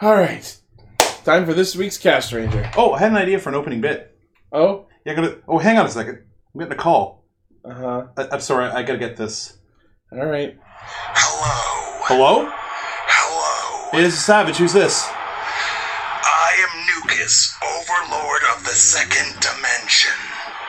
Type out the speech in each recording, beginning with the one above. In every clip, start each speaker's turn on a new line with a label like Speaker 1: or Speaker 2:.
Speaker 1: All right, time for this week's Cast Ranger.
Speaker 2: Oh, I had an idea for an opening bit.
Speaker 1: Oh,
Speaker 2: Yeah, I gotta. Oh, hang on a second. I'm getting a call.
Speaker 1: uh huh.
Speaker 2: I, I'm sorry. I gotta get this.
Speaker 1: All right.
Speaker 3: Hello.
Speaker 2: Hello?
Speaker 3: Hello.
Speaker 2: It is Savage. Who's this?
Speaker 3: I am Nucus, overlord of the second dimension.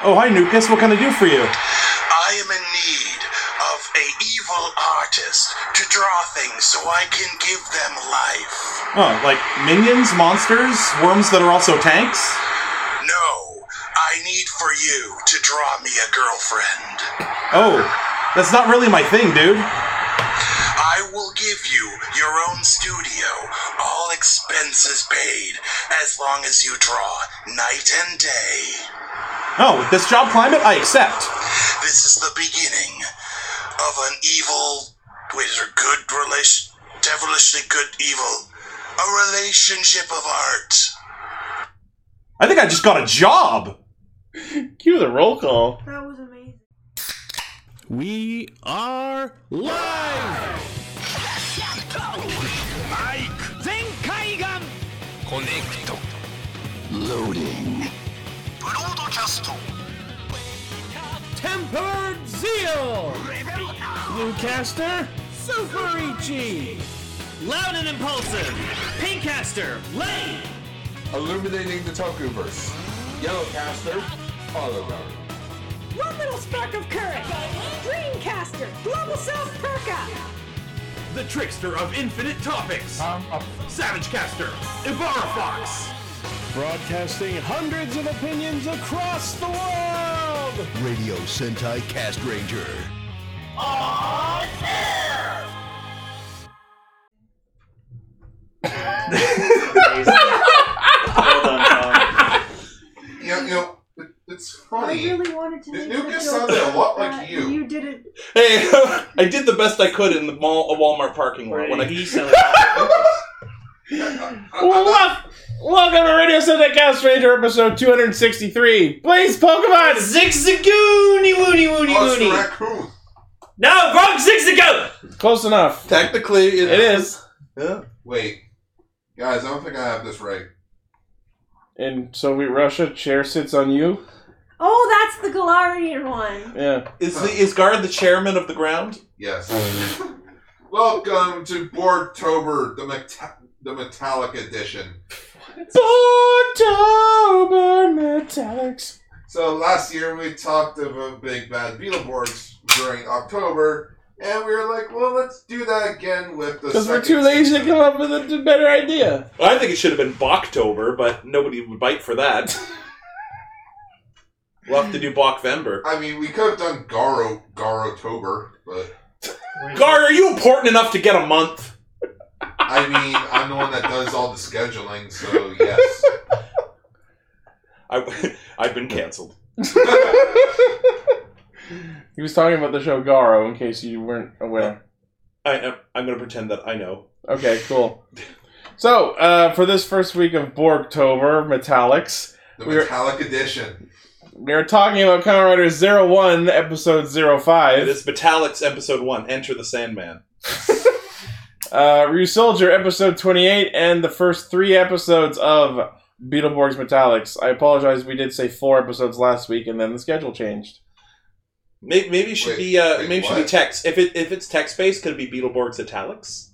Speaker 2: Oh, hi, Nukas. What can I do for you?
Speaker 3: I am in need of a evil artist to draw things so I can give them life.
Speaker 2: Oh, like minions, monsters, worms that are also tanks?
Speaker 3: No, I need for you to draw me a girlfriend.
Speaker 2: Oh, that's not really my thing, dude.
Speaker 3: I will give you your own studio, all expenses paid, as long as you draw night and day.
Speaker 2: Oh, with this job climate, I accept.
Speaker 3: This is the beginning of an evil. Wait, is there good relation? Devilishly good evil. A relationship of art.
Speaker 2: I think I just got a job.
Speaker 1: Cue the roll call.
Speaker 4: That was amazing.
Speaker 5: We are live!
Speaker 6: マイク全海岸コネクト
Speaker 5: Tempered Zeal! Bluecaster, Super Ichi! Loud and Impulsive, Pinkcaster, Lane!
Speaker 7: Illuminating the Tokuverse. Yellowcaster, Autoroad.
Speaker 8: One little spark of courage. Dreamcaster. Global South Perka.
Speaker 5: The Trickster of Infinite Topics! Savage Caster, Ibarra Fox! Broadcasting hundreds of opinions across the world!
Speaker 6: Radio Sentai Cast Ranger
Speaker 7: You know, you know it, it's
Speaker 4: I
Speaker 7: funny.
Speaker 4: really wanted to.
Speaker 7: Did
Speaker 4: make a
Speaker 7: Nucas
Speaker 4: joke
Speaker 7: sounded a lot
Speaker 4: about
Speaker 7: like
Speaker 4: that,
Speaker 7: you.
Speaker 4: and You did it.
Speaker 1: Hey, I did the best I could in the mall, a Walmart parking lot. When I Wel- Welcome to Radio Sunday Cast Ranger episode 263. Blaze Pokemon!
Speaker 9: Zigzagoony woony woony
Speaker 7: Oh, it's the
Speaker 9: woony.
Speaker 7: raccoon.
Speaker 9: No, wrong Zigzago!
Speaker 1: Close enough.
Speaker 7: Technically,
Speaker 1: It is.
Speaker 7: Wait, guys, I don't think I have this right.
Speaker 1: And so we Russia chair sits on you.
Speaker 4: Oh, that's the Galarian one.
Speaker 1: Yeah.
Speaker 2: Is the is guard the chairman of the ground?
Speaker 7: Yes. Welcome to Borgtober, the meta- the metallic edition.
Speaker 1: October Metallics.
Speaker 7: So last year we talked about big bad Beetleborgs during October, and we were like, well, let's do that again with the.
Speaker 1: Because we're
Speaker 7: second
Speaker 1: too lazy to
Speaker 7: season.
Speaker 1: come up with a d- better idea.
Speaker 2: I think it should have been Boktober, but nobody would bite for that. we'll have to do Bokvember.
Speaker 7: I mean, we could have done Garo Garotober, but
Speaker 2: Guard, are you important enough to get a month?
Speaker 7: I mean, I'm the one that does all the scheduling, so yes.
Speaker 2: I, I've been canceled.
Speaker 1: He was talking about the show Garo in case you weren't aware.
Speaker 2: I, am I'm going to pretend that I know.
Speaker 1: Okay, cool. So, uh, for this first week of Borgtober Metallics,
Speaker 7: The
Speaker 1: We're-
Speaker 7: metallic edition.
Speaker 1: we are talking about Kamen Rider Zero One, Episode Zero Five.
Speaker 2: It is Metallics Episode 1, Enter the Sandman.
Speaker 1: uh, Ryu Soldier, episode 28, and the first three episodes of Beetleborgs Metallics. I apologize, we did say four episodes last week, and then the schedule changed.
Speaker 2: Maybe, maybe it should
Speaker 7: Wait,
Speaker 2: be uh,
Speaker 7: wait,
Speaker 2: maybe it should be
Speaker 7: what?
Speaker 2: text. If it if it's text based, could it be Beetleborgs italics?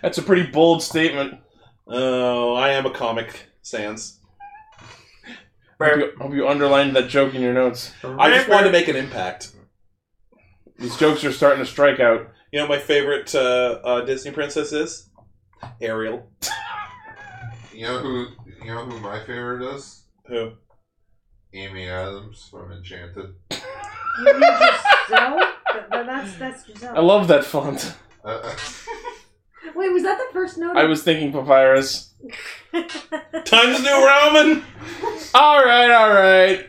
Speaker 1: That's a pretty bold statement.
Speaker 2: Oh, I am a comic. Sans.
Speaker 1: Hope you, hope you underlined that joke in your notes.
Speaker 2: I just wanted to make an impact.
Speaker 1: These jokes are starting to strike out.
Speaker 2: You know, what my favorite uh, uh, Disney princess is Ariel.
Speaker 7: You know who? You know who my favorite is?
Speaker 2: Who?
Speaker 7: Amy Adams from Enchanted.
Speaker 4: You mean Giselle? But- but that's that's Giselle.
Speaker 1: I love that font.
Speaker 7: Uh,
Speaker 4: Wait, was that the first note?
Speaker 1: I was thinking papyrus.
Speaker 2: Times New Roman.
Speaker 1: All right, all right.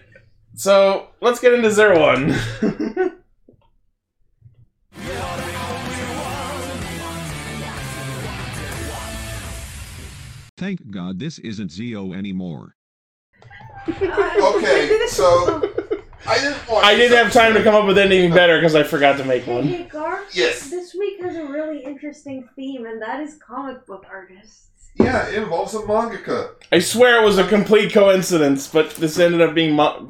Speaker 1: So let's get into Zero One.
Speaker 10: Thank God this isn't Zio anymore.
Speaker 4: Uh,
Speaker 7: okay, so
Speaker 11: I didn't watch
Speaker 1: I didn't
Speaker 11: this
Speaker 1: have time to
Speaker 11: episode.
Speaker 1: come up with anything better because I forgot to make
Speaker 4: Hey,
Speaker 1: one.
Speaker 4: hey, Gar.
Speaker 11: Yes.
Speaker 4: This week has a really interesting theme, and that is comic book artists.
Speaker 11: Yeah, it involves a mangaka.
Speaker 1: I swear it was a complete coincidence, but this ended up being mo-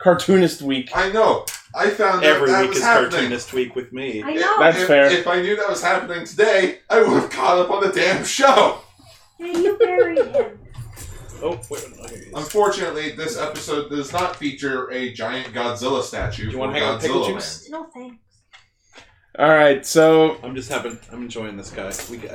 Speaker 1: cartoonist week.
Speaker 11: I know. I found out
Speaker 2: Every
Speaker 11: that
Speaker 2: week
Speaker 11: was
Speaker 2: is
Speaker 11: happening.
Speaker 2: cartoonist week with me.
Speaker 4: I
Speaker 11: If-
Speaker 4: know.
Speaker 1: That's
Speaker 11: if,
Speaker 1: fair.
Speaker 11: If I knew that was happening today, I would have caught up on the damn show.
Speaker 4: Yeah, you buried him.
Speaker 2: Oh, wait, no, here it is.
Speaker 11: Unfortunately, this episode does not feature a giant Godzilla statue.
Speaker 2: Do you wanna
Speaker 11: from
Speaker 2: hang out with pickle
Speaker 11: Godzilla
Speaker 2: juice?
Speaker 11: Land.
Speaker 4: No thanks.
Speaker 1: All right, so
Speaker 2: I'm just having. I'm enjoying this guy. We I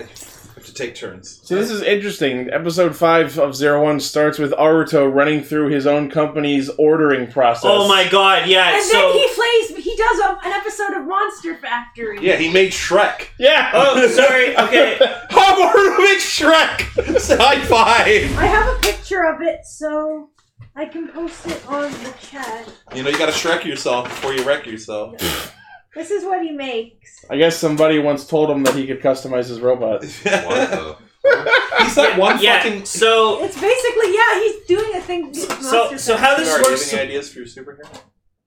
Speaker 2: have to take turns.
Speaker 1: so this is interesting. Episode five of Zero One starts with Aruto running through his own company's ordering process.
Speaker 9: Oh my god, yeah.
Speaker 4: And
Speaker 9: so
Speaker 4: then he plays. He does a, an episode of Monster Factory.
Speaker 2: Yeah, he made Shrek.
Speaker 1: Yeah.
Speaker 9: Oh, sorry. Okay.
Speaker 2: Homer made Shrek. Side five.
Speaker 4: I have a picture of it, so I can post it on the chat.
Speaker 2: You know, you gotta Shrek yourself before you wreck yourself.
Speaker 4: This is what he makes.
Speaker 1: I guess somebody once told him that he could customize his robot.
Speaker 11: What
Speaker 2: He's
Speaker 11: the?
Speaker 2: that one
Speaker 9: yeah.
Speaker 2: fucking.
Speaker 9: So
Speaker 4: It's basically yeah. He's doing a thing.
Speaker 9: so so how this
Speaker 2: Sorry, do you have
Speaker 9: works?
Speaker 2: any ideas for your superhero?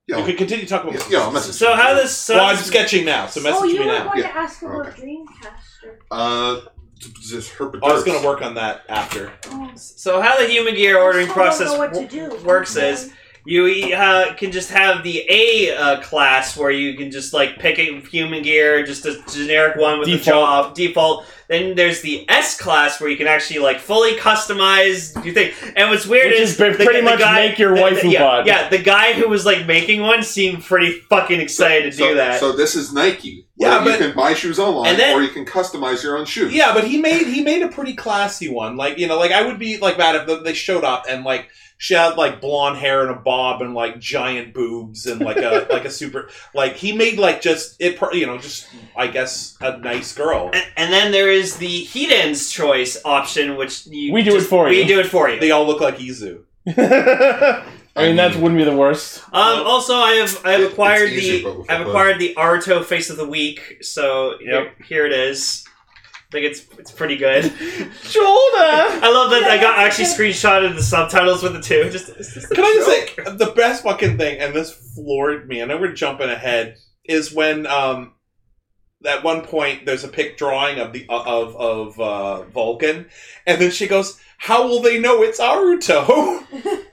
Speaker 11: Yo,
Speaker 2: You could continue talking about.
Speaker 11: yo, message.
Speaker 9: So how this? So
Speaker 2: Well, I'm
Speaker 9: this-
Speaker 2: sketching now, so message
Speaker 4: oh, you
Speaker 2: me
Speaker 4: were
Speaker 2: now.
Speaker 4: going
Speaker 11: Yeah.
Speaker 4: to ask about
Speaker 11: Okay.
Speaker 4: Dreamcaster.
Speaker 11: Uh, t- t- just herpet.
Speaker 2: I was gonna work on that after.
Speaker 4: Oh,
Speaker 9: so how the human gear
Speaker 4: I
Speaker 9: ordering
Speaker 4: still
Speaker 9: process
Speaker 4: don't know what
Speaker 9: wo-
Speaker 4: to do.
Speaker 9: works is you uh, can just have the A uh, class where you can just like pick a human gear, just a generic one with a
Speaker 1: Default.
Speaker 9: job default. Then there's the S class where you can actually like fully customize your thing. And what's weird
Speaker 1: Which
Speaker 9: is
Speaker 1: is ba-
Speaker 9: the-
Speaker 1: pretty
Speaker 9: the
Speaker 1: much
Speaker 9: guy-
Speaker 1: make your
Speaker 9: the- the-
Speaker 1: waifu
Speaker 9: yeah,
Speaker 1: bot.
Speaker 9: Yeah, the guy who was like making one seemed pretty fucking excited
Speaker 11: so,
Speaker 9: to do that.
Speaker 11: So this is Nike.
Speaker 2: Yeah,
Speaker 11: Yeah,
Speaker 2: but-
Speaker 11: you can buy shoes online,
Speaker 9: And then-
Speaker 11: or you can customize your own shoes.
Speaker 2: Yeah, but he made he made a pretty classy one. Like you know, like I would be like mad if th- they showed up and like she had like blonde hair and a bob and like giant boobs and like a like a super like he made like just it pro- you know just I guess a nice girl.
Speaker 9: and, and then there is the heat ends choice option, which you
Speaker 1: We do it
Speaker 9: just-
Speaker 1: for you.
Speaker 9: We do it for you.
Speaker 2: They all look like Izu.
Speaker 1: I mean, that wouldn't be the worst.
Speaker 9: Um, also, I have I
Speaker 11: uh, It-
Speaker 9: have
Speaker 11: it's
Speaker 9: acquired
Speaker 11: easy,
Speaker 9: the
Speaker 11: but with
Speaker 9: I've
Speaker 11: the-
Speaker 9: acquired the Arto Face of the Week, so here, here it is. I think it's it's pretty good.
Speaker 1: Shoulder.
Speaker 9: I love that I got actually screenshotted the subtitles with the two. Just it's just-
Speaker 2: Can I just say the best fucking thing, and this floored me. I know we're jumping ahead. Is when um, at one point there's a pic drawing of the of of uh, Vulcan, and then she goes, "How will they know it's Aruto?"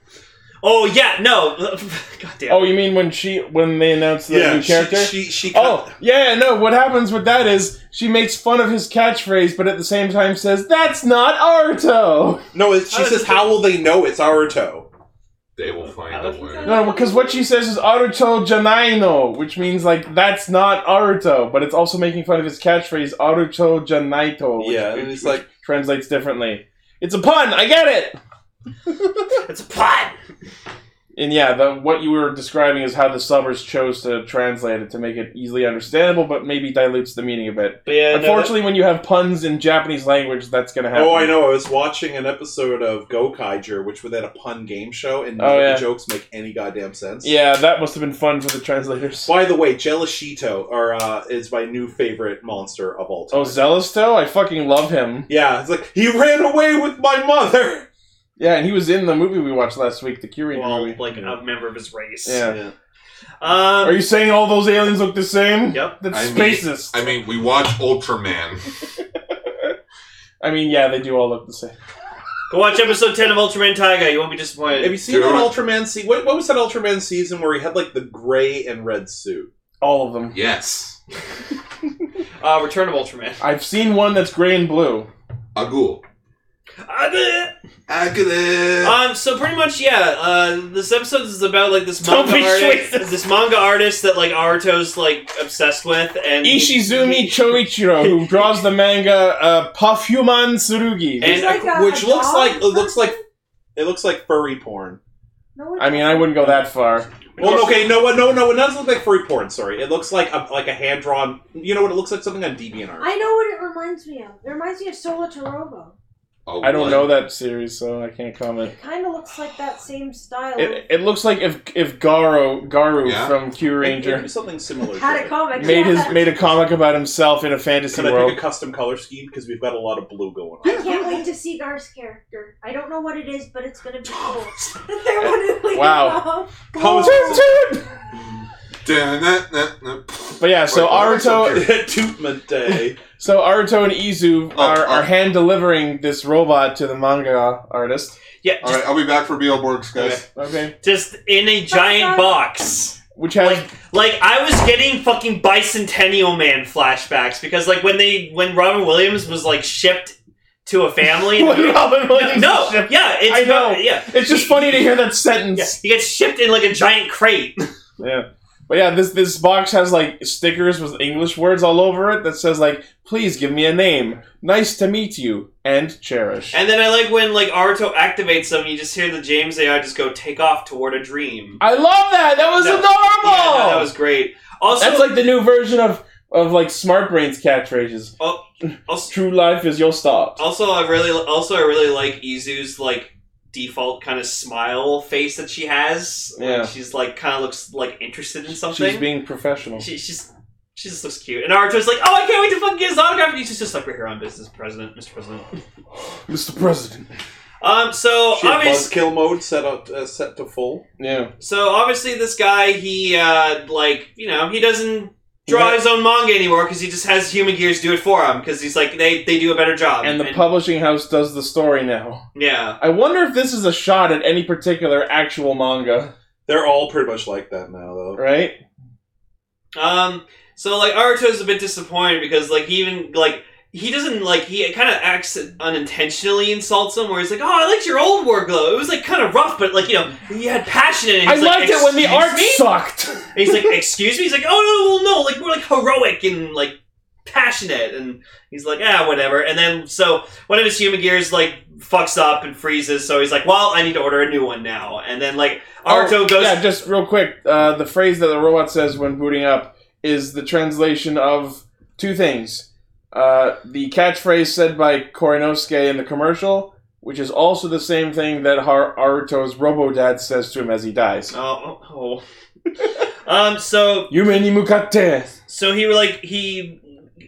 Speaker 9: oh yeah, no, god damn.
Speaker 1: Oh, you mean when she when they announced the new
Speaker 2: she-
Speaker 1: character?
Speaker 2: She she.
Speaker 1: Oh, yeah, no, what happens with that is she makes fun of his catchphrase, but at the same time says, That's not Arto!
Speaker 2: no! It, she
Speaker 9: Oh,
Speaker 2: says,
Speaker 9: that's-
Speaker 2: "How will they know it's Aruto?"
Speaker 11: They will find
Speaker 9: out where.
Speaker 1: No, because what she says is Aruto Janaino, which means, like, that's not Aruto, but it's also making fun of his catchphrase, Aruto Janaito, which,
Speaker 2: Yeah, and it's like
Speaker 1: translates differently. It's a pun, I get it!
Speaker 9: it's a plot.
Speaker 1: And yeah, the, what you were describing is how the subbers chose to translate it to make it easily understandable, but maybe dilutes the meaning a bit.
Speaker 9: But yeah, no, that-
Speaker 1: Unfortunately, when you have puns in Japanese language, that's gonna happen.
Speaker 2: Oh, I know. I was watching an episode of Gokaiger, which was at a pun game show, and none
Speaker 1: Oh,
Speaker 2: of
Speaker 1: yeah.
Speaker 2: the jokes make any goddamn sense.
Speaker 1: Yeah, that must have been fun for the translators.
Speaker 2: By the way, Jelashito are, uh, is my new favorite monster of all time.
Speaker 1: Oh, Zelisto? I fucking love him.
Speaker 2: Yeah, it's like he ran away with my mother.
Speaker 1: Yeah, and he was in the movie we watched last week, the Curie
Speaker 9: well,
Speaker 1: movie.
Speaker 9: like a member of his race.
Speaker 1: Yeah. Are
Speaker 9: Um,
Speaker 1: you saying all those aliens look the same?
Speaker 9: Yep.
Speaker 1: That's
Speaker 11: I mean-
Speaker 1: spacist.
Speaker 11: I mean, we watch Ultraman.
Speaker 1: I mean, yeah, they do all look the same.
Speaker 9: go watch episode ten of Ultraman Taiga. You won't be disappointed.
Speaker 2: Have you seen
Speaker 11: Dude,
Speaker 2: that
Speaker 11: I-
Speaker 2: Ultraman season? What, what was that Ultraman season where he had like the gray and red suit?
Speaker 1: All of them.
Speaker 11: yes,
Speaker 9: Uh, Return of Ultraman.
Speaker 1: I've seen one that's gray and blue.
Speaker 11: Agul. Agul.
Speaker 9: Um, so pretty much, yeah. Uh, this episode is about like this
Speaker 1: Don't
Speaker 9: manga
Speaker 1: be
Speaker 9: artist,
Speaker 1: racist.
Speaker 9: this manga artist that like Aruto's like obsessed with, and he-
Speaker 1: Ishizumi Choichiro, who draws the manga uh, Perfuman Tsurugi.
Speaker 9: And-
Speaker 4: He's like a-
Speaker 2: which
Speaker 4: a
Speaker 2: looks
Speaker 4: dog
Speaker 2: like it looks like
Speaker 4: person?
Speaker 2: it looks like furry porn.
Speaker 4: No, it
Speaker 1: I mean, I wouldn't go that far.
Speaker 2: Well, okay, no, no, no, it doesn't look like furry porn. Sorry, it looks like a, like a hand drawn. You know what? It looks like something on DeviantArt.
Speaker 4: I know what it reminds me of. It reminds me of Solo Torobo.
Speaker 11: Oh,
Speaker 1: I don't know that series, so I can't comment.
Speaker 4: Kind of looks like that same style.
Speaker 1: It, it looks like if if Garo Garu
Speaker 11: Yeah.
Speaker 1: from Q
Speaker 2: It'd
Speaker 1: Ranger
Speaker 2: be something similar. to
Speaker 4: had a
Speaker 2: it.
Speaker 4: comic.
Speaker 1: made his
Speaker 4: yeah.
Speaker 1: made a comic about himself in a fantasy
Speaker 2: Can I
Speaker 1: world.
Speaker 2: pick a custom color scheme because we've got a lot of blue going on?
Speaker 4: I can't wait to see Gar's character. I don't know what it is, but it's gonna be cool.
Speaker 1: Wow.
Speaker 2: Thomas-
Speaker 1: Toot, toot!
Speaker 11: Da-na-na-na.
Speaker 1: But yeah, so
Speaker 11: Wait, what was
Speaker 1: Aruto,
Speaker 11: that
Speaker 2: Tootment Day.
Speaker 1: so Aruto and Izu are,
Speaker 11: Oh,
Speaker 1: are
Speaker 11: oh.
Speaker 1: hand delivering this robot to the manga artist.
Speaker 9: Yeah,
Speaker 11: All
Speaker 9: just,
Speaker 11: right, I'll be back for Beetleborgs, guys.
Speaker 1: Okay,
Speaker 9: just in a giant box.
Speaker 1: which has
Speaker 9: Like, like I was getting fucking Bicentennial Man flashbacks because, like, when they when Robin Williams was like shipped to a family.
Speaker 1: When Robin Williams
Speaker 9: no,
Speaker 1: is shipped-
Speaker 9: yeah, it's
Speaker 1: I know.
Speaker 9: not- yeah,
Speaker 1: It's just
Speaker 9: He-
Speaker 1: funny to hear that
Speaker 9: Yeah,
Speaker 1: sentence.
Speaker 9: he gets shipped in like a giant crate.
Speaker 1: Yeah. But yeah, this this box has like stickers with English words all over it that says like, "Please give me a name. Nice to meet you and cherish."
Speaker 9: And then I like when like Aruto activates them. You just hear the James AI just go take off toward a dream.
Speaker 1: I love that. That was
Speaker 9: That-
Speaker 1: adorable.
Speaker 9: Yeah, no, that was great. Also,
Speaker 1: That's like the new version of of like Smart Brain's catchphrases.
Speaker 9: also,
Speaker 1: True life is your start.
Speaker 9: Also, I really also I really like Izu's like default kind of smile face that she has. when
Speaker 1: Yeah.
Speaker 9: she's like kind of looks like interested in something.
Speaker 1: She's being professional.
Speaker 9: she, she's she just looks cute, and Naruto's like, "Oh, I can't wait to fucking get his autograph." And he's just like, "We're here on business, President, Mr. President."
Speaker 1: Mr. President.
Speaker 9: Um, so
Speaker 2: Shit,
Speaker 9: obviously,
Speaker 2: Buzzkill mode set up uh, set to full.
Speaker 1: Yeah.
Speaker 9: so obviously, this guy he uh like you know he doesn't draw
Speaker 1: Yeah.
Speaker 9: his own manga anymore because he just has Human Gears do it for him because he's like they they do a better job.
Speaker 1: And the publishing house does the story now.
Speaker 9: yeah.
Speaker 1: I wonder if this is a shot at any particular actual manga,
Speaker 2: They're all pretty much like that now, though.
Speaker 1: right?
Speaker 9: Um, so like Aruto's a bit disappointed because like he even like he doesn't like he kind of acts unintentionally insults him where he's like, "Oh, I liked your old work though. It was like kind of rough, but like you know you had passion in it." And
Speaker 1: I
Speaker 9: he's like,
Speaker 1: liked it when the
Speaker 9: "Excuse
Speaker 1: art
Speaker 9: me?"
Speaker 1: sucked.
Speaker 9: And he's like, "Excuse me." He's like, "Oh no, no, no, like more like heroic and like passionate." And he's like, "Ah, whatever." And then so one of his human gears like fucks up and freezes, so he's like, "Well, I need to order a new one now." And then like Aruto
Speaker 1: Oh,
Speaker 9: goes,
Speaker 1: Yeah, just real quick. Uh, the phrase that the robot says when booting up is the translation of two things: uh, the catchphrase said by Korinosuke in the commercial, which is also the same thing that Har- Aruto's Robodad says to him as he dies.
Speaker 9: "Oh, oh." oh. um, so
Speaker 1: Yume ni mukatte.
Speaker 9: So he like he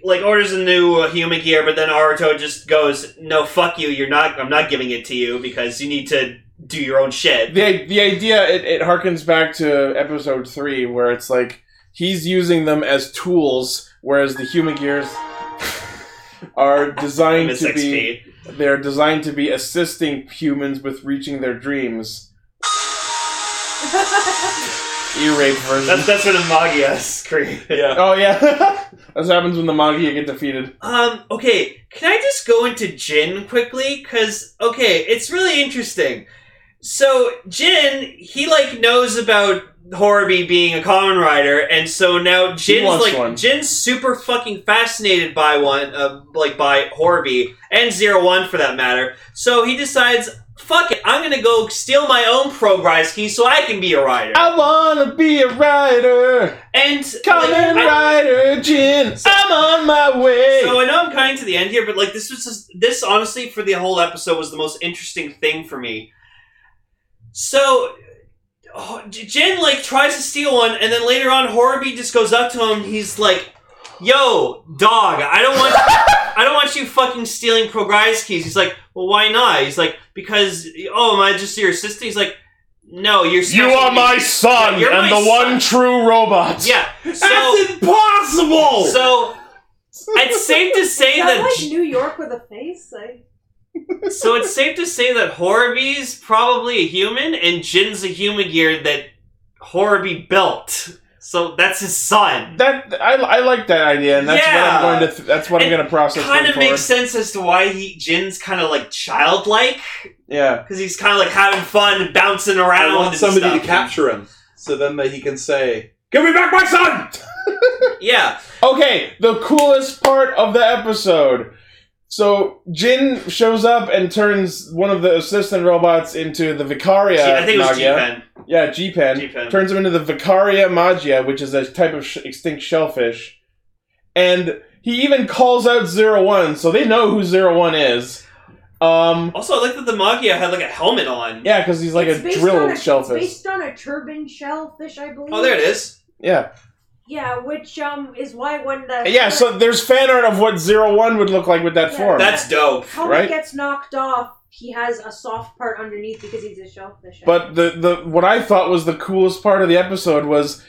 Speaker 9: like orders a new uh, human gear, but then Aruto just goes, "No, fuck you. You're not. I'm not giving it to you because you need to do your own shit."
Speaker 1: The the idea it, it harkens back to episode three where it's like he's using them as tools, whereas the human gears are designed
Speaker 9: Miss
Speaker 1: to be.
Speaker 9: XP.
Speaker 1: They're designed to be assisting humans with reaching their dreams. Ear rape version.
Speaker 9: That's that's what Amagia scream.
Speaker 2: Yeah.
Speaker 1: oh yeah, that's what happens when the Magia get defeated.
Speaker 9: Um. Okay. Can I just go into Jin quickly? Cause okay, it's really interesting. So Jin, he like knows about Horobi being a common rider, and so now Jin's
Speaker 1: wants
Speaker 9: like
Speaker 1: one.
Speaker 9: Jin's super fucking fascinated by one, uh, like by Horobi and Zero One for that matter. So he decides, fuck it, I'm gonna go steal my own Progrise key so I can be a rider.
Speaker 1: I wanna be a rider,
Speaker 9: and
Speaker 1: common
Speaker 9: like, I-
Speaker 1: rider Jin. I'm on my way.
Speaker 9: So I know I'm cutting to the end here, but like this was just, this honestly for the whole episode was the most interesting thing for me. So oh, J- Jin like tries to steal one, and then later on Horobi just goes up to him. He's like, "Yo, dog, I don't want." I don't want you fucking stealing Progrise keys. He's like, well, why not? He's like, because, oh, am I just your assistant? He's like, no, you're
Speaker 1: you
Speaker 9: special
Speaker 1: are
Speaker 9: to me."
Speaker 1: my son
Speaker 9: You're
Speaker 1: and
Speaker 9: my
Speaker 1: the one true robot.
Speaker 9: Yeah. So,
Speaker 1: that's impossible.
Speaker 9: so it's safe to say
Speaker 4: Sound
Speaker 9: that
Speaker 4: like New York with a face. Like,
Speaker 9: So it's safe to say that Horobi's probably a human, and Jin's a human gear that Horobi built. So that's his son.
Speaker 1: that I, I like that idea, and that's
Speaker 9: Yeah.
Speaker 1: what I'm going to. Th- that's what I'm
Speaker 9: It
Speaker 1: going to process.
Speaker 9: Kind
Speaker 1: going
Speaker 9: of
Speaker 1: forward.
Speaker 9: makes sense as to why he Jin's kind of like childlike
Speaker 1: Yeah.
Speaker 9: because he's kind of like having fun, and bouncing around.
Speaker 2: I want
Speaker 9: and
Speaker 2: somebody
Speaker 9: stuff.
Speaker 2: to capture him, so then that he can say,
Speaker 1: Give me back my son.
Speaker 9: Yeah,
Speaker 1: Okay, the coolest part of the episode. So Jin shows up and turns one of the assistant robots into the Vicaria.
Speaker 9: Gee, I think it was G
Speaker 1: Magia.
Speaker 9: Pen.
Speaker 1: Yeah, G Pen.
Speaker 9: G-Pen.
Speaker 1: Turns him into the Vicaria Magia, which is a type of sh- extinct shellfish. And he even calls out Zero One, so they know who Zero One is. Um,
Speaker 9: Also, I like that the Magia had like a helmet on.
Speaker 1: yeah, because he's like
Speaker 4: It's
Speaker 1: a
Speaker 4: based on
Speaker 1: drill
Speaker 4: a-
Speaker 1: shellfish.
Speaker 4: Based on a turban shellfish, I believe.
Speaker 9: Oh, there it is.
Speaker 1: Yeah,
Speaker 4: Yeah, which um is why when the
Speaker 1: yeah. So there's fan art of what Zero One would look like with that
Speaker 4: Yeah.
Speaker 1: form.
Speaker 9: That's dope.
Speaker 4: helmet
Speaker 1: right?
Speaker 4: gets knocked off, he has a soft part underneath because he's a shellfish.
Speaker 1: But the the what I thought was the coolest part of the episode was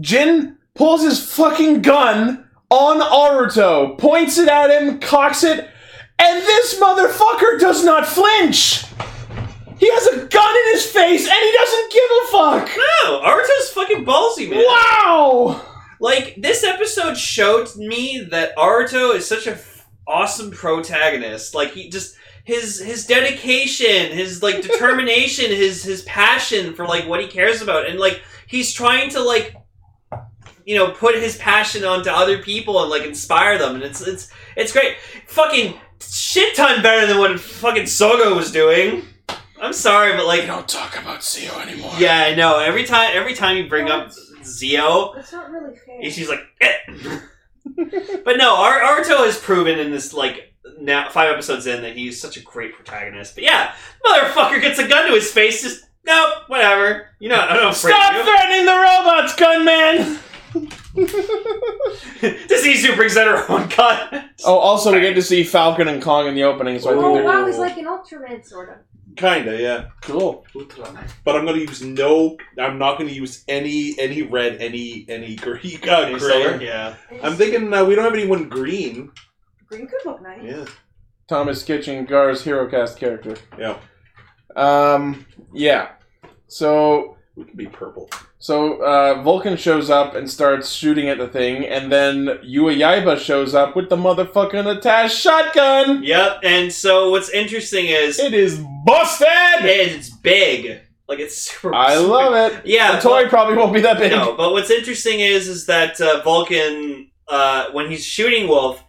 Speaker 1: Jin pulls his fucking gun on Aruto, points it at him, cocks it, and this motherfucker does not flinch. He has a gun in his face and he doesn't give a fuck.
Speaker 9: No, Aruto's fucking ballsy, man.
Speaker 1: Wow.
Speaker 9: Like this episode showed me that Aruto is such a f- awesome protagonist. Like he just his his dedication, his like determination, his his passion for like what he cares about, and like he's trying to like you know put his passion onto other people and like inspire them, and it's it's it's great. Fucking shit ton better than what fucking Sogo was doing. I'm sorry, but like
Speaker 1: Don't talk about Zio anymore.
Speaker 9: yeah, I know. Every time every time you bring up Zio,
Speaker 4: That's not really fair.
Speaker 9: and she's like, eh. but no, Ar- Aruto has proven in this like now five episodes in that he's such a great protagonist. But yeah, motherfucker gets a gun to his face. Just nope, whatever. You know, I don't afraid
Speaker 1: Stop threatening the robots, gunman.
Speaker 9: of you. This Izu brings out her own gun.
Speaker 1: Oh, also we get to see Falcon and Kong in the opening, so I think
Speaker 4: oh
Speaker 1: they're
Speaker 4: wow, he's like an Ultraman sort of.
Speaker 2: Kinda, yeah.
Speaker 1: cool.
Speaker 2: But I'm gonna use no. I'm not gonna use any any red, any any green. Uh, gray.
Speaker 9: Yeah.
Speaker 2: I'm thinking uh, we don't have anyone green.
Speaker 4: green could look nice.
Speaker 2: Yeah.
Speaker 1: Thomas Kitchen, Gar's HeroCast character.
Speaker 2: Yeah.
Speaker 1: Um, yeah. So,
Speaker 2: We could be purple.
Speaker 1: so uh, Vulcan shows up and starts shooting at the thing, and then Yua Yaiba shows up with the motherfucking attached shotgun.
Speaker 9: Yep. And so what's interesting is
Speaker 1: It is busted.
Speaker 9: it's big. Like it's super.
Speaker 1: I love it.
Speaker 9: Yeah.
Speaker 1: the toy probably won't be that big.
Speaker 9: No, but what's interesting is is that uh, Vulcan, uh, when he's shooting Wolf,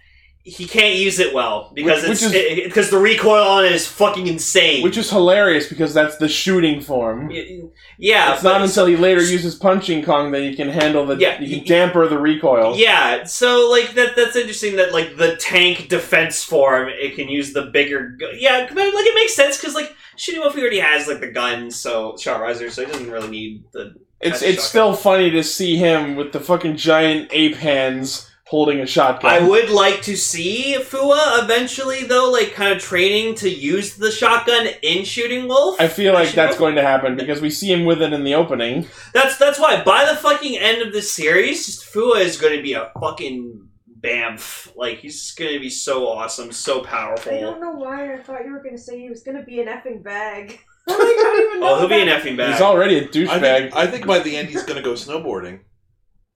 Speaker 9: he can't use it well because
Speaker 1: Which- which
Speaker 9: it's it- because the recoil on it is fucking insane.
Speaker 1: Which is hilarious because that's the shooting form.
Speaker 9: Y- yeah,
Speaker 1: it's not
Speaker 9: but-
Speaker 1: until he later uses punching Kong that he can handle the
Speaker 9: Yeah,
Speaker 1: you
Speaker 9: he-
Speaker 1: can damper the recoil.
Speaker 9: yeah. So like that that's interesting that like the tank defense form it can use the bigger gu- yeah, but like it makes sense because like shooting Wolf he already has like the gun so shot riser so he doesn't really need the
Speaker 1: It's it's
Speaker 9: That's shotgun.
Speaker 1: still funny to see him with the fucking giant ape hands holding a shotgun.
Speaker 9: I would like to see Fua eventually, though, like kind of training to use the shotgun in Shooting Wolf.
Speaker 1: I feel like
Speaker 9: should
Speaker 1: that's
Speaker 9: go-
Speaker 1: going to happen because we see him with it in the opening.
Speaker 9: That's that's why by the fucking end of this series, just Fua is going to be a fucking bamf. Like he's just going to be so awesome, so
Speaker 4: I
Speaker 9: powerful.
Speaker 4: don't know why I thought you were gonna say he was gonna be an effing bag. I'm like, I don't even know
Speaker 9: Oh, he'll be an
Speaker 4: that.
Speaker 9: effing bag.
Speaker 1: He's already a
Speaker 2: I
Speaker 1: douchebag.
Speaker 2: think, I think by the end he's gonna go snowboarding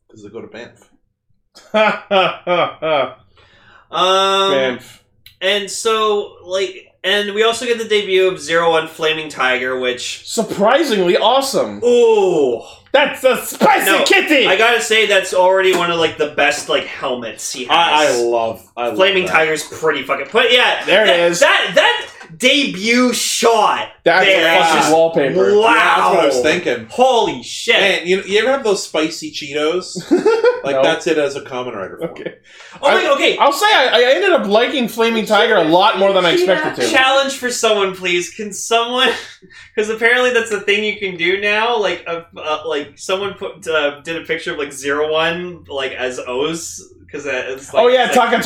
Speaker 2: because they go to Banff.
Speaker 9: um,
Speaker 1: Bamf.
Speaker 9: and so like, and we also get the debut of Zero One Flaming Tiger, which
Speaker 1: Surprisingly awesome.
Speaker 9: ooh.
Speaker 1: That's a spicy
Speaker 9: No,
Speaker 1: kitty.
Speaker 9: I gotta say that's already one of like the best like helmets he
Speaker 2: I,
Speaker 9: has.
Speaker 2: I love. I love
Speaker 9: Flaming
Speaker 2: that.
Speaker 9: Tiger's pretty fucking. But yeah,
Speaker 1: There it
Speaker 9: that,
Speaker 1: is.
Speaker 9: That that debut shot.
Speaker 1: that's
Speaker 9: there,
Speaker 1: a
Speaker 9: it's
Speaker 1: fucking
Speaker 9: just-
Speaker 1: wallpaper.
Speaker 9: Wow.
Speaker 2: Yeah, that's what I was thinking.
Speaker 9: Holy shit!
Speaker 2: Man, you, you ever have those spicy Cheetos? Like
Speaker 1: No.
Speaker 2: that's it as a common writer. Form.
Speaker 1: Okay.
Speaker 9: oh wait, okay.
Speaker 1: I'll say I, I ended up liking Flaming Tiger a lot more than I expected to.
Speaker 9: Challenge for someone, please. Can someone? Because apparently that's a thing you can do now. Like, uh, uh, like someone put uh, did a picture of like zero one like as O's because it's like
Speaker 1: oh yeah,
Speaker 9: it's like-
Speaker 1: Taka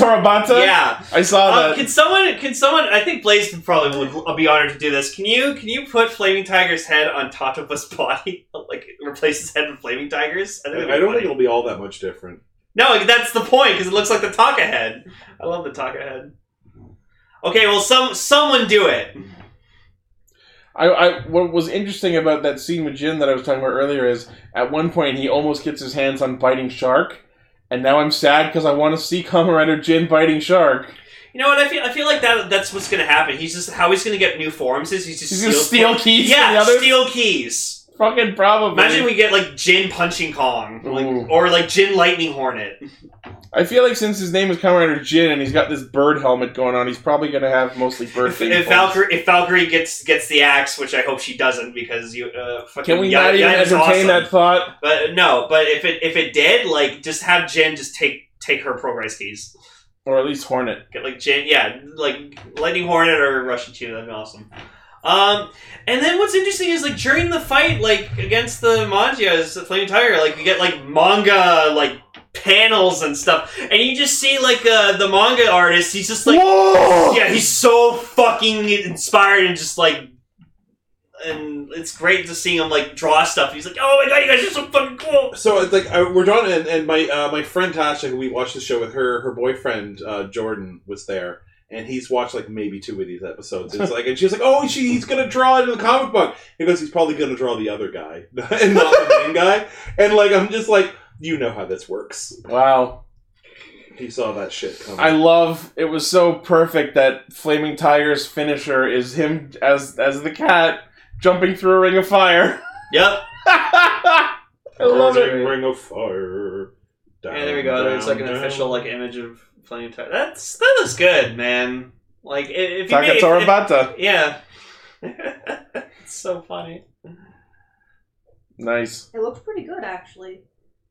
Speaker 1: Torabata.
Speaker 9: yeah.
Speaker 1: I saw
Speaker 9: Um,
Speaker 1: that.
Speaker 9: can someone? Can someone? I think Blaze would probably would I'll be honored to do this. Can you? Can you put Flaming Tiger's head on Tatopa's body? like replace his head with Flaming Tiger's?
Speaker 2: I
Speaker 9: think
Speaker 2: don't
Speaker 9: that'd be
Speaker 2: think
Speaker 9: funny.
Speaker 2: it'll be all that much different.
Speaker 9: No, like, that's the point because it looks like the Taka head. I love the Taka head. Okay, well, some someone do it.
Speaker 1: I, I what was interesting about that scene with Jin that I was talking about earlier is at one point he almost gets his hands on biting shark, and now I'm sad because I want to see Kamen Rider Jin biting shark.
Speaker 9: You know what? I feel I feel like that that's what's gonna happen. He's just how he's gonna get new forms is he's just
Speaker 1: He's gonna steal keys from the
Speaker 9: yeah,
Speaker 1: others.
Speaker 9: steal keys.
Speaker 1: Fucking probably.
Speaker 9: Imagine we get like Jin punching Kong, like,
Speaker 1: Ooh.
Speaker 9: or like Jin Lightning Hornet.
Speaker 1: I feel like since his name is Kamen Rider Jin and he's got this bird helmet going on, he's probably gonna have mostly bird.
Speaker 9: If,
Speaker 1: theme
Speaker 9: if
Speaker 1: forms.
Speaker 9: Valkyrie if Valkyrie gets gets the axe, which I hope she doesn't, because you uh, fucking
Speaker 1: can we
Speaker 9: Yana-
Speaker 1: not even
Speaker 9: Yana's
Speaker 1: entertain
Speaker 9: awesome.
Speaker 1: that thought?
Speaker 9: But no, but if it if it did, like just have Jin just take take her progress keys.
Speaker 1: or at least Hornet.
Speaker 9: Get like Jan- yeah, like Lightning Hornet or Russian Cheetah. That'd be awesome. Um, and then what's interesting is like during the fight, like against the Magias, the Flaming Tiger, like you get like manga like panels and stuff, and you just see like uh, the manga artist. He's just like,
Speaker 1: Whoa!
Speaker 9: yeah, he's so fucking inspired and just like. And it's great to see him like draw stuff. He's like, "Oh my god, you guys are so fucking cool!"
Speaker 2: So it's like I, we're done, and, and my uh, my friend Tasha, who we watched the show with her, her boyfriend uh, Jordan was there, and he's watched like maybe two of these episodes. It's like, and she's like, "Oh, she, he's gonna draw it in the comic book." He goes, "He's probably gonna draw the other guy and not the main guy." And like, I'm just like, you know how this works.
Speaker 1: Wow.
Speaker 2: He saw that shit coming.
Speaker 1: I love it was so perfect that Flaming Tiger's finisher is him as as the cat jumping through a ring of fire.
Speaker 9: Yep.
Speaker 1: I love
Speaker 2: Burning
Speaker 1: it.
Speaker 2: Ring of fire. Down,
Speaker 9: yeah, there we go. There's like an
Speaker 2: down, down.
Speaker 9: official like image of Flaming Tiger. That's that looks good, man. Like i- if you made, if,
Speaker 1: Takatora
Speaker 9: if-
Speaker 1: Bata.
Speaker 9: yeah, it's so funny.
Speaker 1: Nice.
Speaker 4: It looks pretty good, actually.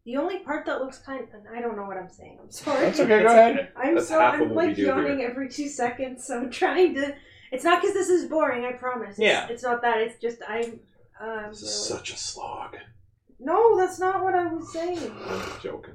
Speaker 4: The only part that looks kind I don't know what I'm saying. I'm sorry.
Speaker 1: That's okay, go ahead.
Speaker 4: I'm
Speaker 2: That's
Speaker 4: so
Speaker 2: half of
Speaker 4: I'm
Speaker 2: what we
Speaker 4: like
Speaker 2: do here.
Speaker 4: yawning every two seconds, so I'm trying to. It's not because this is boring. I promise. It's,
Speaker 9: Yeah.
Speaker 4: It's not that. It's just I'm. Um,
Speaker 2: This is such a slog.
Speaker 4: no, that's not what I was saying.
Speaker 2: I'm joking.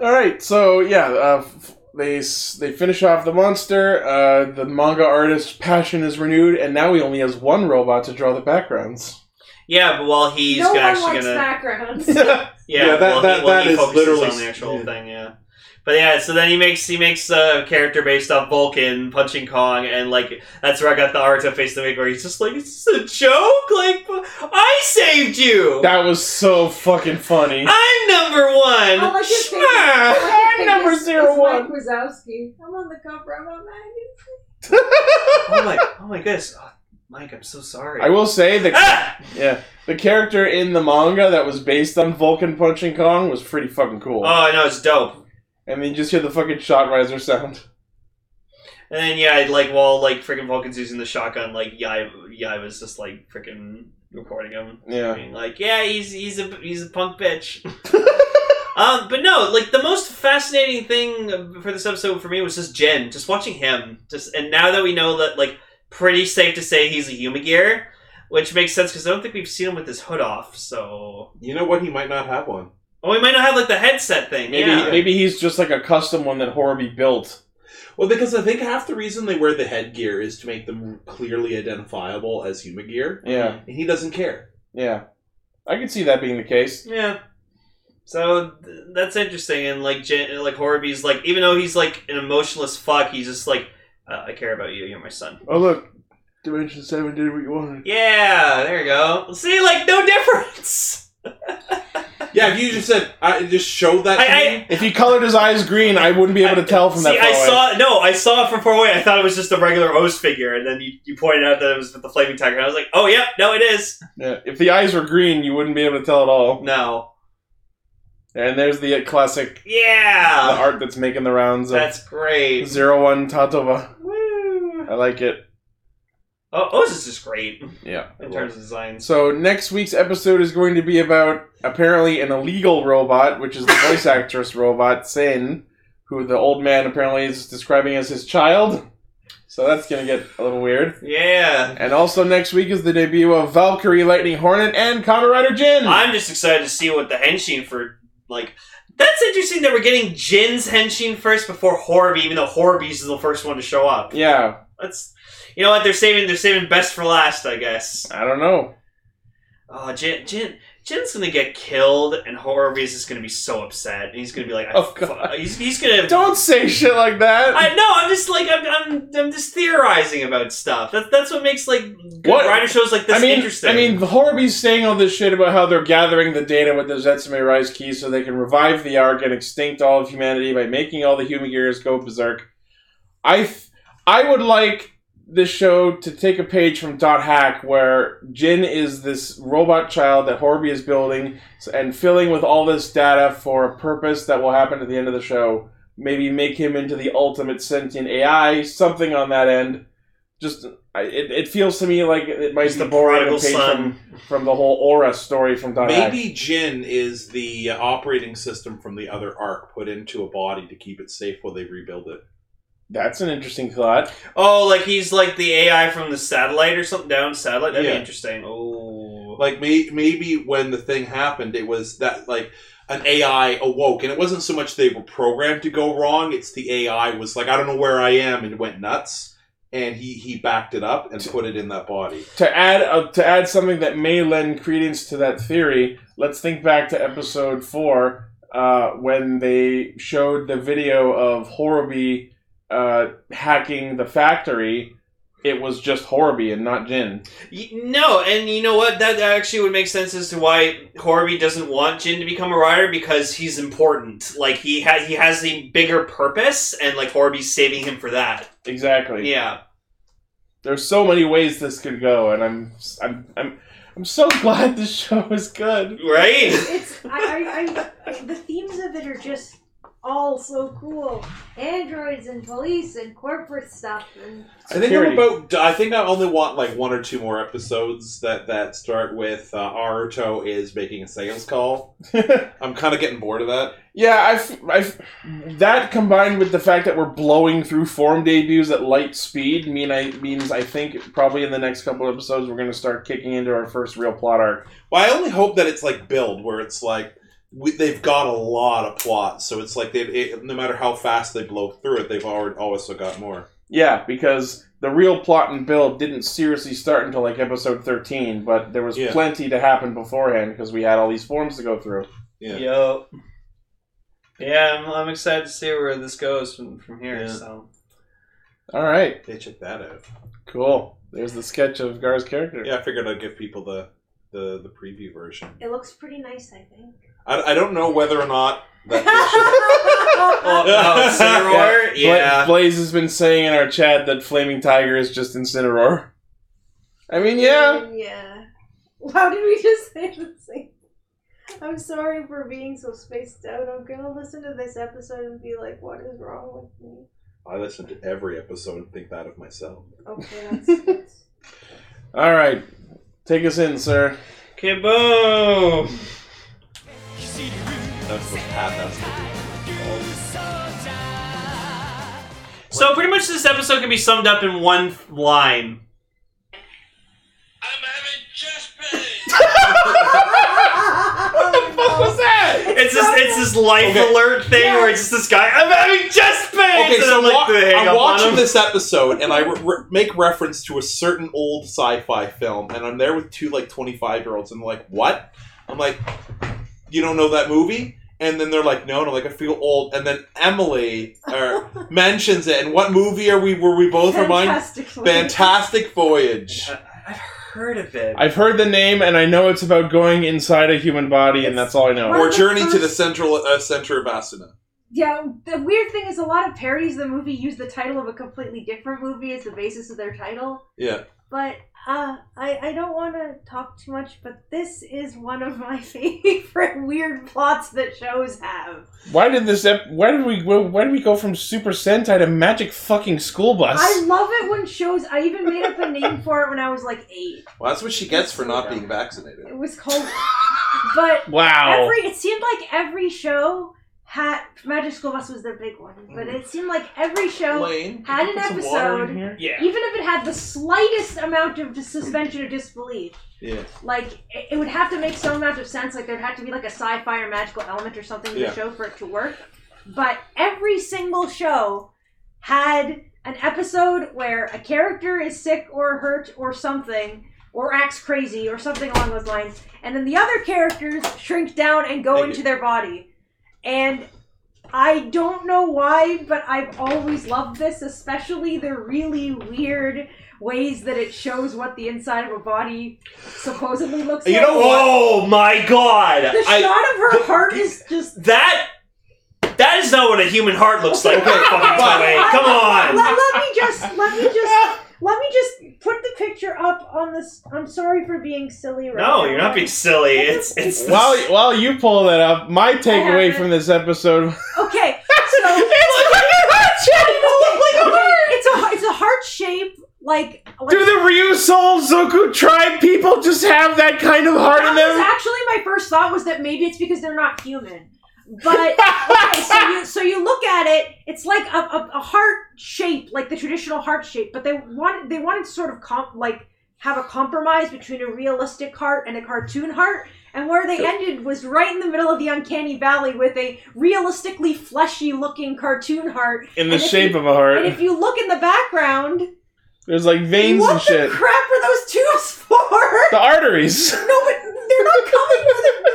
Speaker 1: All right, so yeah, uh, f- they s- they finish off the monster. Uh, the manga artist's passion is renewed, and now he only has one robot to draw the backgrounds.
Speaker 9: Yeah, but while he's
Speaker 4: no one
Speaker 9: actually
Speaker 4: likes
Speaker 9: gonna
Speaker 4: backgrounds.
Speaker 9: yeah,
Speaker 2: Yeah, that-
Speaker 9: while he-
Speaker 2: that-
Speaker 9: while
Speaker 2: that
Speaker 9: he
Speaker 2: is
Speaker 9: focuses
Speaker 2: literally
Speaker 9: on the actual
Speaker 2: s-
Speaker 9: thing. Yeah, but yeah, so then he makes he makes a character based off Vulcan punching Kong, and like that's where I got the Aruto face to make where he's just like, "It's a joke. Like I saved you.
Speaker 1: That was so fucking funny.
Speaker 9: I'm number one.
Speaker 4: I like your face.
Speaker 9: Sure."
Speaker 4: I like your
Speaker 1: Number
Speaker 4: face.
Speaker 1: zero
Speaker 4: It's
Speaker 1: one.
Speaker 4: Mike Wazowski. I'm on the cover. I'm on magazine.
Speaker 9: oh my, oh my goodness, oh, Mike, I'm so sorry.
Speaker 1: I will say the
Speaker 9: Ah!
Speaker 1: yeah the character in the manga that was based on Vulcan punching Kong was pretty fucking cool.
Speaker 9: Oh, I know it's dope.
Speaker 1: and then you just hear the fucking shot riser sound.
Speaker 9: And then yeah, I'd, like while like freaking Vulcan's using the shotgun, like Yai, Yai was just like freaking recording him. I
Speaker 1: Yeah,
Speaker 9: mean, like yeah, he's he's a he's a punk bitch. um, but no, like the most fascinating thing for this episode for me was just Jen, just watching him. Just and now that we know that, like, pretty safe to say he's a human gear, which makes sense because I don't think we've seen him with his hood off. So,
Speaker 2: You know what? He might not have one.
Speaker 9: oh, he might not have like the headset thing.
Speaker 1: maybe
Speaker 9: yeah.
Speaker 1: maybe he's just like a custom one that Horby built.
Speaker 2: Well, because I think half the reason they wear the headgear is to make them clearly identifiable as human gear,
Speaker 1: Yeah,
Speaker 2: and he doesn't care.
Speaker 9: Mm-hmm.
Speaker 1: yeah, I could see that being the case.
Speaker 9: Yeah. So th- that's interesting, and like Jan- like Horby's like even though he's like an emotionless fuck, he's just like uh, I care about you. You're my son.
Speaker 1: Oh look, Dimension Seven did what you wanted.
Speaker 9: Yeah, there you go. See, like no difference.
Speaker 2: Yeah, if you just said, I just showed that.
Speaker 9: I,
Speaker 2: to
Speaker 9: I
Speaker 2: me,
Speaker 1: If he colored his eyes green, I wouldn't be able to tell from
Speaker 9: see.
Speaker 1: that. far
Speaker 9: I
Speaker 1: away.
Speaker 9: saw no, I saw it from far away. I thought it was just a regular O's figure, and then you, you pointed out that it was with the flaming tiger. And I was like, oh yeah, no, it is.
Speaker 1: Yeah, if the eyes were green, you wouldn't be able to tell at all.
Speaker 9: No,
Speaker 1: And there's the classic the
Speaker 9: yeah,
Speaker 1: art that's making the rounds of
Speaker 9: that's great.
Speaker 1: zero one Tatova.
Speaker 9: Woo.
Speaker 1: I like it.
Speaker 9: Oh, O's is just great
Speaker 1: Yeah.
Speaker 9: in terms of designs.
Speaker 1: So next week's episode is going to be about apparently an illegal robot, which is the voice actress robot Sin, who the old man apparently is describing as his child. So that's gonna get a little weird.
Speaker 9: Yeah.
Speaker 1: And also next week is the debut of Valkyrie Lightning Hornet and Kamen Rider Jin.
Speaker 9: I'm just excited to see what the henshin for like. That's interesting that we're getting Jin's henshin first before Horby, even though Horby's is the first one to show up.
Speaker 1: yeah,
Speaker 9: That's you know what they're saving. They're saving best for last, I guess.
Speaker 1: I don't know.
Speaker 9: Oh, Jin, Jin, Jin's gonna get killed, and Horby's is gonna be so upset, and he's gonna be like, I
Speaker 1: Oh,
Speaker 9: fu-
Speaker 1: God.
Speaker 9: he's, he's gonna.
Speaker 1: Don't say shit like that.
Speaker 9: I know. I'm just like I'm, I'm. I'm just theorizing about stuff. That's that's what makes like good
Speaker 1: What-
Speaker 9: rider shows like this
Speaker 1: I mean,
Speaker 9: interesting.
Speaker 1: I mean, the Horby's saying all this shit about how they're gathering the data with the Zetsume Rise key so they can revive the Ark and extinct all of humanity by making all the human gears go berserk. I, th- I would like this show to take a page from Dot Hack, where Jin is this robot child that Horby is building s- and filling with all this data for a purpose that will happen at the end of the show. Maybe make him into the ultimate sentient AI, something on that end. just I, it, it feels to me like it might
Speaker 2: He's
Speaker 1: be
Speaker 2: the
Speaker 1: borrowing a
Speaker 2: prodigal
Speaker 1: page
Speaker 2: son.
Speaker 1: from, from the whole aura story from Dot Hack.
Speaker 2: Maybe Jin is the uh, operating system from the other arc put into a body to keep it safe while they rebuild it.
Speaker 1: That's an interesting thought.
Speaker 9: Oh, like he's like the AI from the satellite or something down satellite. That'd
Speaker 2: Yeah.
Speaker 9: be interesting. Oh,
Speaker 2: Like may- maybe when the thing happened, it was that like an AI awoke, and it wasn't so much they were programmed to go wrong. It's the AI was like, I don't know where I am, and went nuts, and he he backed it up and put it in that body.
Speaker 1: To add uh, to add something that may lend credence to that theory, let's think back to episode four uh, when they showed the video of Horobi uh, hacking the factory. It was just Horobi and not Jin.
Speaker 9: Y- no, and you know what? That that actually would make sense as to why Horby doesn't want Jin to become a rider because he's important. Like he has he has the bigger purpose, and like Horby's saving him for that.
Speaker 1: Exactly.
Speaker 9: Yeah,
Speaker 1: There's so many ways this could go, and I'm I'm I'm I'm so glad this show is good.
Speaker 9: right.
Speaker 4: It's I, I, I the themes of it are just all so cool. Androids and police and corporate stuff and
Speaker 2: I think I'm
Speaker 1: Security.
Speaker 2: about. I think I only want like one or two more episodes that that start with uh, Aruto is making a sales call. I'm kind of getting bored of that.
Speaker 1: Yeah, I've, I've that combined with the fact that we're blowing through form debuts at light speed mean I means I think probably in the next couple of episodes we're going to start kicking into our first real plot arc.
Speaker 2: Well, I only hope that it's like build where it's like we, they've got a lot of plots, so it's like they it, no matter how fast they blow through it, they've already also got more.
Speaker 1: Yeah, because the real plot and build didn't seriously start until like episode 13, but there was
Speaker 2: Yeah.
Speaker 1: plenty to happen beforehand because we had all these forms to go through.
Speaker 2: Yeah.
Speaker 9: Yo. Yeah, I'm, I'm excited to see where this goes from, from here.
Speaker 2: Yeah.
Speaker 9: So
Speaker 1: All right,
Speaker 2: They check that out.
Speaker 1: cool. There's the sketch of Gar's character.
Speaker 2: Yeah, I figured I'd give people the the, the preview version.
Speaker 4: it looks pretty nice, I think.
Speaker 2: I, I don't know whether or not that.
Speaker 9: Oh, oh, Cineroar?
Speaker 1: Bla-
Speaker 9: Yeah.
Speaker 1: Blaze has been saying in our chat that Flaming Tiger is just Incineroar. I mean, yeah.
Speaker 4: Yeah. How did we just say the same? I'm sorry for being so spaced out. I'm gonna listen to this episode and be like, what is wrong with me?
Speaker 2: I listen to every episode and think that of myself.
Speaker 4: Okay, that's, that's
Speaker 1: All right. Take us in, sir.
Speaker 9: okay, boom.
Speaker 2: That's what Pat. That's what.
Speaker 9: So pretty much this episode can be summed up in one line.
Speaker 3: I'm having chest pain.
Speaker 1: What was that?
Speaker 9: It's this it's this life
Speaker 2: Okay.
Speaker 9: alert thing where it's just this guy. I'm having chest pains.
Speaker 2: Okay,
Speaker 9: and
Speaker 2: so
Speaker 9: I'm like,
Speaker 2: wa-
Speaker 9: the hang
Speaker 2: I'm
Speaker 9: up on
Speaker 2: watching
Speaker 9: him.
Speaker 2: this episode and I re- re- make reference to a certain old sci-fi film, and I'm there with two like 25 year olds, and they're like, "What?" I'm like, "You don't know that movie?" And then they're like, "No," and I'm like, "I feel old." And then Emily er, mentions it, and what movie are we? Were we both reminded?
Speaker 4: fantastic.
Speaker 2: Fantastic Voyage.
Speaker 9: I- I've heard of it.
Speaker 1: I've heard the name, and I know it's about going inside a human body, and that's all I know.
Speaker 4: What?
Speaker 2: Or
Speaker 4: the
Speaker 2: Journey to the
Speaker 4: first-
Speaker 2: Central uh, Center of Asuna.
Speaker 4: Yeah, the weird thing is a lot of parodies of the movie use the title of a completely different movie as the basis of their title.
Speaker 2: Yeah.
Speaker 4: But uh, I, I don't want to talk too much, but this is one of my favorite weird plots that shows have.
Speaker 1: Why did this? Ep- why did we? Why did we go from Super Sentai to Magic Fucking School Bus?
Speaker 4: I love it when shows. I even made up a name for it when I was like eight.
Speaker 2: Well, that's what she gets for not being vaccinated.
Speaker 4: It was called. But
Speaker 1: wow.
Speaker 4: every it seemed like every show had Magic School Bus was their big one, but it seemed like every show
Speaker 2: Lane.
Speaker 4: had an episode
Speaker 9: yeah.
Speaker 4: even if it had the slightest amount of dis- suspension of disbelief,
Speaker 2: Yeah.
Speaker 4: like it, it would have to make some amount of sense. Like there'd have to be like a sci-fi or magical element or something to
Speaker 2: Yeah.
Speaker 4: the show for it to work. But every single show had an episode where a character is sick or hurt or something. Or acts crazy, or something along those lines, and then the other characters shrink down and go
Speaker 2: Thank you.
Speaker 4: into their body. And I don't know why, but I've always loved this, especially the really weird ways that it shows what the inside of a body supposedly looks
Speaker 2: You
Speaker 4: like.
Speaker 2: know what?
Speaker 9: Oh my god!
Speaker 4: The
Speaker 9: I-
Speaker 4: shot of her heart is just.
Speaker 9: that that is not what a human heart looks like.
Speaker 2: Okay,
Speaker 9: fucking Tommy. Come on.
Speaker 4: Let, let me just. Let me just. Let me just put the picture up on this. I'm sorry for being silly. Right
Speaker 9: No,
Speaker 4: now.
Speaker 9: you're not being silly. It's it's the-
Speaker 1: While while you pull that up, my takeaway
Speaker 4: haven't.
Speaker 1: from this episode.
Speaker 4: Okay, so
Speaker 1: It's like a heart shape!
Speaker 4: it's a it's a heart shape Like, like
Speaker 1: Do the Ryu Soul Zoku tribe people just have that kind of heart
Speaker 4: that
Speaker 1: in
Speaker 4: was
Speaker 1: them?
Speaker 4: actually my first thought was that maybe it's because they're not human. But okay, so you so you look at it, it's like a, a, a heart shape, like the traditional heart shape, but they wanted they wanted to sort of comp, like have a compromise between a realistic heart and a cartoon heart. And where they ended was right in the middle of the uncanny valley with a realistically fleshy looking cartoon heart.
Speaker 1: In the
Speaker 4: And if
Speaker 1: shape
Speaker 4: you-
Speaker 1: of a heart.
Speaker 4: And if you look in the background,
Speaker 1: There's like veins
Speaker 4: what
Speaker 1: and shit.
Speaker 4: the crap are those tubes for?
Speaker 1: the arteries.
Speaker 4: No, but they're not coming for the.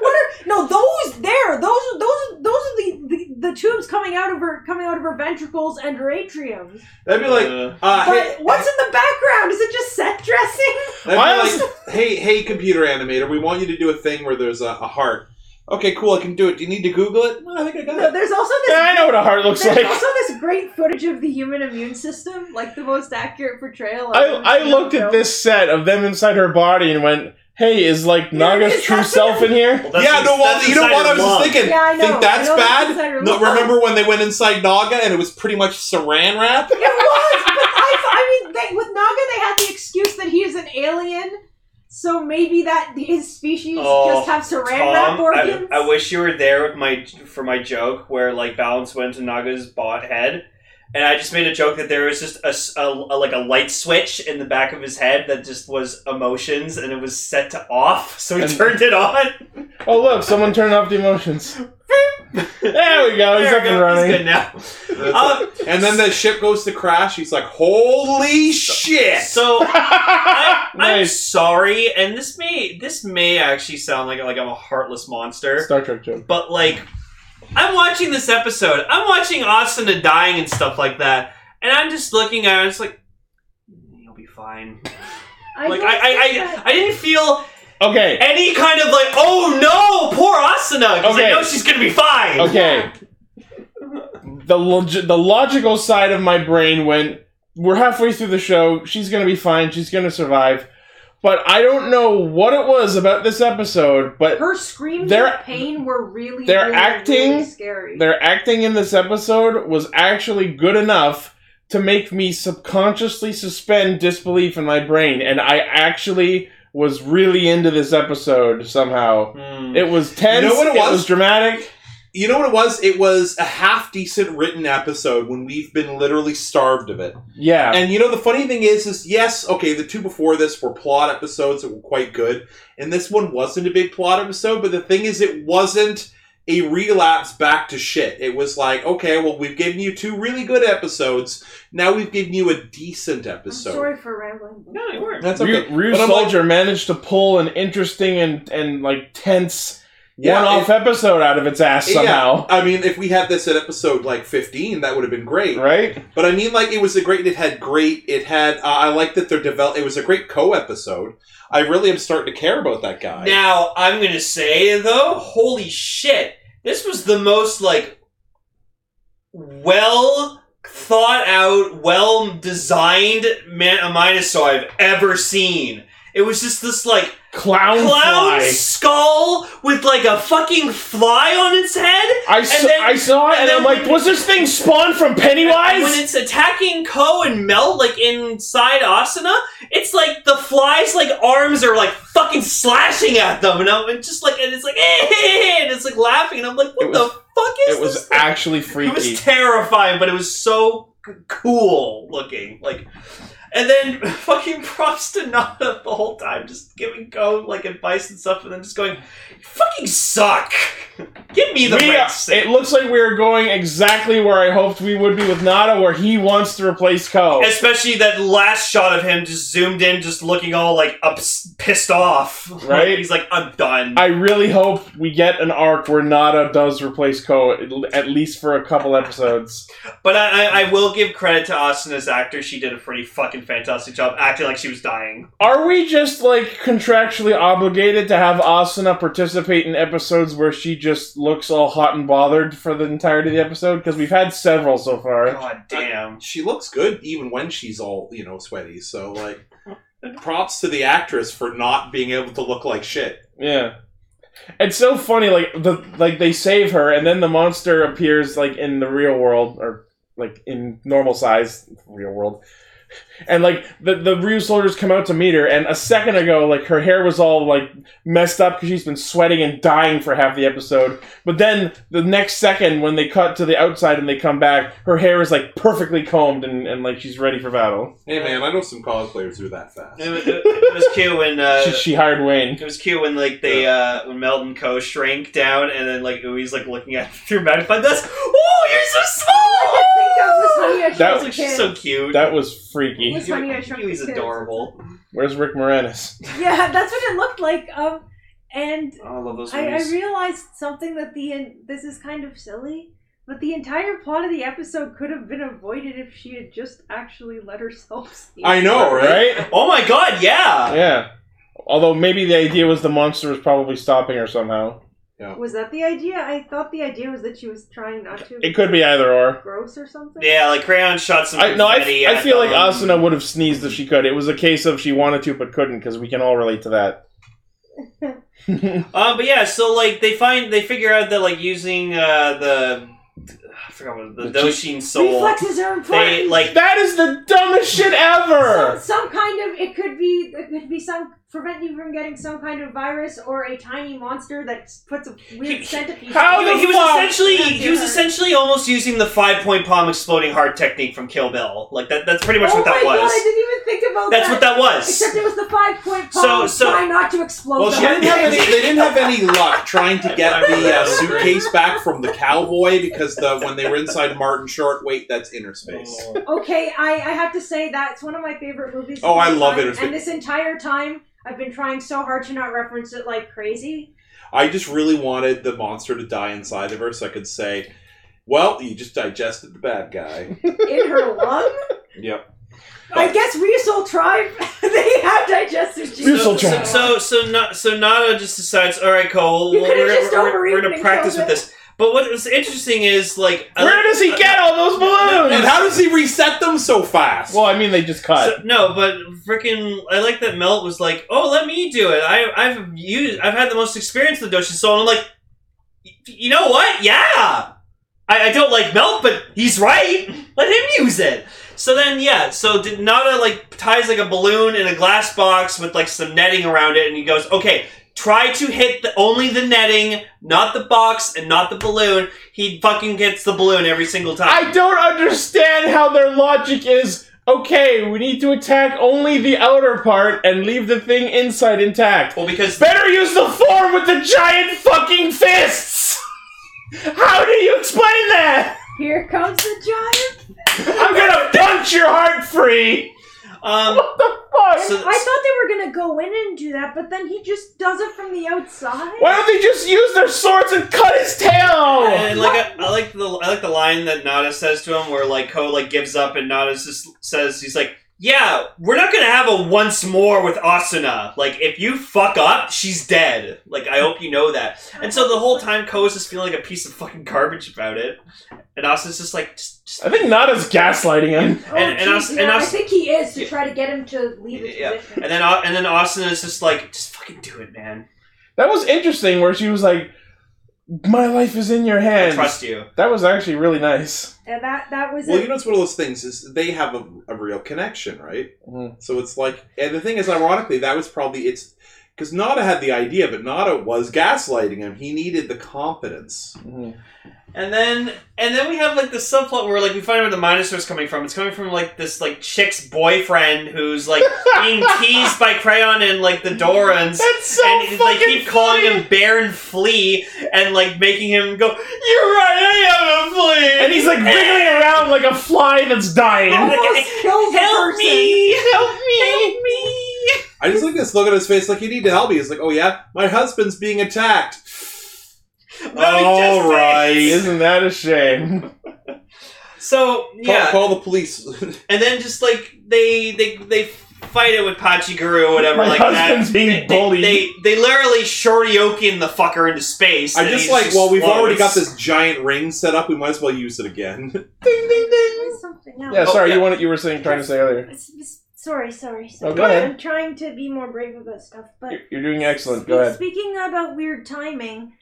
Speaker 4: What are no? Those there. Those are those are those are the, the the tubes coming out of her coming out of her ventricles and her atriums.
Speaker 2: That'd be like,
Speaker 1: Uh,
Speaker 2: uh, hey,
Speaker 4: But what's in the background? Is it just set dressing?
Speaker 2: that'd be
Speaker 1: Why
Speaker 2: like, hey, hey, computer animator, we want you to do a thing where there's a, a heart. Okay, cool, I can do it. Do you need to Google it? No, I think I got
Speaker 4: No,
Speaker 2: it.
Speaker 4: there's also
Speaker 1: Yeah,
Speaker 4: this.
Speaker 1: I know what a heart looks
Speaker 4: There's
Speaker 1: like.
Speaker 4: also this great footage of the human immune system, like the most accurate portrayal.
Speaker 1: I,
Speaker 4: I've ever
Speaker 1: I
Speaker 4: seen
Speaker 1: looked
Speaker 4: on
Speaker 1: at
Speaker 4: film.
Speaker 1: this set of them inside her body and went, hey, is like Naga's
Speaker 4: is
Speaker 1: true
Speaker 4: that-
Speaker 1: self in here?
Speaker 9: Well, that's
Speaker 2: yeah,
Speaker 9: ins-
Speaker 2: no, well,
Speaker 9: that's
Speaker 2: you know
Speaker 9: inside
Speaker 2: what I
Speaker 9: your
Speaker 2: was just
Speaker 9: lung.
Speaker 2: thinking.
Speaker 4: Yeah, I know.
Speaker 2: Think that's
Speaker 4: I know that's
Speaker 2: bad?
Speaker 4: inside your
Speaker 2: no,
Speaker 4: lung.
Speaker 2: remember when they went inside Naga and it was pretty much saran wrap?
Speaker 4: It was, but I, I mean, they, with Naga, they had the excuse that he is an alien, so maybe that his species
Speaker 9: Oh,
Speaker 4: just have saran wrap
Speaker 9: Tom,
Speaker 4: organs.
Speaker 9: I, I wish you were there with my for my joke where like balance went to Naga's bot head, and I just made a joke that there was just a, s- a- a- like a light switch in the back of his head that just was emotions, and it was set to off, so he
Speaker 1: And-
Speaker 9: turned it on.
Speaker 1: Oh, look, someone turned off the emotions. there we go, he's
Speaker 9: There
Speaker 1: up and
Speaker 9: we go, he's
Speaker 1: running.
Speaker 9: good now.
Speaker 2: That's
Speaker 9: Uh,
Speaker 2: it. and then the ship goes to crash. He's like, holy shit!
Speaker 9: So I, I'm
Speaker 1: nice.
Speaker 9: sorry, and this may this may actually sound like like I'm a heartless monster.
Speaker 1: Star Trek joke.
Speaker 9: but like I'm watching this episode. I'm watching Austin and dying and stuff like that, and I'm just looking at it. It's like he'll be fine. Like I,
Speaker 4: don't think
Speaker 9: I, I,
Speaker 4: that-
Speaker 9: I didn't feel
Speaker 1: Okay,
Speaker 9: any kind of like, oh no, poor Asuna, because
Speaker 1: Okay.
Speaker 9: I know she's gonna be fine.
Speaker 1: okay. The, log- the logical side of my brain went, we're halfway through the show, she's gonna be fine, she's gonna survive. But I don't know what it was about this episode, but
Speaker 4: her screams
Speaker 1: They're-
Speaker 4: of pain were really,
Speaker 1: they're
Speaker 4: really,
Speaker 1: acting-
Speaker 4: really scary.
Speaker 1: their acting in this episode was actually good enough to make me subconsciously suspend disbelief in my brain and i actually was really into this episode somehow
Speaker 9: Hmm.
Speaker 1: it was tense
Speaker 2: You know what it
Speaker 1: it, was?
Speaker 2: was?
Speaker 1: dramatic
Speaker 2: You know what it was? It was a half decent written episode when we've been literally starved of it.
Speaker 1: yeah
Speaker 2: And you know the funny thing is, is yes, okay, the two before this were plot episodes that were quite good, and this one wasn't a big plot episode. But the thing is, it wasn't a relapse back to shit. It was like, okay, well, we've given you two really good episodes. Now we've given you a decent
Speaker 4: I'm
Speaker 2: episode.
Speaker 4: sorry for rambling.
Speaker 9: No, you weren't.
Speaker 2: That's
Speaker 1: Ryu-
Speaker 2: okay.
Speaker 1: Ryu
Speaker 2: But I'm like-
Speaker 1: Soldier managed to pull an interesting and, and like tense
Speaker 2: Yeah,
Speaker 1: one-off
Speaker 2: it-
Speaker 1: episode out of its ass
Speaker 2: yeah.
Speaker 1: somehow,
Speaker 2: I mean, if we had this at episode like fifteen, that would have been great.
Speaker 1: right?
Speaker 2: But I mean, like it was a great. It had great. It had. Uh, I like that they're develop. It was a great co episode. I really am starting to care about that guy.
Speaker 9: Now I'm gonna say though, holy shit, this was the most like well thought out, well designed man a Minosaur I've ever seen. It was just this like
Speaker 1: Clown,
Speaker 9: clown
Speaker 1: fly.
Speaker 9: skull with like a fucking fly on its head.
Speaker 1: I, s-
Speaker 9: then-
Speaker 1: I saw it
Speaker 9: and
Speaker 1: and, I'm
Speaker 9: then
Speaker 1: like,
Speaker 9: when-
Speaker 1: was this thing spawned from
Speaker 9: And
Speaker 1: Pennywise?
Speaker 9: When it's attacking Ko and Mel, like inside Asuna, it's like the flies, like arms are like fucking slashing at them, and I'm and just like, and it's like, eh, and it's like laughing, and I'm like, what
Speaker 1: It
Speaker 9: the
Speaker 1: was-
Speaker 9: fuck is
Speaker 1: it was
Speaker 9: this? thing?
Speaker 1: actually freaky.
Speaker 9: It was terrifying, but it was so c- cool looking, like. And then fucking props to Nana the whole time, just giving Ko like advice and stuff, and then just going, "You "Fucking suck! Give me the
Speaker 1: We are-
Speaker 9: rinse."
Speaker 1: it looks like we're going exactly where I hoped we would be with Nada, where he wants to replace Ko.
Speaker 9: Especially that last shot of him just zoomed in, just looking all like ups- pissed off. Like,
Speaker 1: Right.
Speaker 9: He's like, I'm done.
Speaker 1: I really hope we get an arc where Nada does replace Ko, at l- at least for a couple episodes.
Speaker 9: but I, I, I will give credit to Austin as actor. She did a pretty fucking fantastic job acting like she was dying.
Speaker 1: Are we just like contractually obligated to have Asuna participate in episodes where she just looks all hot and bothered for the entirety of the episode? Because we've had several so far.
Speaker 9: God damn.
Speaker 2: she looks good even when she's all you know sweaty. So like, props to the actress for not being able to look like shit.
Speaker 1: Yeah. It's so funny, like the like they save her and then the monster appears like in the real world or like in normal size real world. And like the the Ryu soldiers come out to meet her, and a second ago, like her hair was all like messed up because she's been sweating and dying for half the episode. But then the next second, when they cut to the outside and they come back, her hair is like perfectly combed and, and like she's ready for battle.
Speaker 2: Hey man, I know some cosplayers who are that fast.
Speaker 9: It, wa- it- it was cute when uh,
Speaker 1: she, she hired Wayne.
Speaker 9: it was cute when like they uh, when Melton Co shrank down and then like Ui's like looking at through magnifying glass. Oh, you're so small.
Speaker 4: I think
Speaker 1: That
Speaker 9: I
Speaker 4: that was
Speaker 9: was like,
Speaker 4: a
Speaker 9: she's
Speaker 4: kid.
Speaker 9: so cute.
Speaker 1: That was freaky.
Speaker 4: was funny, I shrunk
Speaker 9: Ui's
Speaker 4: the kid.
Speaker 9: adorable.
Speaker 1: Where's Rick Moranis?
Speaker 4: yeah, that's what it looked like. Um, and
Speaker 9: Oh, I love those
Speaker 4: I, I
Speaker 9: movies.
Speaker 4: realized something that the en- this is kind of silly, but the entire plot of the episode could have been avoided if she had just actually let herself see.
Speaker 2: I know, right?
Speaker 1: Right?
Speaker 9: oh my god, yeah.
Speaker 1: Yeah. Although maybe the idea was the monster was probably stopping her somehow.
Speaker 4: Was that the idea? I thought the idea was that she was trying not to
Speaker 1: It could be either or.
Speaker 4: gross or something.
Speaker 9: Yeah, like Crayon shot some.
Speaker 1: I, no, I,
Speaker 9: confetti
Speaker 1: I
Speaker 9: at
Speaker 1: feel like
Speaker 9: them.
Speaker 1: Asuna would have sneezed if she could. It was a case of she wanted to but couldn't because we can all relate to that.
Speaker 9: Um, but yeah, so like they find they figure out that like using uh, the I forgot what the,
Speaker 1: The
Speaker 9: Doshin soul.
Speaker 4: Reflexes are important.
Speaker 9: They like
Speaker 1: that is the dumbest shit ever!
Speaker 4: some, some kind of it could be it could be some prevent you from getting some kind of virus or a tiny monster that puts a
Speaker 9: He-
Speaker 4: weird centipede.
Speaker 1: How
Speaker 9: he,
Speaker 1: the
Speaker 9: he was
Speaker 1: fuck?
Speaker 9: essentially
Speaker 4: That's
Speaker 9: he was
Speaker 4: different.
Speaker 9: essentially almost using the five point palm exploding heart technique from Kill Bill. Like that that's pretty much
Speaker 4: oh
Speaker 9: what that
Speaker 4: my god!
Speaker 9: was.
Speaker 4: I didn't even think about
Speaker 9: That's
Speaker 4: that.
Speaker 9: what that was.
Speaker 4: Except it was the five point
Speaker 9: So-
Speaker 4: palm.
Speaker 9: so-
Speaker 4: try not to explode.
Speaker 2: Well,
Speaker 4: them.
Speaker 2: she didn't have any, they didn't have any luck trying to get the uh, suitcase back from the cowboy because the when they were inside Martin Short, wait, that's inner space.
Speaker 4: Okay, I, I have to say that's one of my favorite movies. of
Speaker 2: Oh, I
Speaker 4: all
Speaker 2: love
Speaker 4: time,
Speaker 2: it. It's been-
Speaker 4: And this entire time, I've been trying so hard to not reference it like crazy.
Speaker 2: I just really wanted the monster to die inside of her so I could say, well, you just digested the bad guy.
Speaker 4: In her lung?
Speaker 2: Yep.
Speaker 4: I guess Reusol Tribe, they have digestive juice.
Speaker 1: Weasel
Speaker 9: so,
Speaker 1: trap.
Speaker 9: so so Na- so Nada just decides, all right, Cole,
Speaker 4: You
Speaker 9: we're,
Speaker 4: could've
Speaker 9: we're,
Speaker 4: just
Speaker 9: we're-
Speaker 4: overeaten
Speaker 9: we're gonna
Speaker 4: and
Speaker 9: practice with
Speaker 4: killed
Speaker 9: this. But what was interesting is like uh, I
Speaker 1: Where
Speaker 9: like-
Speaker 1: does he get all those
Speaker 2: And
Speaker 1: balloons?
Speaker 2: how does he reset them so fast?
Speaker 1: Well, I mean, they just cut.
Speaker 9: So- no, but freaking, I like that Melt was like, "Oh, let me do it. I, I've used, I've had the most experience with Doshin Soul." And I'm like, "Y- you know what? Yeah, I, I don't like Melt, but he's right. Let him use it. So then, yeah. So did Nada like ties like a balloon in a glass box with like some netting around it, and he goes, "Okay." Try to hit the, only the netting, not the box, and not the balloon. He fucking gets the balloon every single time.
Speaker 1: I don't understand how their logic is. Okay, we need to attack only the outer part and leave the thing inside intact.
Speaker 9: well, because
Speaker 1: Better use the form with the giant fucking fists! How do you explain that?
Speaker 4: Here comes the giant.
Speaker 1: I'm gonna punch your heart free!
Speaker 9: um,
Speaker 1: What the fuck?
Speaker 9: So-
Speaker 4: I thought they were gonna go in and do that, but then he just does it from the outside.
Speaker 1: Why don't they just use their swords and cut his tail?
Speaker 9: And like I, I like the I like the line that Nada says to him, where like Ko like gives up, and Nada just says he's like, "Yeah, we're not gonna have a once more with Asuna. Like if you fuck up, she's dead. Like I hope you know that." And so the whole time Ko is just feeling like a piece of fucking garbage about it, and Asuna's just like, just, just-
Speaker 1: I think Nada's gaslighting him.
Speaker 4: Oh,
Speaker 9: and- and
Speaker 4: jeez,
Speaker 9: us-
Speaker 4: yeah,
Speaker 9: and
Speaker 4: I
Speaker 9: us-
Speaker 4: think he is to
Speaker 9: Yeah.
Speaker 4: try to get him to leave his
Speaker 9: Yeah.
Speaker 4: position.
Speaker 9: and then Au- and then Asuna is just like, "Just fucking do it, man.
Speaker 1: That was interesting where she was like, My life is in your
Speaker 9: I
Speaker 1: hands.
Speaker 9: trust you."
Speaker 1: That was actually really nice.
Speaker 4: And that that was
Speaker 2: Well,
Speaker 4: it.
Speaker 2: you know, it's one of those things is they have a, a real connection, right?
Speaker 9: Mm-hmm.
Speaker 1: Mhm.
Speaker 2: So it's like, and the thing is, ironically, that was probably it's because Nada had the idea, but Nada was gaslighting him. He needed the confidence.
Speaker 9: Mhm. And then and then we have like the subplot where like we find out where the Minosaur is coming from. It's coming from like this like chick's boyfriend who's like being teased by Crayon and like the Dorans.
Speaker 1: That's so
Speaker 9: and
Speaker 1: fucking
Speaker 9: they keep calling
Speaker 1: funny.
Speaker 9: him Baron Flea and like making him go, You're right, I am a flea
Speaker 1: And he's like wriggling around like a fly that's dying.
Speaker 4: almost kills a
Speaker 9: Help
Speaker 4: person.
Speaker 9: me! Help me! Help me!
Speaker 2: I just like this look on his face, like you need to help me. He's like, oh yeah, my husband's being attacked. All right.
Speaker 1: Isn't that a shame?
Speaker 9: So
Speaker 2: Call,
Speaker 9: yeah.
Speaker 2: call the police.
Speaker 9: And then just like they they they fight it with Pachiguru or whatever
Speaker 1: My
Speaker 9: like
Speaker 1: husband's
Speaker 9: that.
Speaker 1: being
Speaker 9: They- they,
Speaker 1: bullied.
Speaker 9: They, they literally shoryuken the fucker into space.
Speaker 2: I
Speaker 9: and
Speaker 2: just
Speaker 9: he's
Speaker 2: like, well, we've already got
Speaker 9: floats.
Speaker 2: this giant ring set up. We might as well use it again.
Speaker 1: ding ding
Speaker 4: It
Speaker 1: ding.
Speaker 4: was something else.
Speaker 1: Yeah,
Speaker 9: Oh,
Speaker 1: sorry,
Speaker 9: yeah.
Speaker 1: you wanted you were saying trying to say earlier.
Speaker 4: It's- it's- Sorry, sorry, sorry.
Speaker 1: Oh, go ahead.
Speaker 4: I'm trying to be more brave about stuff, but
Speaker 1: You're, you're doing excellent. Go ahead.
Speaker 4: Speaking about weird timing,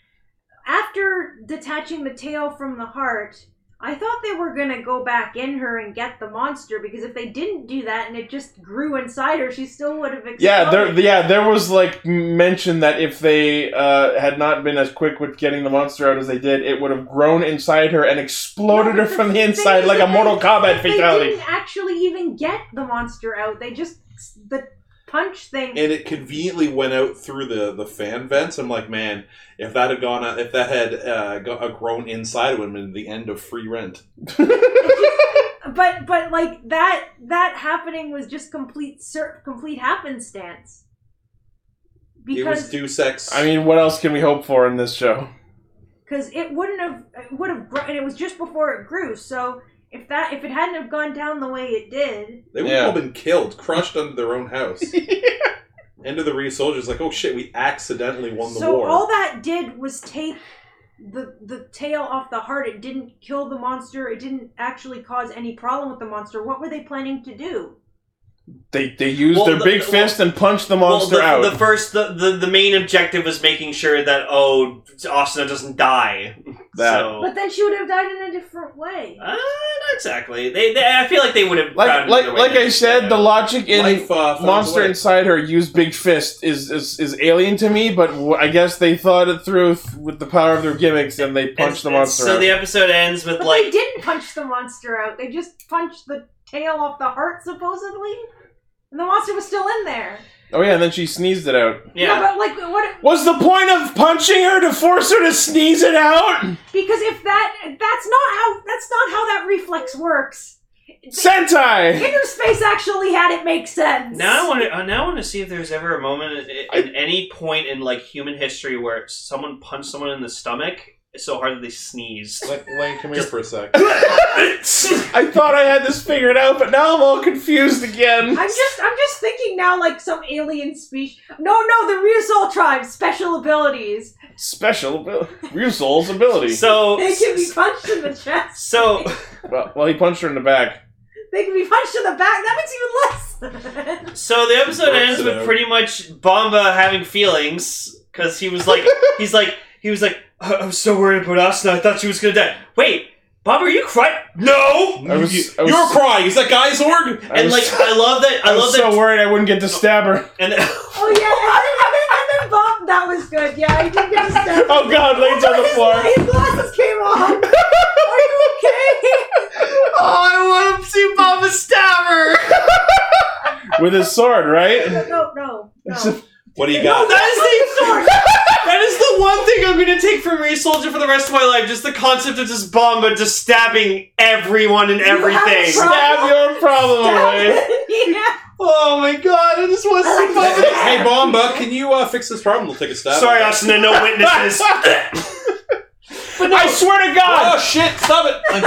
Speaker 4: after detaching the tail from the heart, I thought they were gonna go back in her and get the monster because if they didn't do that and it just grew inside her, she still would have exploded.
Speaker 1: Yeah, there. Yeah, there was like mention that if they uh, had not been as quick with getting the monster out as they did, it would have grown inside her and exploded
Speaker 4: No,
Speaker 1: her
Speaker 4: but
Speaker 1: from the
Speaker 4: thing
Speaker 1: inside
Speaker 4: is
Speaker 1: like a
Speaker 4: that
Speaker 1: Mortal
Speaker 4: they-
Speaker 1: Kombat
Speaker 4: that they
Speaker 1: fatality.
Speaker 4: didn't actually even get the monster out. They just the punch thing.
Speaker 2: and it conveniently went out through the the fan vents. I'm like, man, if that had gone, out- if that had uh, go, uh, grown inside, it would have been the end of free rent.
Speaker 4: but but like that that happening was just complete cir- complete happenstance.
Speaker 2: it was
Speaker 4: Because
Speaker 2: due sex.
Speaker 1: I mean, what else can we hope for in this show?
Speaker 4: because it wouldn't have it would have gr- and it was just before it grew. So if that if it hadn't have gone down the way it did,
Speaker 2: they would
Speaker 1: Yeah.
Speaker 2: have all been killed, crushed under their own house. End of the Reed soldiers, like, oh shit, we accidentally won the
Speaker 4: so
Speaker 2: war.
Speaker 4: all that did was take the the tail off the heart. It didn't kill the monster. It didn't actually cause any problem with the monster. What were they planning to do?
Speaker 1: They they used
Speaker 9: Well,
Speaker 1: their
Speaker 9: the-
Speaker 1: big
Speaker 9: well-
Speaker 1: fist and punched the monster
Speaker 9: well,
Speaker 1: out.
Speaker 9: the, the first, the, the the main objective was making sure that oh, Asuna doesn't die.
Speaker 1: That.
Speaker 9: So
Speaker 4: But then she would have died in a different way.
Speaker 9: uh, not exactly. They, they, I feel like they would have
Speaker 1: like
Speaker 9: found
Speaker 1: like
Speaker 9: another way
Speaker 1: like
Speaker 9: to
Speaker 1: I said, the logic in
Speaker 2: Life, uh, finds a
Speaker 1: monster
Speaker 2: way.
Speaker 1: inside her used big fist is is, is alien to me. But w- I guess they thought it through th- with the power of their gimmicks and they
Speaker 9: And-
Speaker 1: punched the
Speaker 9: and
Speaker 1: monster.
Speaker 9: So
Speaker 1: out.
Speaker 9: the episode ends with
Speaker 4: But they
Speaker 9: like
Speaker 4: didn't punch the monster out. They just punched the tail off the heart, supposedly, and the monster was still in there.
Speaker 1: oh yeah, and then she sneezed it out.
Speaker 9: yeah.
Speaker 4: but like, what?
Speaker 1: Was the point of punching her to force her to sneeze it out?
Speaker 4: Because if that, that's not how. That's not how that reflex works.
Speaker 1: Sentai.
Speaker 4: Inner space actually had it make sense.
Speaker 9: Now I want to. Now I want to see if there's ever a moment at, at any point in like human history where someone punched someone in the stomach so hard that they sneezed.
Speaker 2: Like, Lane, come here for a sec.
Speaker 1: I thought I had this figured out, but now I'm all confused again.
Speaker 4: I'm just, I'm just thinking now, like some alien species. No, no, the Reusol tribe special abilities.
Speaker 1: Special ability, Ryu Soul's ability.
Speaker 9: So
Speaker 4: They can be punched in the chest.
Speaker 9: so
Speaker 1: well, well, he punched her in the back.
Speaker 4: They can be punched in the back. That makes even less.
Speaker 9: so the episode
Speaker 2: Works
Speaker 9: ends
Speaker 2: it
Speaker 9: with
Speaker 2: out.
Speaker 9: pretty much Bomba having feelings because he was like he's like he was like I, I was so worried about Asuna. I thought she was gonna die. Wait, Bomba, are you crying? No.
Speaker 1: I was-
Speaker 2: You-
Speaker 1: I was-
Speaker 2: you were crying. Is that Geysorg?
Speaker 1: I
Speaker 9: And
Speaker 1: was-
Speaker 9: like I love that. I,
Speaker 1: I
Speaker 9: love
Speaker 1: was so
Speaker 9: that.
Speaker 1: worried I wouldn't get to stab her.
Speaker 4: Oh
Speaker 9: and
Speaker 4: yeah, and then, and then, and then Bob, that was good. Yeah, I did get a step.
Speaker 1: Oh God, Lane's on the
Speaker 4: his,
Speaker 1: floor.
Speaker 4: His glasses came off. Are you okay?
Speaker 9: I want to see Bomba stab her.
Speaker 1: with his sword, right?
Speaker 4: No, no, no.
Speaker 2: What do you got?
Speaker 9: That is the That is the one thing I'm gonna take from Re Soldier for the rest of my life. Just the concept of just Bomba just stabbing everyone and everything.
Speaker 4: have a
Speaker 1: Stab your problem away.
Speaker 4: yeah.
Speaker 9: Oh my god, I just want to see Bomba.
Speaker 2: hey, hey, Bomba, can you uh, fix this problem? We'll take a stab.
Speaker 9: Sorry,
Speaker 2: at it.
Speaker 9: Austin, no witnesses.
Speaker 1: I swear to
Speaker 2: Oh
Speaker 1: God,
Speaker 2: shit! Stop it! I'm-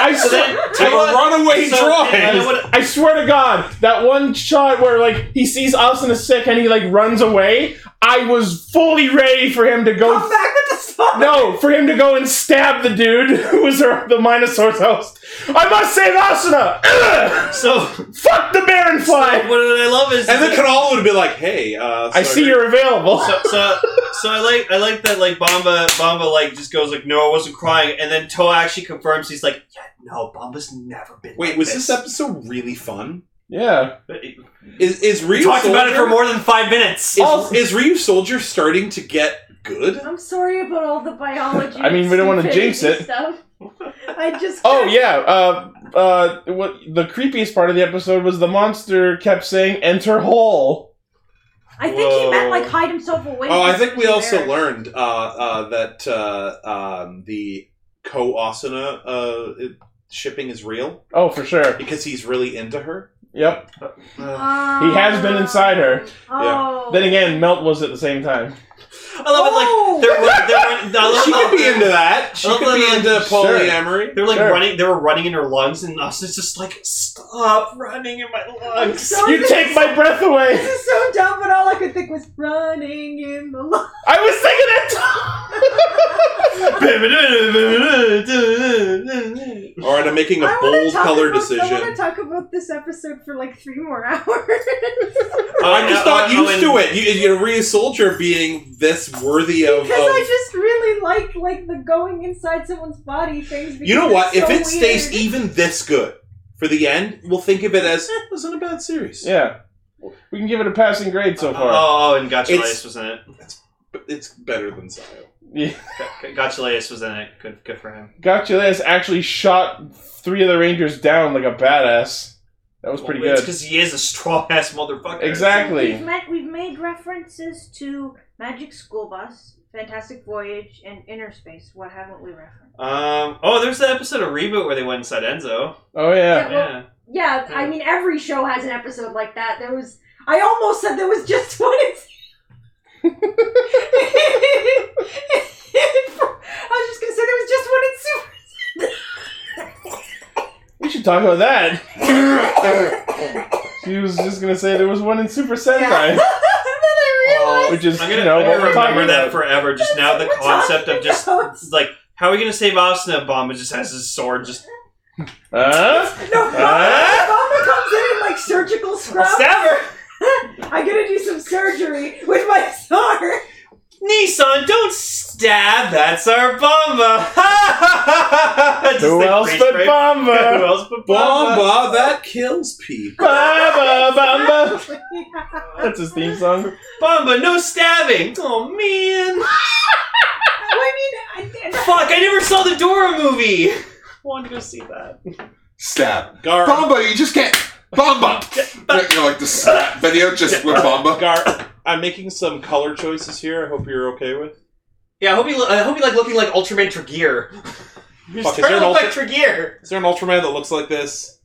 Speaker 1: I
Speaker 9: So
Speaker 1: swear.
Speaker 9: then-
Speaker 2: Take a runaway
Speaker 9: so- and then
Speaker 2: drawing.
Speaker 9: what-
Speaker 1: I swear to God, that one shot where like he sees us in a sick and he like runs away, I was fully ready for him to
Speaker 4: Come
Speaker 1: go.
Speaker 4: back with the song.
Speaker 1: No, for him to go and stab the dude who was her, the Minosaur's host. I must save Asuna. Ugh!
Speaker 9: So,
Speaker 1: Fuck the Baron
Speaker 9: so
Speaker 1: Fly.
Speaker 9: what I love is
Speaker 2: And then Kanala would be like, "Hey, uh,
Speaker 1: I see
Speaker 2: your
Speaker 1: you're available.
Speaker 9: so, so so I like I like that like Bomba Bomba like just goes like no I wasn't crying and then Toa actually confirms he's like yeah no Bomba's never been
Speaker 2: Wait,
Speaker 9: like
Speaker 2: was this episode really fun?
Speaker 1: yeah.
Speaker 2: Is is
Speaker 9: We
Speaker 2: Ryu
Speaker 9: talked
Speaker 2: Soldier,
Speaker 9: about it for more than five minutes.
Speaker 2: Is, is Ryu Soldier starting to get good?
Speaker 4: I'm sorry about all the biology.
Speaker 1: I mean, we don't wanna jinx it.
Speaker 4: Stuff. I just.
Speaker 1: Oh yeah. Uh, uh, what the creepiest part of the episode was the monster kept saying "enter hole."
Speaker 4: I think he meant like hide himself away.
Speaker 2: Oh, I think we also
Speaker 4: There.
Speaker 2: learned uh, uh, that uh, um, the Ko Asuna uh, shipping is real
Speaker 1: Oh, for sure.
Speaker 2: because he's really into her.
Speaker 1: Yep.
Speaker 4: Um,
Speaker 1: He has been inside her.
Speaker 4: Oh.
Speaker 1: Then again, Melt was at the same time.
Speaker 9: I love
Speaker 4: Oh.
Speaker 9: it. Like they're run- they're run- I love
Speaker 2: She
Speaker 9: how-
Speaker 2: could be into that. She
Speaker 9: Oh,
Speaker 2: could be
Speaker 9: like-
Speaker 2: into
Speaker 1: uh,
Speaker 2: polyamory.
Speaker 9: They're like
Speaker 1: Sure.
Speaker 9: running. They were running in her lungs, and Austin's just like, "Stop running in my
Speaker 4: I'm
Speaker 9: lungs."
Speaker 4: sorry,
Speaker 1: You
Speaker 4: this
Speaker 1: take
Speaker 4: is-
Speaker 1: my breath away.
Speaker 4: This is so dumb, but all I could think was running in the line.
Speaker 1: I was thinking that.
Speaker 9: Wait,
Speaker 2: All right, I'm making a
Speaker 4: I wanna
Speaker 2: bold
Speaker 4: talk
Speaker 2: color
Speaker 4: about- I
Speaker 2: decision.
Speaker 4: want to talk about this episode for like three more hours.
Speaker 2: I'm just not
Speaker 9: Uh, uh,
Speaker 2: used to
Speaker 9: Owen-
Speaker 2: it. You, you know, Rhea Soldier being this worthy of.
Speaker 4: Because
Speaker 2: of-
Speaker 4: I just really like like the going inside someone's body things.
Speaker 2: you know
Speaker 4: because
Speaker 2: what?
Speaker 4: it's
Speaker 2: if
Speaker 4: so
Speaker 2: it stays
Speaker 4: weird.
Speaker 2: even this good for the end, we'll think of it as it wasn't a bad series.
Speaker 1: Yeah. We can give it a passing grade so far.
Speaker 2: Uh-huh.
Speaker 9: Oh, and Gotchalias
Speaker 2: It's-
Speaker 9: was in it.
Speaker 2: But it's better than Sayo.
Speaker 1: yeah.
Speaker 9: G- Gotchalias was in it. Good, good for him.
Speaker 1: Gotchalias actually shot three of the Rangers down like a badass. That was pretty
Speaker 9: It's
Speaker 1: good.
Speaker 9: because he is a strong ass motherfucker.
Speaker 1: Exactly.
Speaker 4: We've, met, we've made references to Magic School Bus, Fantastic Voyage, and Inner Space. What haven't we referenced?
Speaker 9: Um. Oh, there's the episode of Reboot where they went inside Enzo.
Speaker 1: Oh yeah.
Speaker 4: well-
Speaker 9: Yeah.
Speaker 4: Yeah, I mean every show has an episode like that. There was I almost said there was just one. I was just gonna say there was just one in Super.
Speaker 1: We should talk about that. she was just gonna say there was one in Super Sentai, which is
Speaker 9: I'm
Speaker 1: you
Speaker 9: gonna,
Speaker 1: know
Speaker 9: I'm
Speaker 1: what we're
Speaker 9: gonna remember
Speaker 1: talking
Speaker 9: that
Speaker 1: about.
Speaker 9: forever. Just now, the
Speaker 4: We're talking
Speaker 9: concept
Speaker 2: Oh,
Speaker 9: of just
Speaker 4: about-
Speaker 9: it's like, how are we gonna save Asuna? Obama just has his sword. Just
Speaker 1: Huh?
Speaker 4: No,
Speaker 1: Huh?
Speaker 4: Mama comes in in like surgical scrub.
Speaker 9: stab her.
Speaker 4: I gotta do some surgery with my sword.
Speaker 9: Nissan, don't stab. That's our Bamba. Just
Speaker 1: Who
Speaker 9: like
Speaker 1: else
Speaker 9: face
Speaker 1: but
Speaker 9: rape. Who
Speaker 1: Bamba?
Speaker 9: else but Bamba?
Speaker 2: Bomba, that kills people.
Speaker 1: Bamba, Bamba. That's his theme song.
Speaker 9: Bamba, no stabbing. Oh man.
Speaker 4: I mean, I,
Speaker 9: Fuck! I never saw the Dora movie. Wanted to go see that.
Speaker 11: Stab.
Speaker 2: Gar,
Speaker 11: Bomba, you just can't. Bomba! You're like the slap video just with Bomba.
Speaker 2: Gar, I'm making some color choices here. I hope you're okay with.
Speaker 9: Yeah, I hope you. Lo- I hope you like looking like Ultraman Tregear. You're
Speaker 2: Fuck,
Speaker 9: just
Speaker 2: is there
Speaker 9: trying
Speaker 2: an
Speaker 9: to look like
Speaker 2: Ultra-
Speaker 9: Tregear.
Speaker 2: Is there an Ultraman that looks like this?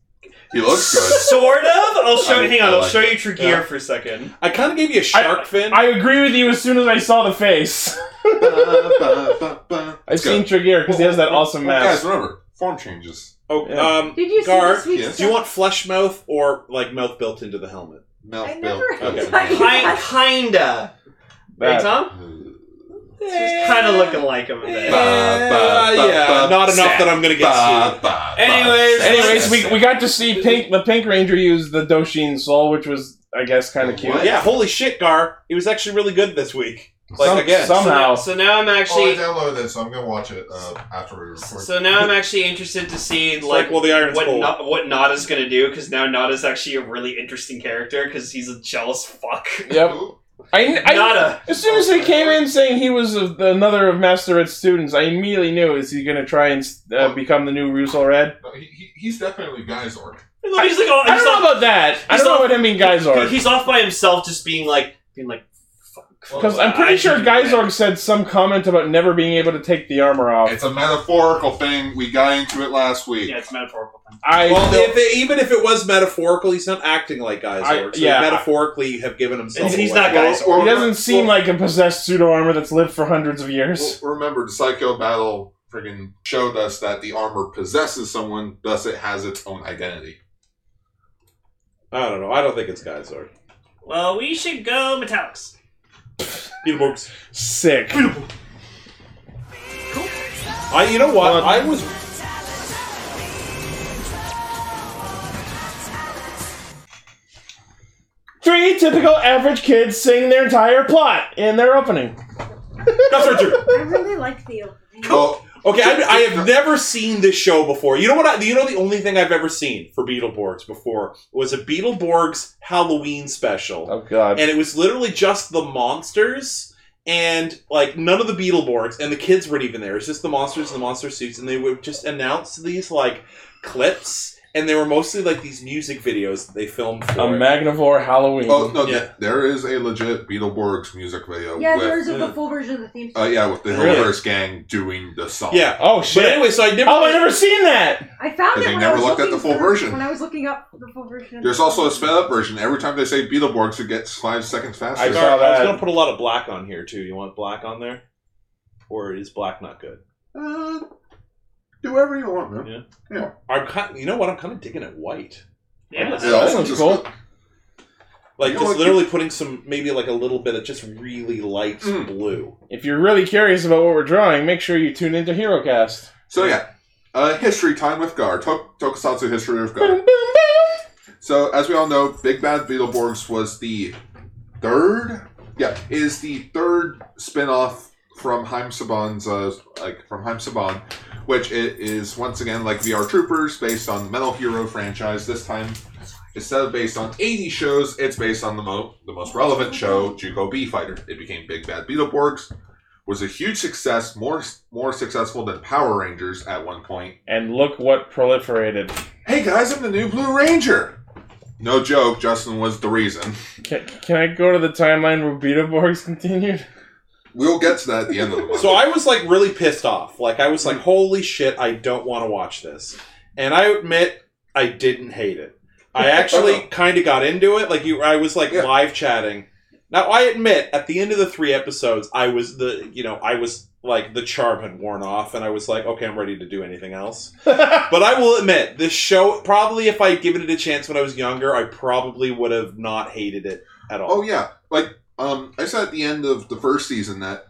Speaker 11: He looks good.
Speaker 9: Sort of. I'll
Speaker 11: I
Speaker 9: show. you
Speaker 11: mean,
Speaker 9: hang on.
Speaker 11: I
Speaker 9: I'll
Speaker 11: like
Speaker 9: show you Tregear
Speaker 2: Yeah.
Speaker 9: for a second.
Speaker 2: I kind of gave you a shark fin.
Speaker 1: I agree with you as soon as I saw the face. I've
Speaker 11: I've
Speaker 1: seen Tregear because he has that awesome
Speaker 11: Guys,
Speaker 1: mask.
Speaker 11: remember, form changes.
Speaker 2: oh,
Speaker 1: Yeah.
Speaker 2: um,
Speaker 4: did you
Speaker 2: Gar,
Speaker 4: see this week's?
Speaker 11: yes.
Speaker 2: do you want flesh mouth or like mouth built into the helmet?
Speaker 11: Mouth
Speaker 4: I
Speaker 11: built.
Speaker 4: never-
Speaker 11: Okay.
Speaker 4: I-
Speaker 9: Kind, kinda.
Speaker 1: That.
Speaker 9: Right, Tom? Just kind of looking like him a
Speaker 2: Yeah,
Speaker 9: bit.
Speaker 11: Ba, ba, ba,
Speaker 2: Uh, yeah,
Speaker 11: ba,
Speaker 2: not enough
Speaker 11: snap.
Speaker 2: that I'm gonna get
Speaker 11: Ba,
Speaker 7: Uh,
Speaker 2: sued.
Speaker 11: ba, ba.
Speaker 9: Anyways,
Speaker 1: Anyways, we, we got to see Pink the Pink Ranger use the Doshin Soul, which was I guess kind of cute.
Speaker 11: What?
Speaker 2: Yeah, holy shit, Gar. He was actually really good this week. Like
Speaker 1: Some-
Speaker 2: again,
Speaker 1: some- somehow.
Speaker 9: So, now I'm
Speaker 11: Oh, I
Speaker 9: actually.
Speaker 11: downloaded it, so I'm gonna watch it uh, after we record.
Speaker 9: So now I'm actually interested to see
Speaker 2: It's like,
Speaker 9: like
Speaker 2: well, the iron's
Speaker 9: what
Speaker 2: cold.
Speaker 9: Na- what Nada's gonna do because now Nada's actually a really interesting character because he's a jealous fuck.
Speaker 1: Yep. I, I
Speaker 9: Nada.
Speaker 1: As soon as they came in saying he was a, another of Master Red's students, I immediately knew is he going to try and uh, become the new Russo Red?
Speaker 11: No, he, he, he's definitely Geysorg.
Speaker 9: He's like, he's like, oh,
Speaker 1: I
Speaker 9: he's
Speaker 1: don't
Speaker 9: like-
Speaker 1: know about that. I
Speaker 9: he's
Speaker 1: don't know
Speaker 9: not-
Speaker 1: what him being Geizorg.
Speaker 9: He's off by himself, just being like, being like, fuck.
Speaker 1: Because I'm
Speaker 9: I
Speaker 1: pretty sure
Speaker 9: should do that.
Speaker 1: Geizorg said some comment about never being able to take the armor off.
Speaker 11: It's a metaphorical thing. We got into it last week.
Speaker 9: Yeah, it's metaphorical. thing.
Speaker 1: I
Speaker 2: well,
Speaker 1: feel-
Speaker 2: if it, even if it was metaphorical, he's not acting like guys.
Speaker 1: I-
Speaker 2: are. so
Speaker 1: yeah,
Speaker 2: yeah, metaphorically, you have given himself.
Speaker 9: He's- he's
Speaker 2: away.
Speaker 9: not Geizorg.
Speaker 1: he doesn't seem like a possessed pseudo armor that's lived for hundreds of years.
Speaker 11: Well, remember, the Psycho Battle friggin' showed us that the armor possesses someone, thus it has its own identity.
Speaker 2: I don't know. I don't think it's guys. Or
Speaker 9: Well, we should go Metallics.
Speaker 2: Beetleborgs.
Speaker 1: Sick.
Speaker 2: I. You know what?
Speaker 1: Um,
Speaker 2: I was.
Speaker 1: Three typical average kids sing their entire plot in their opening.
Speaker 2: That's right, too.
Speaker 4: I really like the opening.
Speaker 11: Well, oh,
Speaker 2: Okay, I, I have never seen this show before. You know what? I, you know the only thing I've ever seen for Beetleborgs before was a Beetleborgs Halloween special.
Speaker 1: Oh god.
Speaker 2: and it was literally just the monsters and like none of the Beetleborgs and the kids weren't even there. It's just the monsters and the monster suits, and they would just announce these like clips, and they were mostly like these music videos that they filmed for.
Speaker 1: A
Speaker 2: it.
Speaker 1: Magnavore Halloween.
Speaker 11: oh no,
Speaker 2: Yeah.
Speaker 11: there is a legit Beetleborgs music video
Speaker 4: Yeah,
Speaker 11: with
Speaker 4: there's a, the full version of the theme
Speaker 7: Oh,
Speaker 11: uh,
Speaker 4: song.
Speaker 11: yeah with the
Speaker 1: Really?
Speaker 11: Hillverse gang doing the song.
Speaker 2: yeah.
Speaker 1: Oh,
Speaker 2: But
Speaker 1: shit.
Speaker 2: anyway, so I never.
Speaker 1: Oh, I never seen that.
Speaker 4: I found
Speaker 11: Because
Speaker 4: it
Speaker 11: they
Speaker 4: when I
Speaker 11: never
Speaker 4: was
Speaker 11: looked at
Speaker 4: looking
Speaker 11: the full
Speaker 4: for-
Speaker 11: version.
Speaker 4: When I was looking up the full version. of
Speaker 11: There's
Speaker 4: the
Speaker 11: also a
Speaker 4: song.
Speaker 11: sped up version. Every time they say Beetleborgs, it gets five seconds faster.
Speaker 1: I
Speaker 2: I,
Speaker 1: saw
Speaker 2: I was
Speaker 1: that.
Speaker 2: gonna put a lot of black on here too. You want black on there, or is black not good?
Speaker 11: Uh, do whatever you want, man.
Speaker 2: I'm kind. You know what? I'm kind of digging it white.
Speaker 9: Yeah.
Speaker 1: Yeah. that sounds
Speaker 11: just-
Speaker 1: cool.
Speaker 2: Like
Speaker 11: You know
Speaker 2: just
Speaker 11: what,
Speaker 2: literally putting some, maybe like a little bit of just really light
Speaker 11: Mm.
Speaker 2: blue.
Speaker 1: If you're really curious about what we're drawing, make sure you tune into HeroCast.
Speaker 11: So yeah,
Speaker 7: Uh, history time with Gar. Tok- Tokusatsu history with Gar. so, as we all know, Big Bad Beetleborgs was the third. Yeah, is the third spin-off from Haim Saban's, uh, like from Haim Saban, which it is once again like VR Troopers, based on the Metal Hero franchise. This time, instead of based on 80 shows, it's based on the mo- the most relevant show, Jugo B Fighter. It became Big Bad Beetleborgs, was a huge success, more more successful than Power Rangers at one point.
Speaker 1: And look what proliferated.
Speaker 7: Hey guys, I'm the new Blue Ranger. No joke, Justin was the reason.
Speaker 1: Can, can I go to the timeline where Beetleborgs continued?
Speaker 7: We'll get to that at the end of the month.
Speaker 2: So I was like really pissed off. Like I was like, holy shit, I don't want to watch this. And I admit I didn't hate it. I actually kind of got into it. Like you, I was like live chatting. Now I admit, at the end of the three episodes, I was the you know I was like the charm had worn off, and I was like, okay, I'm ready to do anything else. but I will admit, this show probably if I had given it a chance when I was younger, I probably would have not hated it at all.
Speaker 7: Oh yeah, like um, I said at the end of the first season that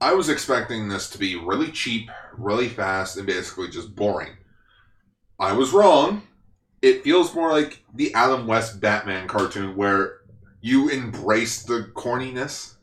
Speaker 7: I was expecting this to be really cheap, really fast, and basically just boring. I was wrong. It feels more like the Adam West Batman cartoon where you embrace the corniness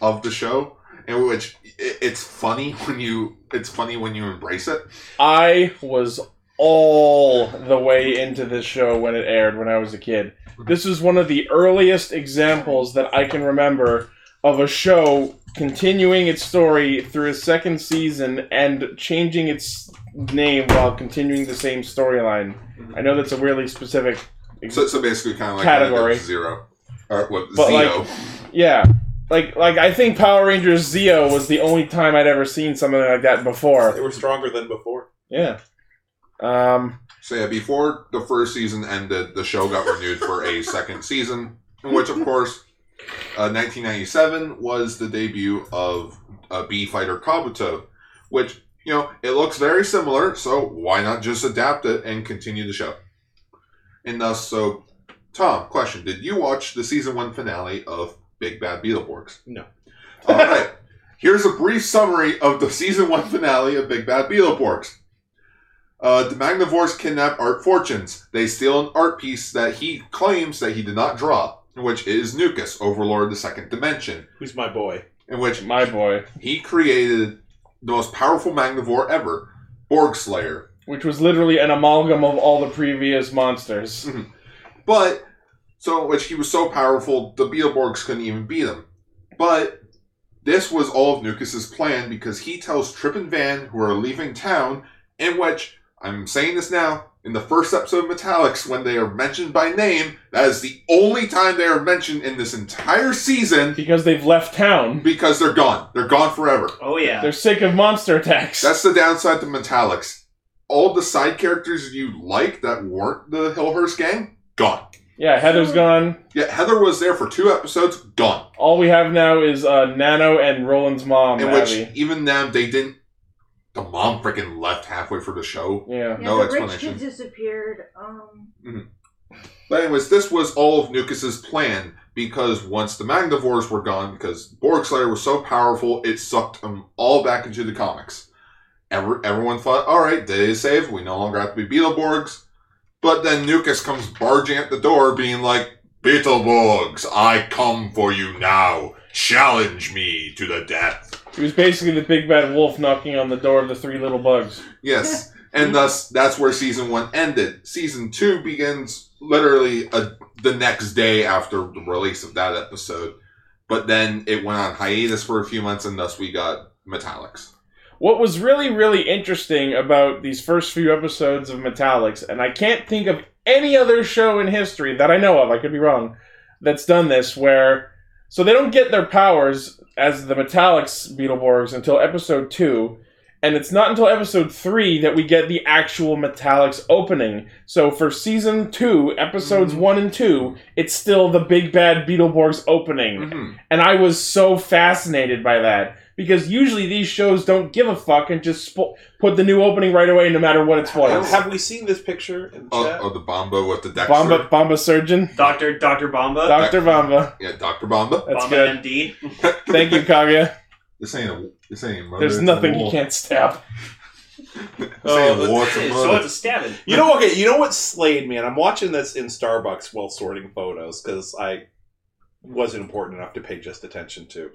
Speaker 7: of the show, in which i- it's funny when you it's funny when you embrace it.
Speaker 1: I was all the way into this show when it aired when I was a kid. This is one of the earliest examples that I can remember of a show continuing its story through a second season and changing its name while continuing the same storyline. I know that's a weirdly specific ex-
Speaker 7: So, so basically, kind of like
Speaker 1: Category.
Speaker 7: zero or what
Speaker 1: But, like,
Speaker 7: Zeo.
Speaker 1: Yeah. Like like I think Power Rangers Zeo was the only time I'd ever seen something like that
Speaker 2: They
Speaker 1: before.
Speaker 2: were stronger than before.
Speaker 1: Yeah. Um
Speaker 7: So yeah, before the first season ended, the show got renewed for a second season, in which, of course, uh, 1997 was the debut of uh, B Fighter Kabuto, which you know it looks very similar. So why not just adapt it and continue the show? And thus, so Tom, question: Did you watch the season one finale of Big Bad Beetleborgs?
Speaker 2: No.
Speaker 7: All right. Here's a brief summary of the season one finale of Big Bad Beetleborgs. Uh, the Magnivores kidnap Art Fortunes. They steal an art piece that he claims that he did not draw, which is Nucus, Overlord of the Second Dimension,
Speaker 2: Who's my boy?
Speaker 7: in which
Speaker 1: my boy,
Speaker 7: he created the most powerful Magnivore ever, Borg Slayer.
Speaker 1: which was literally an amalgam of all the previous monsters.
Speaker 7: But so, in which he was so powerful, the Beetleborgs couldn't even beat him. But this was all of Nucus's plan because he tells Trip and Van, who are leaving town, in which I'm saying this now. In the first episode of Metallics, when they are mentioned by name, that is the only time they are mentioned in this entire season
Speaker 1: Because they've left town.
Speaker 7: because they're gone. They're gone forever.
Speaker 9: Oh yeah.
Speaker 1: They're sick of monster attacks.
Speaker 7: That's the downside to Metallics. All the side characters you like that weren't the Hillhurst gang, gone.
Speaker 1: yeah, Heather's gone.
Speaker 7: Yeah, Heather was there for two episodes, gone.
Speaker 1: All we have now is uh, Nano and Roland's mom,
Speaker 7: In which
Speaker 1: Abby.
Speaker 7: even them, they didn't. The mom freaking left halfway through the show.
Speaker 1: yeah.
Speaker 4: Yeah,
Speaker 7: No
Speaker 4: the rich
Speaker 7: explanation.
Speaker 4: kid disappeared. Um,
Speaker 7: But anyways, this was all of Nucus's plan because once the Magnivores were gone, because Borgslayer was so powerful, it sucked them all back into the comics. Every, everyone thought, all right, day is saved. We no longer have to be Beetleborgs. But then Nucus comes barging at the door, being like, Beetleborgs, I come for you now. Challenge me to the death.
Speaker 1: He was basically the big bad wolf knocking on the door of the three little bugs.
Speaker 7: Yes. and thus, that's where season one ended. Season two begins literally a, the next day after the release of that episode. But then it went on hiatus for a few months, and thus we got Metallics.
Speaker 1: What was really, really interesting about these first few episodes of Metallics, and I can't think of any other show in history that I know of, I could be wrong, that's done this, where. So they don't get their powers as the Metallics Beetleborgs until episode 2, and it's not until episode 3 that we get the actual Metallics opening. So for season 2, episodes 1 and 2, it's still the Big Bad Beetleborgs opening.
Speaker 7: Mm-hmm.
Speaker 1: And I was so fascinated by that because usually these shows don't give a fuck and just spo- put the new opening right away, no matter what it spoils.
Speaker 2: Have we seen this picture in the
Speaker 7: Oh,
Speaker 2: chat?
Speaker 7: oh, the Bomba with the Dexter.
Speaker 1: Bomba, Bomba surgeon,
Speaker 9: Doctor Doctor Bomba.
Speaker 1: Doctor Bomba.
Speaker 7: Yeah, Dr. Bomba.
Speaker 1: That's
Speaker 9: Bomba
Speaker 1: good.
Speaker 9: MD.
Speaker 1: Thank you, Kaguya.
Speaker 7: This ain't a. This ain't a mother,
Speaker 1: There's
Speaker 7: it's a
Speaker 1: nothing he
Speaker 7: wolf.
Speaker 1: can't stab.
Speaker 7: Saying
Speaker 9: Oh,
Speaker 7: lots of money.
Speaker 9: stabbing.
Speaker 2: You know, okay, you know what slayed me, and I'm watching this in Starbucks while sorting photos because I wasn't important enough to pay just attention to.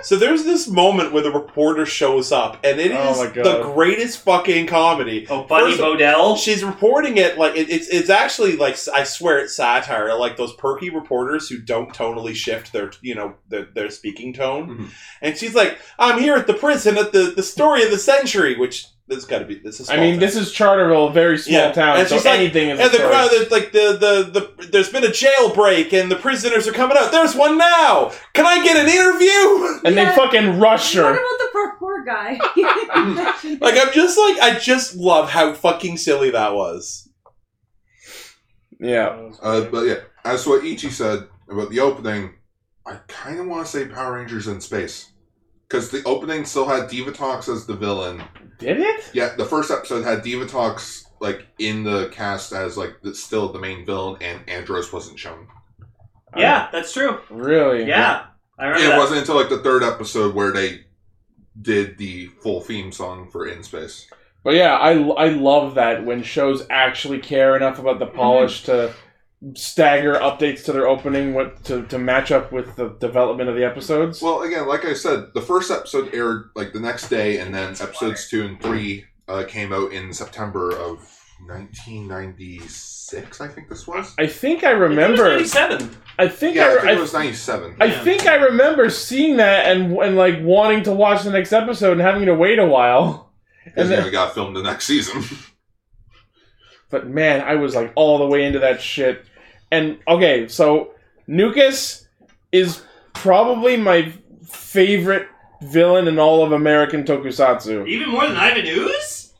Speaker 2: so there's this moment where the reporter shows up, and it is
Speaker 1: Oh my God.
Speaker 2: the greatest fucking comedy.
Speaker 9: Oh, Bunny
Speaker 2: First of-
Speaker 9: Bodell.
Speaker 2: She's reporting it like it, it's it's actually like I swear it's satire, like those perky reporters who don't tonally shift their you know their, their speaking tone.
Speaker 1: Mm-hmm.
Speaker 7: Mhm.
Speaker 2: And she's like, "I'm here at the prison at the the story of the century," which that's got to be this is.
Speaker 1: I mean, this is Charterville, a very small
Speaker 2: Yeah,
Speaker 1: town,
Speaker 2: and
Speaker 1: so
Speaker 2: she's like-
Speaker 1: anything is. a
Speaker 2: and the
Speaker 1: story.
Speaker 2: crowd, there's like the, the the there's been a jailbreak and the prisoners are coming out. There's one now. Can I get an interview?
Speaker 1: and
Speaker 4: Yeah.
Speaker 1: they fucking rush
Speaker 4: What
Speaker 1: her.
Speaker 4: about the parkour guy?
Speaker 2: Like I'm just like I just love how fucking silly that was.
Speaker 1: Yeah,
Speaker 7: Uh, but yeah, as what Ichi said about the opening, I kind of want to say Power Rangers in space because the opening still had Divatox as the villain.
Speaker 1: did it?
Speaker 7: Yeah, the first episode had Divatox like in the cast as like the, still the main villain, and Andros wasn't shown.
Speaker 9: Yeah, that's true.
Speaker 1: Really?
Speaker 9: Yeah, I remember
Speaker 7: It
Speaker 9: that.
Speaker 7: wasn't until like the third episode where they did the full theme song for In Space.
Speaker 1: But yeah, I, I love that when shows actually care enough about
Speaker 7: Mhm.
Speaker 1: the polish to stagger updates to their opening what to, to match up with the development of the episodes.
Speaker 7: Well, again, like I said, the first episode aired like the next day, and then episodes two and three uh, came out in September of 1996. I think this was.
Speaker 1: I think I
Speaker 9: I think it was
Speaker 1: remember.
Speaker 9: 97.
Speaker 1: I think
Speaker 7: Yeah, I think
Speaker 1: I,
Speaker 7: it
Speaker 1: I
Speaker 7: was 97.
Speaker 1: I think I remember seeing that and and like wanting to watch the next episode and having to wait a while. And
Speaker 7: Because you know,
Speaker 1: then,
Speaker 7: it got filmed the next season.
Speaker 1: but man, I was like all the way into that shit. And okay, so Nukas is probably my favorite villain in all of American Tokusatsu.
Speaker 9: Even more than Ivan Ooze?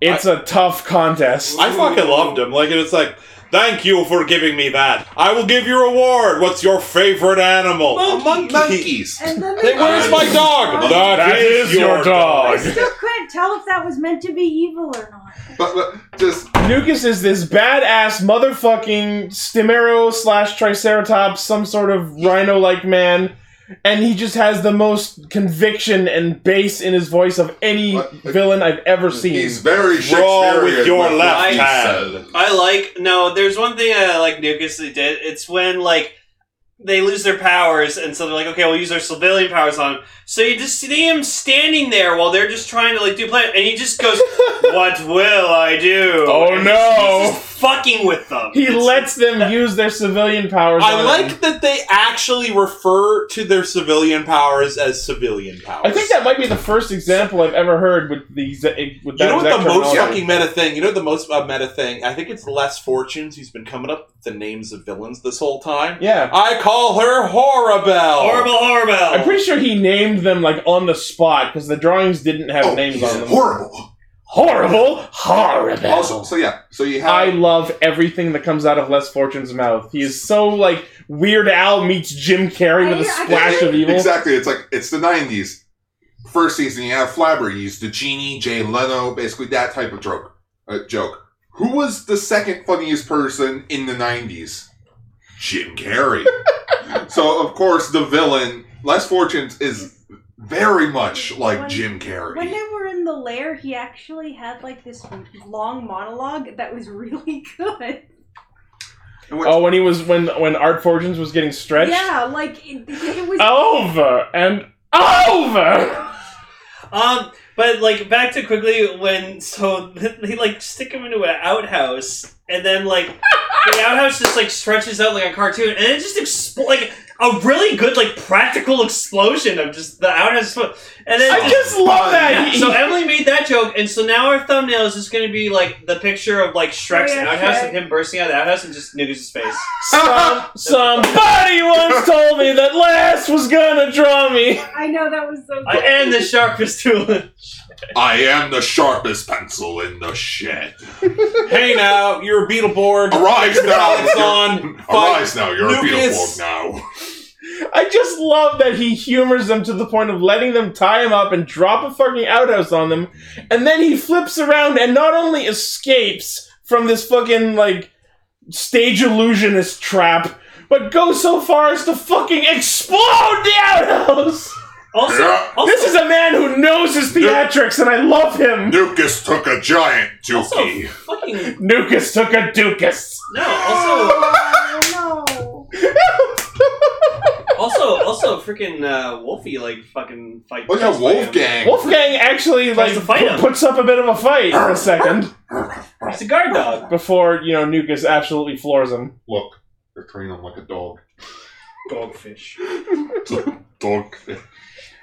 Speaker 1: It's a tough contest.
Speaker 2: I fucking loved him. Like it's like, thank you for giving me that. I will give you a award. What's your favorite animal?
Speaker 7: Among monkeys.
Speaker 4: and then
Speaker 2: Hey, where's my dog?
Speaker 4: I-
Speaker 1: That is your
Speaker 4: I
Speaker 1: dog.
Speaker 4: still couldn't tell if that was meant to be evil or not.
Speaker 7: But, but just
Speaker 1: Nukas is this badass motherfucking Stimero slash Triceratops, some sort of rhino like man, and he just has the most conviction and bass in his voice of
Speaker 2: Uh,
Speaker 1: any
Speaker 7: What?
Speaker 1: villain I've ever seen.
Speaker 7: he's very
Speaker 2: Draw
Speaker 7: Shakespearean.
Speaker 2: with your
Speaker 7: what
Speaker 2: left
Speaker 7: he
Speaker 2: hand.
Speaker 7: said.
Speaker 9: I like, no, there's one thing I like Nukas did. It's when, like, they lose their powers, and so they're like, okay, we'll use our civilian powers on him. So you just see him standing there while they're just trying to, like, do plan, and he just goes, what will I do?
Speaker 1: Oh,
Speaker 9: And he's-
Speaker 1: no.
Speaker 9: He's just fucking with them.
Speaker 1: he
Speaker 9: It's-
Speaker 1: lets them use their civilian powers.
Speaker 2: I
Speaker 1: on
Speaker 2: like
Speaker 1: him.
Speaker 2: that they actually refer to their civilian powers as civilian powers.
Speaker 1: I think that might be the first example I've ever heard with the exa- with that
Speaker 2: You know what
Speaker 1: exact
Speaker 2: the most
Speaker 1: terminology.
Speaker 2: fucking meta thing? You know the most uh, meta thing? I think it's Les Fortunes who's been coming up with the names of villains this whole time.
Speaker 1: Yeah,
Speaker 2: I call her Horabelle.
Speaker 9: Horrible, horrible.
Speaker 1: I'm pretty sure he named them like on the spot because the drawings didn't have
Speaker 7: Oh,
Speaker 1: names
Speaker 7: he's
Speaker 1: on them.
Speaker 7: horrible.
Speaker 1: Horrible, horrible.
Speaker 7: Also, so yeah, so you have
Speaker 1: I love everything that comes out of Les Fortune's mouth. He is so like Weird Al meets Jim Carrey with a
Speaker 4: I- I-
Speaker 1: splash of evil.
Speaker 7: Exactly. It's like it's the '90s. First season, you have Flabber, you use the genie, Jay Leno, basically that type of joke. Uh, joke. Who was the second funniest person in the '90s? Jim Carrey. so of course, the villain Les Fortunes is very much like
Speaker 4: When-
Speaker 7: Jim Carrey.
Speaker 4: When they were in the lair, he actually had like this long monologue that was really good.
Speaker 7: And what-
Speaker 1: Oh, when he was when when Art Fortunes was getting stretched.
Speaker 4: Yeah, like it, it was.
Speaker 1: Oh. Over and over.
Speaker 9: Um, but like back to quickly when so they like stick him into an outhouse and then like the outhouse just like stretches out like a cartoon and it just expl- like a really good like practical explosion of just the outhouse expl- and then
Speaker 1: I
Speaker 9: just-
Speaker 1: just love
Speaker 9: yeah,
Speaker 1: that. He-
Speaker 9: so Emily made that joke, and so now our thumbnail is just going to be like the picture of like Shrek's
Speaker 4: Oh, yeah,
Speaker 9: outhouse
Speaker 4: Shrek.
Speaker 9: and him bursting out of the outhouse and just niggas his face.
Speaker 1: Some, somebody once told me that Les was gonna draw me.
Speaker 4: I know that was so.
Speaker 9: I
Speaker 4: good.
Speaker 9: Uh, and the shark fistula.
Speaker 7: I am the sharpest pencil in the shed.
Speaker 2: hey now, you're a Beetleborg.
Speaker 7: Arise now!
Speaker 2: Alex
Speaker 7: you're-
Speaker 2: on.
Speaker 7: Arise now! You're a
Speaker 2: Lucas.
Speaker 7: Beetleborg now.
Speaker 1: I just love that he humors them to the point of letting them tie him up and drop a fucking outhouse on them, and then he flips around and not only escapes from this fucking like stage illusionist trap, but goes so far as to fucking explode the outhouse.
Speaker 9: Also,
Speaker 7: Yeah.
Speaker 9: also
Speaker 1: this is a man who knows his theatrics, and I love him.
Speaker 7: Nucus took a giant
Speaker 9: also
Speaker 7: dookie.
Speaker 9: fucking
Speaker 1: Nukas took a Dukas.
Speaker 9: no. Also,
Speaker 4: Oh, no.
Speaker 9: also, also, freaking uh, Wolfie like fucking fight.
Speaker 7: Look at Oh, Wolfgang.
Speaker 1: Wolfgang actually
Speaker 9: Tries
Speaker 1: like
Speaker 9: to fight
Speaker 1: pu-
Speaker 9: him.
Speaker 1: puts up a bit of a fight for a second
Speaker 9: He's a guard dog.
Speaker 1: before you know Nukas absolutely floors him.
Speaker 7: Look, they're treating him like a dog.
Speaker 9: Dogfish.
Speaker 7: Dog.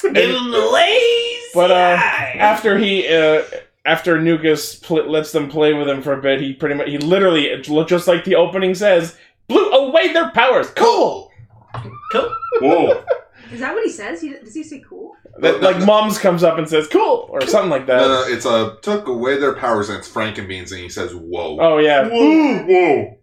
Speaker 9: Give him the lays.
Speaker 1: But, uh, After he uh, after Nukas pl- lets them play with him for a bit, he pretty much he literally it's lo- just like the opening says blew away their powers. Cool.
Speaker 7: Whoa.
Speaker 4: Is that what he says? He, does he say cool?
Speaker 7: No, no,
Speaker 1: That, like
Speaker 7: no.
Speaker 1: Mom's comes up and says cool or something like that.
Speaker 7: No, no, it's uh, took away their powers and it's Frankenbeans, and he says, "Whoa,
Speaker 1: Oh yeah.
Speaker 7: whoa, whoa."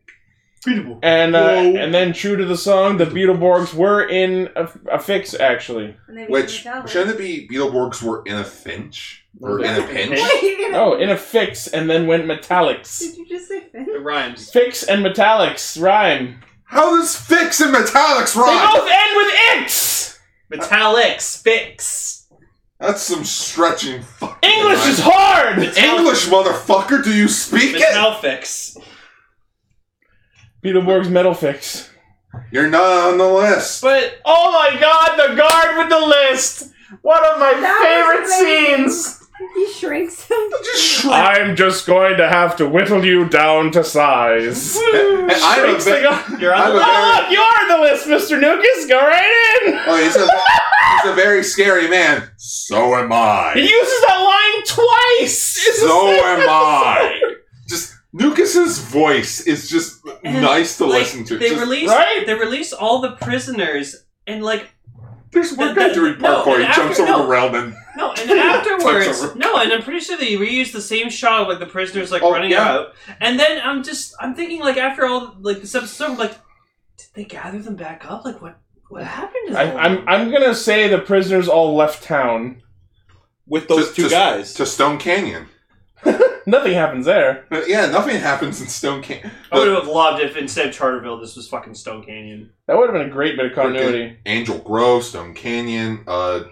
Speaker 1: And uh,
Speaker 7: Whoa.
Speaker 1: and then true to the song, the Beetleborgs were in a, a fix actually.
Speaker 4: And they
Speaker 7: Which
Speaker 4: became a
Speaker 7: shouldn't it be Beetleborgs were in a finch or in a pinch?
Speaker 4: What are you gonna?
Speaker 1: Oh, in a fix, and then went metallics.
Speaker 4: Did you just say Finn?
Speaker 9: it rhymes.
Speaker 1: Fix and metallics rhyme.
Speaker 7: How does fix and metallics
Speaker 1: They
Speaker 7: rhyme?
Speaker 1: both end with ix.
Speaker 9: Metallics fix.
Speaker 7: That's some stretching. Fucking
Speaker 1: English
Speaker 7: rhyme.
Speaker 1: is hard.
Speaker 7: English, motherfucker. Do you speak it?
Speaker 9: Metalfix.
Speaker 1: Beetleborgs metal fix.
Speaker 7: You're not on the list.
Speaker 9: But
Speaker 1: Oh my God! The guard with the list. One of my
Speaker 4: That was
Speaker 1: favorite
Speaker 4: amazing.
Speaker 1: scenes.
Speaker 4: He shrinks him.
Speaker 1: I'm just going to have to whittle you down to size.
Speaker 7: And I'm a
Speaker 1: Shakes the
Speaker 7: bit.
Speaker 1: guard.
Speaker 9: you're on
Speaker 7: I'm
Speaker 9: the
Speaker 1: Oh
Speaker 7: a very,
Speaker 1: look, you are the list, Mr. Nukas. Go right in.
Speaker 7: oh, he's a, he's a very scary man. So am
Speaker 1: He
Speaker 7: I.
Speaker 1: uses that line twice. It's the
Speaker 7: So
Speaker 1: same
Speaker 7: am
Speaker 1: episode.
Speaker 7: I. Just Lucas's voice is just nice to
Speaker 9: like,
Speaker 7: listen to.
Speaker 9: They
Speaker 7: Just-
Speaker 9: release
Speaker 1: right?
Speaker 9: they release all the prisoners and like
Speaker 7: there's one
Speaker 9: the-
Speaker 7: guy
Speaker 9: the-
Speaker 7: doing
Speaker 9: no,
Speaker 7: parkour.
Speaker 9: and
Speaker 7: he jumps
Speaker 9: after-
Speaker 7: over
Speaker 9: no.
Speaker 7: the rail and
Speaker 9: no and afterwards
Speaker 7: over.
Speaker 9: no and I'm pretty sure they reused the same shot of like the prisoners like
Speaker 7: Oh,
Speaker 9: running
Speaker 7: yeah.
Speaker 9: out and then I'm just I'm thinking like after all like this episode I'm like did they gather them back up like what what happened to
Speaker 1: I,
Speaker 9: them?
Speaker 1: I'm I'm gonna say the prisoners all left town.
Speaker 2: with those
Speaker 7: To-
Speaker 2: two
Speaker 7: to-
Speaker 2: guys.
Speaker 7: to Stone Canyon.
Speaker 1: Nothing happens there.
Speaker 7: But yeah, nothing happens in Stone Canyon.
Speaker 9: I would have loved if instead of Charterville this was fucking Stone Canyon
Speaker 1: That would have been a great bit of continuity.
Speaker 7: Angel Grove, Stone Canyon, uh,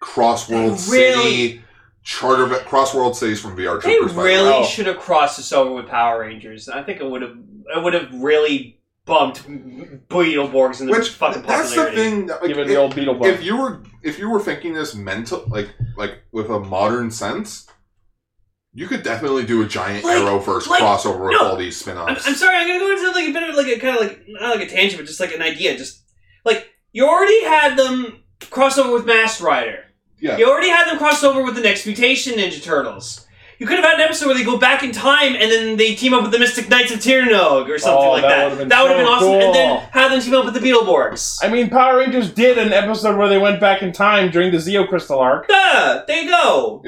Speaker 7: Cross World
Speaker 9: They really-
Speaker 7: City, Charter Cross World Cities from VR
Speaker 9: they
Speaker 7: Troopers. by the
Speaker 9: really
Speaker 7: way.
Speaker 9: should have crossed this over with Power Rangers I think it would have it would have really bumped Beetleborgs in the
Speaker 7: Which
Speaker 9: fucking
Speaker 7: that's the
Speaker 9: popularity.
Speaker 7: thing. that, like,
Speaker 1: Give it
Speaker 7: if-
Speaker 1: the old beetle
Speaker 7: if
Speaker 1: bump.
Speaker 7: you were if you were thinking this mental like like with a modern sense you could definitely do a giant
Speaker 9: Like-
Speaker 7: arrowverse
Speaker 9: like-
Speaker 7: crossover with
Speaker 9: no.
Speaker 7: all these
Speaker 9: I'm,
Speaker 7: spin-offs
Speaker 9: I'm sorry, I'm gonna go into like a bit of like a kind of like not like a tangent, but just like an idea. Just like you already had them cross over with Mask Rider.
Speaker 7: Yeah.
Speaker 9: You already had them cross over with the next mutation Ninja Turtles. You could have had an episode where they go back in time and then they team up with the Mystic Knights of Tirnog or something
Speaker 1: Oh,
Speaker 9: like
Speaker 1: that
Speaker 9: that.
Speaker 1: would've been
Speaker 9: that would have
Speaker 1: so
Speaker 9: been awesome. And then
Speaker 1: cool.
Speaker 9: have them team up with the Beetleborgs.
Speaker 1: I mean, Power Rangers did an episode where they went back in time during the Zeo Crystal arc.
Speaker 9: Yeah, there you go.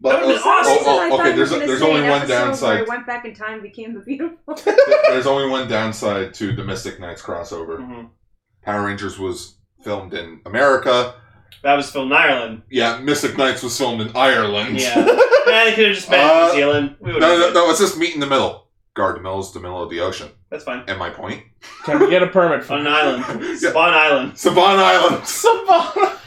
Speaker 7: but
Speaker 9: that would've been
Speaker 7: oh,
Speaker 9: awesome.
Speaker 7: oh, oh, okay there's,
Speaker 4: you were gonna
Speaker 7: there's
Speaker 4: say
Speaker 7: only
Speaker 4: an
Speaker 7: one
Speaker 4: episode Where
Speaker 7: downside
Speaker 4: I went back in time, became the beautiful.
Speaker 7: there's only one downside to the mystic knights crossover
Speaker 9: Mhm.
Speaker 1: Mm-hmm.
Speaker 7: power rangers was filmed in america
Speaker 9: That was filmed in Ireland.
Speaker 7: yeah mystic knights was filmed in ireland
Speaker 9: Yeah. yeah, they could have just been in
Speaker 7: Uh,
Speaker 9: New Zealand. We
Speaker 7: no,
Speaker 9: would have.
Speaker 7: no no it's just meet in the middle guard mills the middle of the ocean
Speaker 9: That's fine.
Speaker 7: and my point
Speaker 1: Can we get a permit
Speaker 9: On
Speaker 1: for
Speaker 9: an island. Spawn Island.
Speaker 7: saban island
Speaker 1: Savannah?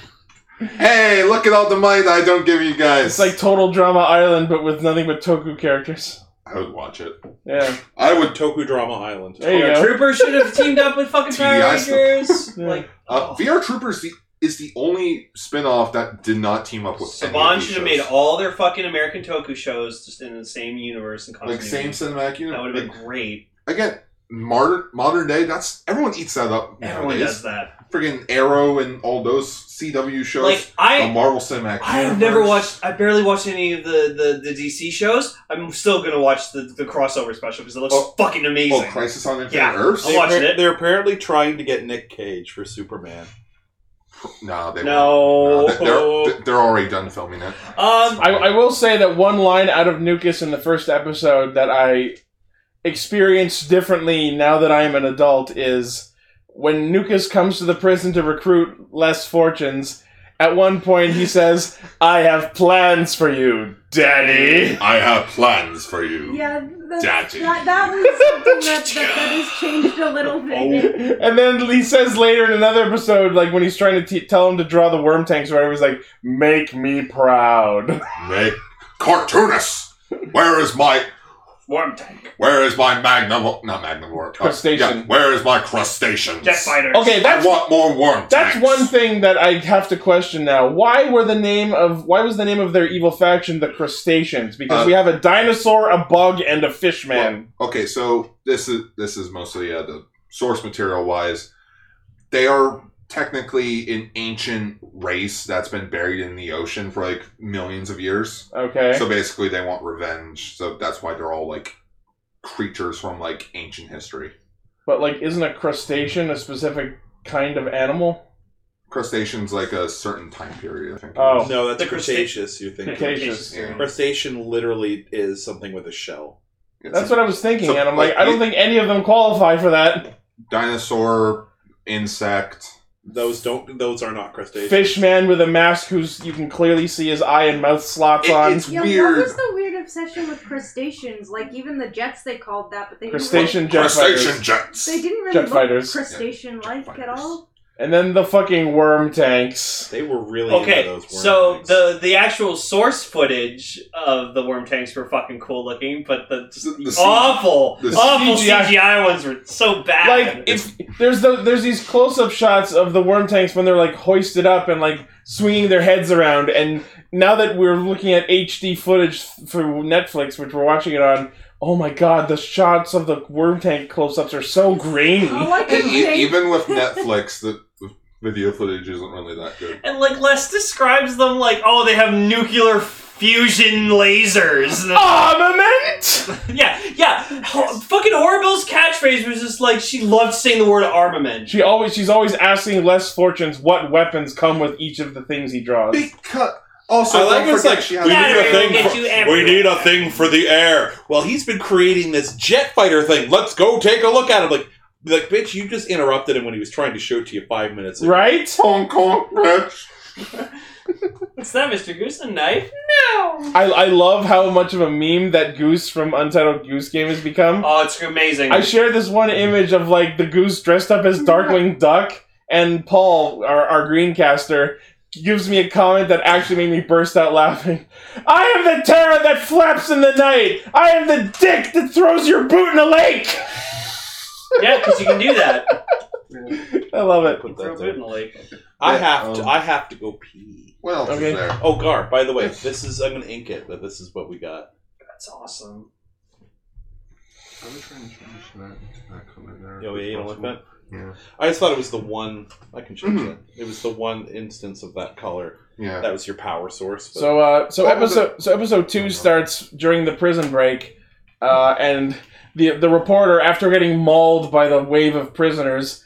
Speaker 7: hey look at all the money that i don't give you guys
Speaker 1: It's like Total Drama Island, but with nothing but Toku characters.
Speaker 7: i would watch it
Speaker 1: Yeah,
Speaker 7: I would.
Speaker 2: Toku Drama Island.
Speaker 1: there you
Speaker 9: Oh, Yeah,
Speaker 1: go.
Speaker 9: Trooper should have teamed up with fucking Power
Speaker 7: TDI still-
Speaker 9: Rangers.
Speaker 1: Yeah.
Speaker 9: Like oh.
Speaker 7: Uh,
Speaker 1: Oh.
Speaker 7: VR Troopers the, is the only spin-off that did not team up with. any
Speaker 9: Saban
Speaker 7: of these
Speaker 9: should have
Speaker 7: shows.
Speaker 9: made all their fucking American Toku shows just in the same universe and
Speaker 7: like same
Speaker 9: continuity.
Speaker 7: cinematic
Speaker 9: That
Speaker 7: universe.
Speaker 9: would have
Speaker 7: Like,
Speaker 9: been great.
Speaker 7: again, modern modern day. That's everyone eats that up.
Speaker 9: Everyone
Speaker 7: nowadays.
Speaker 9: does that.
Speaker 7: Friggin' Arrow and all those CW shows.
Speaker 9: Like
Speaker 7: the
Speaker 9: I,
Speaker 7: Marvel cinematic.
Speaker 9: I have
Speaker 7: universe.
Speaker 9: never watched. I barely watched any of the the, the DC shows. I'm still gonna watch the, the crossover special because it looks
Speaker 7: Oh.
Speaker 9: fucking amazing.
Speaker 7: Oh, Crisis on Infinite
Speaker 9: Yeah. Oh,
Speaker 7: Earths.
Speaker 9: I'm watching it.
Speaker 2: They're apparently trying to get Nick Cage for Superman.
Speaker 7: No, they
Speaker 9: No.
Speaker 7: won't. No, they're, they're already done filming it.
Speaker 9: Um,
Speaker 1: I, I will say that one line out of Nukas in the first episode that I experienced differently now that I am an adult is when Nukas comes to the prison to recruit less fortunes, At one point, he says, "I have plans for you, Daddy."
Speaker 7: I have plans for you.
Speaker 4: Yeah, that's,
Speaker 7: Daddy.
Speaker 4: that that was something that, that that has changed a
Speaker 7: Oh,
Speaker 4: little bit.
Speaker 1: And then he says later in another episode, like when he's trying to t- tell him to draw the worm tanks, where he's like, "Make me proud."
Speaker 7: Make cartoonist. Where is my
Speaker 1: Worm tank.
Speaker 7: where is my magnum? Not magnum worm. uh,
Speaker 1: Crustacean.
Speaker 7: yeah, where is my crustacean? Oh,
Speaker 1: Okay, that's
Speaker 7: I want more worm.
Speaker 1: that's
Speaker 7: tanks.
Speaker 1: one thing that I have to question now. Why were the name of why was the name of their evil faction the Crustaceans? Because
Speaker 7: Uh,
Speaker 1: we have a dinosaur, a bug, and a fish man.
Speaker 7: okay so this is this is mostly uh, the source material wise they are technically an ancient race that's been buried in the ocean for like millions of years
Speaker 1: Okay.
Speaker 7: so basically they want revenge so that's why they're all like creatures from like ancient history
Speaker 1: but like, isn't a crustacean a specific kind of animal?
Speaker 7: crustaceans like a certain time period i think
Speaker 1: Oh.
Speaker 2: No, that's
Speaker 9: The crusta-
Speaker 2: Cretaceous. You're thinking
Speaker 1: Cretaceous.
Speaker 7: Yeah.
Speaker 2: Crustacean literally is something with a shell.
Speaker 1: That's what I was thinking,
Speaker 7: So,
Speaker 1: and I'm like,
Speaker 7: like,
Speaker 1: I don't
Speaker 7: you-
Speaker 1: think any of them qualify for that.
Speaker 7: dinosaur insect
Speaker 2: Those don't. Those are not crustaceans.
Speaker 1: Fish man with a mask who's you can clearly see his eye and mouth slots
Speaker 7: It-
Speaker 1: on.
Speaker 7: it's
Speaker 4: Yeah,
Speaker 7: weird
Speaker 4: what was the weird obsession with crustaceans? Like even the jets they called that, but they didn't
Speaker 1: crustacean jet
Speaker 7: crustacean
Speaker 1: fighters.
Speaker 7: jets
Speaker 4: Really, they didn't really
Speaker 1: Jet
Speaker 4: look
Speaker 1: fighters.
Speaker 4: crustacean-like
Speaker 7: Jet
Speaker 4: at all.
Speaker 1: And then the fucking worm tanks.
Speaker 2: They were really Into
Speaker 9: Okay,
Speaker 2: those worm
Speaker 9: so
Speaker 2: things.
Speaker 9: the the actual source footage of the worm tanks were fucking cool looking, but the, just
Speaker 7: The-
Speaker 9: the,
Speaker 7: the C-
Speaker 9: awful,
Speaker 7: the
Speaker 9: awful
Speaker 1: CGI
Speaker 9: CGI. ones were so bad.
Speaker 1: Like it's there's the there's these close up shots of the worm tanks when they're like hoisted up and like swinging their heads around. And now that we're looking at HD footage through Netflix, which we're watching it on, oh my god, the shots of the worm tank close ups are so grainy.
Speaker 4: Oh, I
Speaker 7: And
Speaker 4: could
Speaker 7: e-
Speaker 4: think-
Speaker 7: even with netflix the the video footage isn't really that good
Speaker 9: and like Les describes them like, oh, they have nuclear fusion lasers. And-
Speaker 1: Armament.
Speaker 9: yeah, yeah. Ho- fucking Horrible's catchphrase was just like she loved saying the word armament.
Speaker 1: She always she's always asking Les Fortunes what weapons come with each of the things he draws.
Speaker 7: Because also,
Speaker 2: I like
Speaker 7: don't
Speaker 2: it's
Speaker 7: forget
Speaker 2: like
Speaker 7: she
Speaker 2: we
Speaker 7: has
Speaker 2: need a
Speaker 9: Battery will
Speaker 2: thing.
Speaker 9: get
Speaker 2: For,
Speaker 9: you
Speaker 2: we
Speaker 9: everywhere.
Speaker 2: need a thing for the air. Well, he's been creating this jet fighter thing. Let's go take a look at him. Like, like, bitch, you just interrupted him when he was trying to show it to you five minutes ago.
Speaker 1: Right?
Speaker 7: Hong Kong bitch.
Speaker 9: What's that, Mr. Goose? A knife?
Speaker 1: I, I love how much of a meme that goose from Untitled Goose Game has become.
Speaker 9: Oh, it's amazing.
Speaker 1: I shared this one image of like the goose dressed up as Darkwing Duck, and Paul, our, our greencaster, gives me a comment that actually made me burst out laughing. I am the terror that flaps in the night. I am the dick that throws your boot in a lake.
Speaker 9: yeah, because you can do that.
Speaker 1: I love it.
Speaker 2: Put
Speaker 9: Throw
Speaker 2: that
Speaker 9: a boot in
Speaker 2: there.
Speaker 9: the lake.
Speaker 2: I
Speaker 7: Yeah,
Speaker 2: have to.
Speaker 7: um,
Speaker 2: I have to go pee.
Speaker 7: What else
Speaker 1: Okay.
Speaker 7: is there?
Speaker 2: Oh, Gar. By the way, this is. I'm gonna ink it. That this is what we got.
Speaker 9: That's awesome.
Speaker 7: I'm trying to change that, that color there.
Speaker 2: Oh, yeah, you don't like that.
Speaker 7: Yeah.
Speaker 2: I just thought it was the one. I can change
Speaker 9: Mm-hmm.
Speaker 7: Mhm.
Speaker 2: that. It was the one instance of that color.
Speaker 7: Yeah.
Speaker 2: That was your power source. but-
Speaker 1: So uh, so
Speaker 7: What was
Speaker 1: episode so episode two starts during the prison break, uh, and the the reporter, after getting mauled by the wave of prisoners,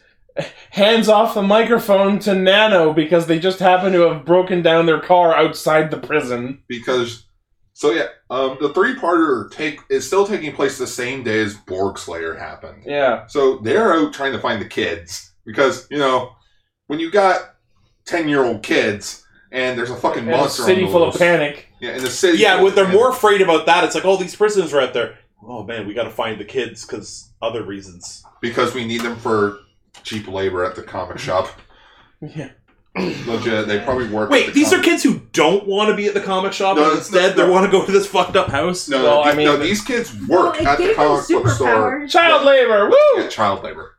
Speaker 1: hands off the microphone to Nano because they just happen to have broken down their car outside the prison.
Speaker 7: Because, so yeah, um, the three parter take is still taking place the same day as Borg Slayer happened.
Speaker 1: Yeah,
Speaker 7: So they're out trying to find the kids because you know when you got ten year old kids and there's a fucking
Speaker 1: and a
Speaker 7: monster
Speaker 1: city
Speaker 7: on the
Speaker 1: full
Speaker 7: loose.
Speaker 1: of panic.
Speaker 7: Yeah, in the city.
Speaker 2: Yeah, what they're
Speaker 7: and-
Speaker 2: more afraid about that. It's like, all these prisoners are out there. Oh man, we got to find the kids because other reasons.
Speaker 7: because we need them for cheap labor at the comic shop.
Speaker 1: Yeah.
Speaker 7: Legit, they probably work. at
Speaker 2: Wait,
Speaker 7: the
Speaker 2: these
Speaker 7: comic
Speaker 2: are kids who don't want to be at the comic shop,
Speaker 7: No,
Speaker 2: and
Speaker 7: it's
Speaker 2: instead
Speaker 7: not- no.
Speaker 2: they want to go to this fucked up house.
Speaker 7: No,
Speaker 1: Well,
Speaker 7: these,
Speaker 1: I mean-
Speaker 7: no, these kids
Speaker 4: Well,
Speaker 7: work
Speaker 4: it
Speaker 7: at the
Speaker 4: gave them
Speaker 7: comic book store.
Speaker 4: superpowers.
Speaker 1: Child labor, woo!
Speaker 7: Yeah, child labor.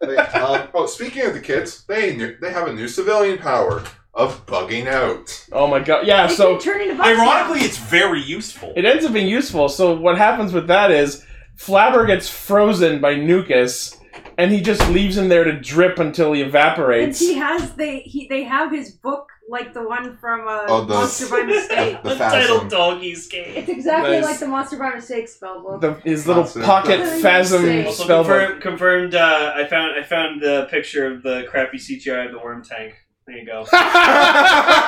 Speaker 7: They, um, oh, speaking of the kids, they knew- they have a new civilian power of bugging out.
Speaker 1: Oh my god, yeah.
Speaker 4: They
Speaker 1: So
Speaker 4: can turn into bugs now.
Speaker 2: Ironically, it's very useful.
Speaker 1: it ends up being useful. So what happens with that is Flabber gets frozen by Nukas, and he just leaves him there to drip until he
Speaker 4: And
Speaker 1: evaporates.
Speaker 4: he has they he they have his book like the one from uh,
Speaker 7: Oh, the-
Speaker 4: Monster by Mistake.
Speaker 7: The
Speaker 9: The title
Speaker 7: phasm.
Speaker 9: Doggy's Game.
Speaker 4: It's exactly
Speaker 1: Nice.
Speaker 4: like the Monster by Mistake spellbook.
Speaker 1: the, his little
Speaker 7: That's it.
Speaker 1: pocket
Speaker 4: That's
Speaker 1: phasm
Speaker 4: insane.
Speaker 9: Also
Speaker 1: spellbook.
Speaker 9: confirmed. confirmed uh, I found I found the picture of the crappy CGI of the worm tank. There you go.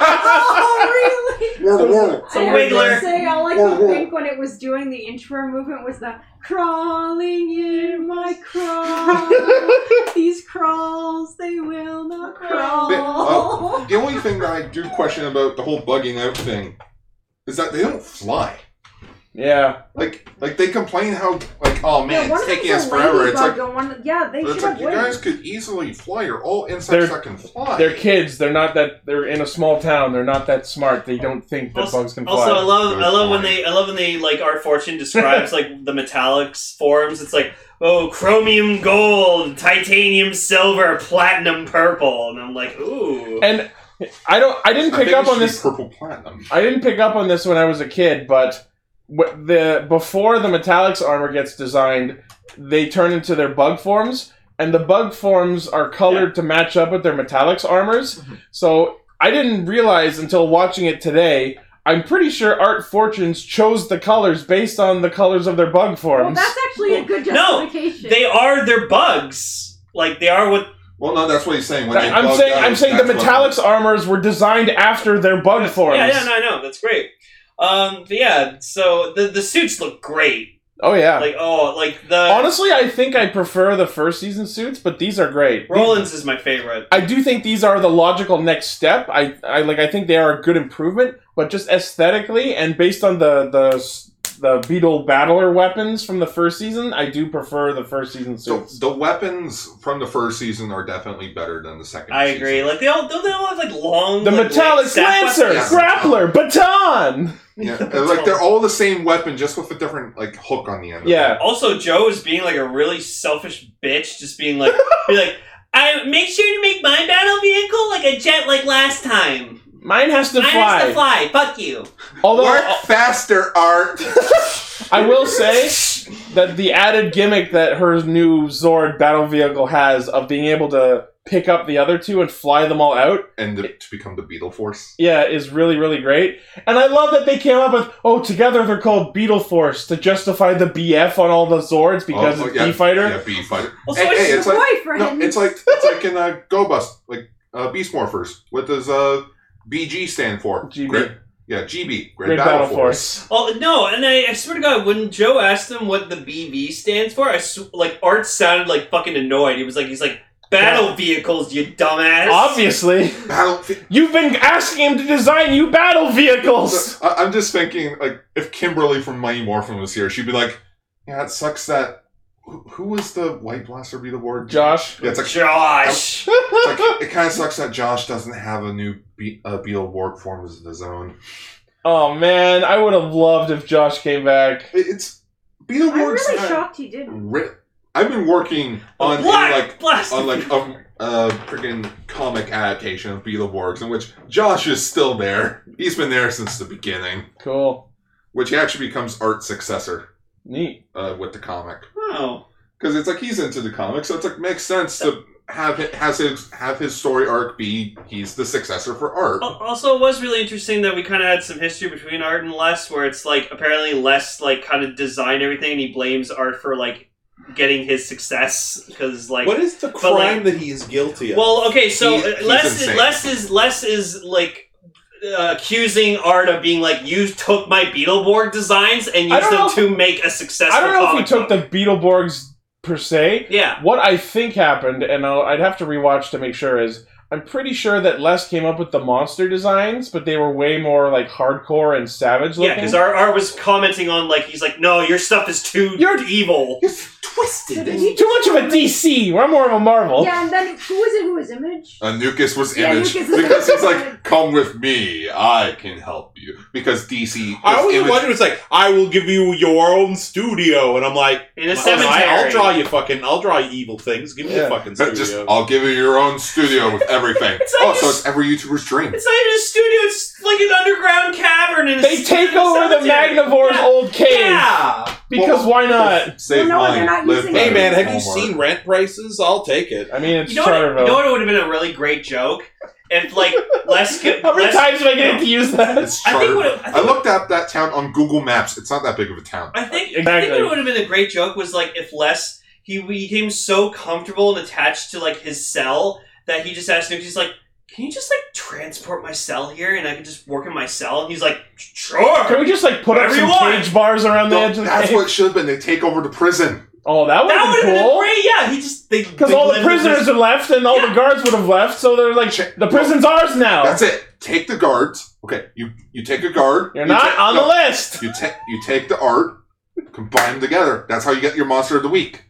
Speaker 4: oh, really?
Speaker 9: It's a wiggler.
Speaker 4: I say all I
Speaker 9: Wiggler.
Speaker 4: could think when it was doing the intro movement was the crawling in my crawl. These crawls, they will not crawl.
Speaker 7: But, uh, the only thing that I do question about the whole bugging out thing is that they don't fly.
Speaker 1: Yeah.
Speaker 7: Like, like they complain how, like, oh man,
Speaker 4: yeah, one
Speaker 7: it's
Speaker 4: of them's
Speaker 7: taking us
Speaker 4: a
Speaker 7: forever. It's
Speaker 4: ladybug
Speaker 7: like,
Speaker 4: and one, yeah, they should
Speaker 7: it's like
Speaker 4: have
Speaker 7: you guys
Speaker 4: wings.
Speaker 7: could easily fly. You're all insects
Speaker 1: They're,
Speaker 7: that can fly.
Speaker 1: they're kids. They're not that. They're in a small town. They're not that smart. They don't think that bugs can fly.
Speaker 9: Also, I love I love when they I love when they like Art Fortune describes like the metallics forms. It's like oh chromium gold, titanium silver, platinum purple, and I'm like ooh.
Speaker 1: And I don't. I didn't
Speaker 7: I
Speaker 1: pick
Speaker 7: think
Speaker 1: up
Speaker 7: it
Speaker 1: on
Speaker 7: should be
Speaker 1: this.
Speaker 7: purple platinum.
Speaker 1: I didn't pick up on this when I was a kid, but wh- the before the Metallics armor gets designed, they turn into their bug forms, and the bug forms are colored to match up with their Metallics armors.
Speaker 7: Mm-hmm.
Speaker 1: So I didn't realize until watching it today. I'm pretty sure Art Fortunes chose the colors based on the colors of their bug
Speaker 4: Well,
Speaker 1: forms.
Speaker 4: that's actually a good
Speaker 9: No,
Speaker 4: justification.
Speaker 9: they are their bugs. Like they are what
Speaker 7: Well, no, that's what he's saying. When they
Speaker 1: I'm
Speaker 7: bug
Speaker 1: saying
Speaker 7: out,
Speaker 1: I'm saying the
Speaker 7: that's what-
Speaker 1: Metallics armors were designed after their bug forms.
Speaker 9: Yeah, yeah, no, I know. That's great. Um, but yeah, so the the suits look great.
Speaker 1: Oh yeah.
Speaker 9: Like oh, like the
Speaker 1: Honestly, I think I prefer the first season suits, but these are great.
Speaker 9: Rollins is my favorite.
Speaker 1: I do think these are the logical next step. I, I like I think they are a good improvement, but just aesthetically and based on the the s- the beetle battler weapons from the first season, I do prefer the first season
Speaker 7: So
Speaker 1: suits.
Speaker 7: the weapons from the first season are definitely better than the second.
Speaker 9: I agree. Like they all don't they all have like long
Speaker 1: the
Speaker 9: like,
Speaker 1: metallic
Speaker 9: like, staff
Speaker 1: lancer,
Speaker 9: weapons?
Speaker 1: grappler, baton.
Speaker 7: Yeah, and, like they're all the same weapon, just with a different like hook on the end. Of
Speaker 1: Yeah.
Speaker 9: Also, Joe is being like a really selfish bitch, just being like, be like, I make sure to make my battle vehicle like a jet, like last time.
Speaker 1: Mine has to
Speaker 9: Mine
Speaker 1: fly.
Speaker 9: has to fly. Fuck you.
Speaker 7: it.
Speaker 1: Although
Speaker 7: Work faster, art.
Speaker 1: I will say that the added gimmick that her new Zord battle vehicle has of being able to pick up the other two and fly them all out
Speaker 7: and the, to become the Beetle Force.
Speaker 1: yeah, is really, really great. And I love that they came up with, oh, together they're called Beetle Force to justify the BF on all the Zords because
Speaker 7: Oh,
Speaker 1: it's
Speaker 7: yeah,
Speaker 1: B Fighter.
Speaker 7: Yeah, B Fighter.
Speaker 9: Well, so
Speaker 7: Hey,
Speaker 9: it's
Speaker 7: hey,
Speaker 9: just
Speaker 7: it's
Speaker 4: Your
Speaker 7: like
Speaker 4: boyfriend.
Speaker 7: No, it's like it's like in uh, Go Bust, like uh, Beast Morphers. What does uh, BG stand for?
Speaker 1: GB.
Speaker 7: Great, yeah, GB. Great,
Speaker 1: Great
Speaker 7: Battle,
Speaker 1: Battle
Speaker 7: Force.
Speaker 1: Force.
Speaker 9: Oh no! And I, I swear to God, when Joe asked him what the BV stands for, I sw- like Art sounded like fucking annoyed. He was like, he's like, battle vehicles, you dumbass.
Speaker 1: Obviously,
Speaker 7: Battle.
Speaker 1: you've been asking him to design you battle vehicles.
Speaker 7: I, I'm just thinking, like, if Kimberly from Mighty Morphin was here, she'd be like, "Yeah, it sucks that." Who, who was the White Blaster Beetle Board?
Speaker 1: Josh.
Speaker 7: Yeah, it's like, it's
Speaker 9: Josh.
Speaker 7: like- it kind of sucks that Josh doesn't have a new Be- uh, Beetle Board form of his own.
Speaker 1: Oh man, I would have loved if Josh came back.
Speaker 7: It- it's Beetle
Speaker 4: I'm
Speaker 7: Board's.
Speaker 4: really shocked he didn't.
Speaker 7: I've been working on the,
Speaker 9: Black
Speaker 7: like
Speaker 9: Blaster.
Speaker 7: on like a, a freaking comic adaptation of Beetleborgs, in which Josh is still there. He's been there since the beginning,
Speaker 1: Cool,
Speaker 7: which he actually becomes Art's successor
Speaker 1: neat.
Speaker 7: uh, with the comic,
Speaker 9: oh,
Speaker 7: because it's like he's into the comic, so it's like makes sense to have hi- has his have his story arc be he's the successor for Art.
Speaker 9: Al- Also, it was really interesting that we kind of had some history between Art and Les, where it's like apparently Les like kind of designed everything, and he blames Art for like getting his success because like.
Speaker 2: what is the
Speaker 9: like-
Speaker 2: crime that he is guilty of?
Speaker 9: well, okay, so
Speaker 7: He-
Speaker 9: uh,
Speaker 7: he's
Speaker 9: Les is,
Speaker 7: insane.
Speaker 9: Les is Les is like uh, accusing Art of being like you took my Beetleborg designs and
Speaker 1: I
Speaker 9: used
Speaker 1: don't know
Speaker 9: them
Speaker 1: if-
Speaker 9: to make a successful.
Speaker 1: I don't know if we
Speaker 9: comic
Speaker 1: took
Speaker 9: book."
Speaker 1: the Beetleborgs per se.
Speaker 9: Yeah.
Speaker 1: What I think happened, and I'll, I'd have to rewatch to make sure, is I'm pretty sure that Les came up with the monster designs, but they were way more like hardcore and savage looking.
Speaker 9: Yeah, because Art, Art was commenting on like he's like, no, your stuff is too
Speaker 1: You're-
Speaker 9: evil.
Speaker 4: Did
Speaker 7: Twisted.
Speaker 4: he-
Speaker 1: Too much of a DC. We're more of a Marvel.
Speaker 4: Yeah, and then who was it who was image?
Speaker 7: Uh, Anukis was
Speaker 4: Yeah,
Speaker 7: image
Speaker 4: Anukis is-
Speaker 7: because he's like, "Come with me, I can help you." Because DC,
Speaker 2: I
Speaker 7: is
Speaker 2: always
Speaker 7: Image-
Speaker 2: wondered. It's like I will give you your own studio, and I'm like,
Speaker 9: In a
Speaker 2: "Well,
Speaker 9: cemetery.
Speaker 2: I, will draw you fucking. I'll draw you evil things. Give me
Speaker 1: Yeah.
Speaker 2: a fucking studio.
Speaker 7: But just I'll give you your own studio with everything.
Speaker 9: It's not
Speaker 7: oh, so
Speaker 9: just-
Speaker 7: it's every YouTuber's dream.
Speaker 9: It's not even a studio. It's like an underground cavern. And
Speaker 1: They take over the Magnavore's old cave
Speaker 9: Yeah.
Speaker 1: because why not?
Speaker 7: Save
Speaker 4: Well, no,
Speaker 7: mine.
Speaker 4: they're not
Speaker 7: live
Speaker 4: using
Speaker 7: better,
Speaker 2: hey man, have you
Speaker 7: Walmart.
Speaker 2: seen rent prices? I'll take it.
Speaker 1: I mean, it's
Speaker 9: You know, what,
Speaker 1: Charterville.
Speaker 9: you know what would have been a really great joke if like Les could.
Speaker 1: How many
Speaker 9: Les-
Speaker 1: times am I getting to use that?
Speaker 7: It's
Speaker 9: I
Speaker 7: charter. I,
Speaker 9: think what it- I think-
Speaker 7: looked up that town on Google Maps. It's not that big of a town.
Speaker 9: I think I
Speaker 1: Exactly.
Speaker 9: think what would have been a great joke was like if Les he became so comfortable and attached to like his cell that he just asked Nuke, he's like, can you just like transport my cell here and I can just work in my cell? And he's like, sure.
Speaker 1: Can we just like put up
Speaker 9: Whatever
Speaker 1: some
Speaker 9: you want.
Speaker 1: cage bars around the edge of the
Speaker 7: That's
Speaker 1: cave?
Speaker 7: what should have been. They take over the prison.
Speaker 1: Oh, that would
Speaker 9: That
Speaker 1: have
Speaker 9: would have
Speaker 1: been
Speaker 9: been
Speaker 1: cool.
Speaker 9: great. Yeah, he just they
Speaker 1: Because
Speaker 9: they
Speaker 1: all the
Speaker 9: live in
Speaker 1: prisoners
Speaker 9: prison.
Speaker 1: are left and all the guards would have left, so they're like, the prison's ours now.
Speaker 7: That's it. Take the guards. Okay, you you take a guard.
Speaker 1: You're
Speaker 7: you
Speaker 1: not
Speaker 7: ta-
Speaker 1: on
Speaker 7: no,
Speaker 1: the list.
Speaker 7: You take you take the art. Combine them together. That's how you get your monster of the week.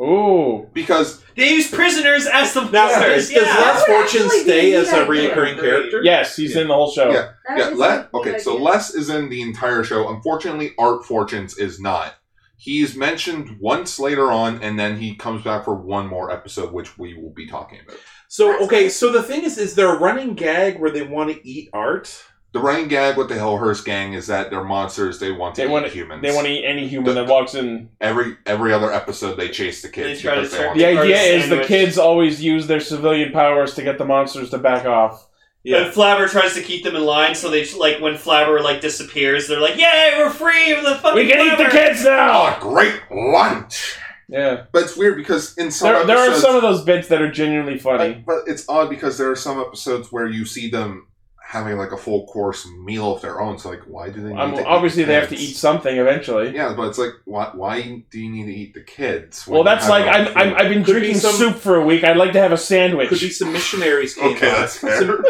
Speaker 1: Ooh.
Speaker 7: Because
Speaker 9: They use prisoners as the
Speaker 2: Now,
Speaker 9: monsters.
Speaker 2: does,
Speaker 9: Yeah.
Speaker 2: does Les
Speaker 4: That would
Speaker 2: Fortune
Speaker 4: actually be
Speaker 2: stay
Speaker 4: a
Speaker 2: as a
Speaker 4: good idea.
Speaker 2: reoccurring character?
Speaker 1: Yes, he's in the whole show.
Speaker 7: Yeah.
Speaker 4: That
Speaker 7: yeah,
Speaker 4: is
Speaker 7: Les.
Speaker 4: a good
Speaker 7: Okay, so
Speaker 4: idea.
Speaker 7: Les is in the entire show. Unfortunately, Art Fortunes is not. He's mentioned once later on, and then he comes back for one more episode, which we will be talking about.
Speaker 2: So okay, so the thing is, is there a running gag where they want to eat art?
Speaker 7: The running gag with the Hellhurst gang is that they're monsters. They want to
Speaker 1: They
Speaker 7: eat
Speaker 1: want to
Speaker 7: humans.
Speaker 1: they want to eat any human that walks in.
Speaker 7: every every other episode they chase the kids
Speaker 9: They try to
Speaker 7: because they
Speaker 9: serve
Speaker 7: want
Speaker 1: The
Speaker 9: Or
Speaker 1: idea
Speaker 9: a
Speaker 1: is the
Speaker 9: sandwich.
Speaker 1: kids always use their civilian powers to get the monsters to back off.
Speaker 2: Yeah.
Speaker 9: And Flabber tries to keep them in line, so they like when Flabber like disappears, they're like, "Yay, we're free of the fucking."
Speaker 1: We can eat the
Speaker 9: Flabber."
Speaker 1: kids now.
Speaker 7: Oh, great lunch!
Speaker 1: Yeah,
Speaker 7: But it's weird because in some
Speaker 1: there, there are
Speaker 7: episodes,
Speaker 1: some of those bits that are genuinely funny.
Speaker 7: but it's odd because there are some episodes where you see them having like a full course meal of their own. So like, why do they? Need
Speaker 1: Um,
Speaker 7: to eat
Speaker 1: obviously, they have to
Speaker 7: kids?
Speaker 1: eat something eventually.
Speaker 7: Yeah, but it's like, why? Why do you need to eat the kids? when
Speaker 1: Well,
Speaker 7: you
Speaker 1: that's
Speaker 7: have
Speaker 1: like
Speaker 7: no
Speaker 1: I'm,
Speaker 7: food?
Speaker 1: I'm I've been
Speaker 2: Could be
Speaker 1: drinking
Speaker 2: some-
Speaker 1: soup for a week. I'd like to have a
Speaker 2: Could be
Speaker 1: sandwich.
Speaker 2: some missionaries came
Speaker 7: okay.
Speaker 2: by.
Speaker 7: That's fair.
Speaker 2: Some-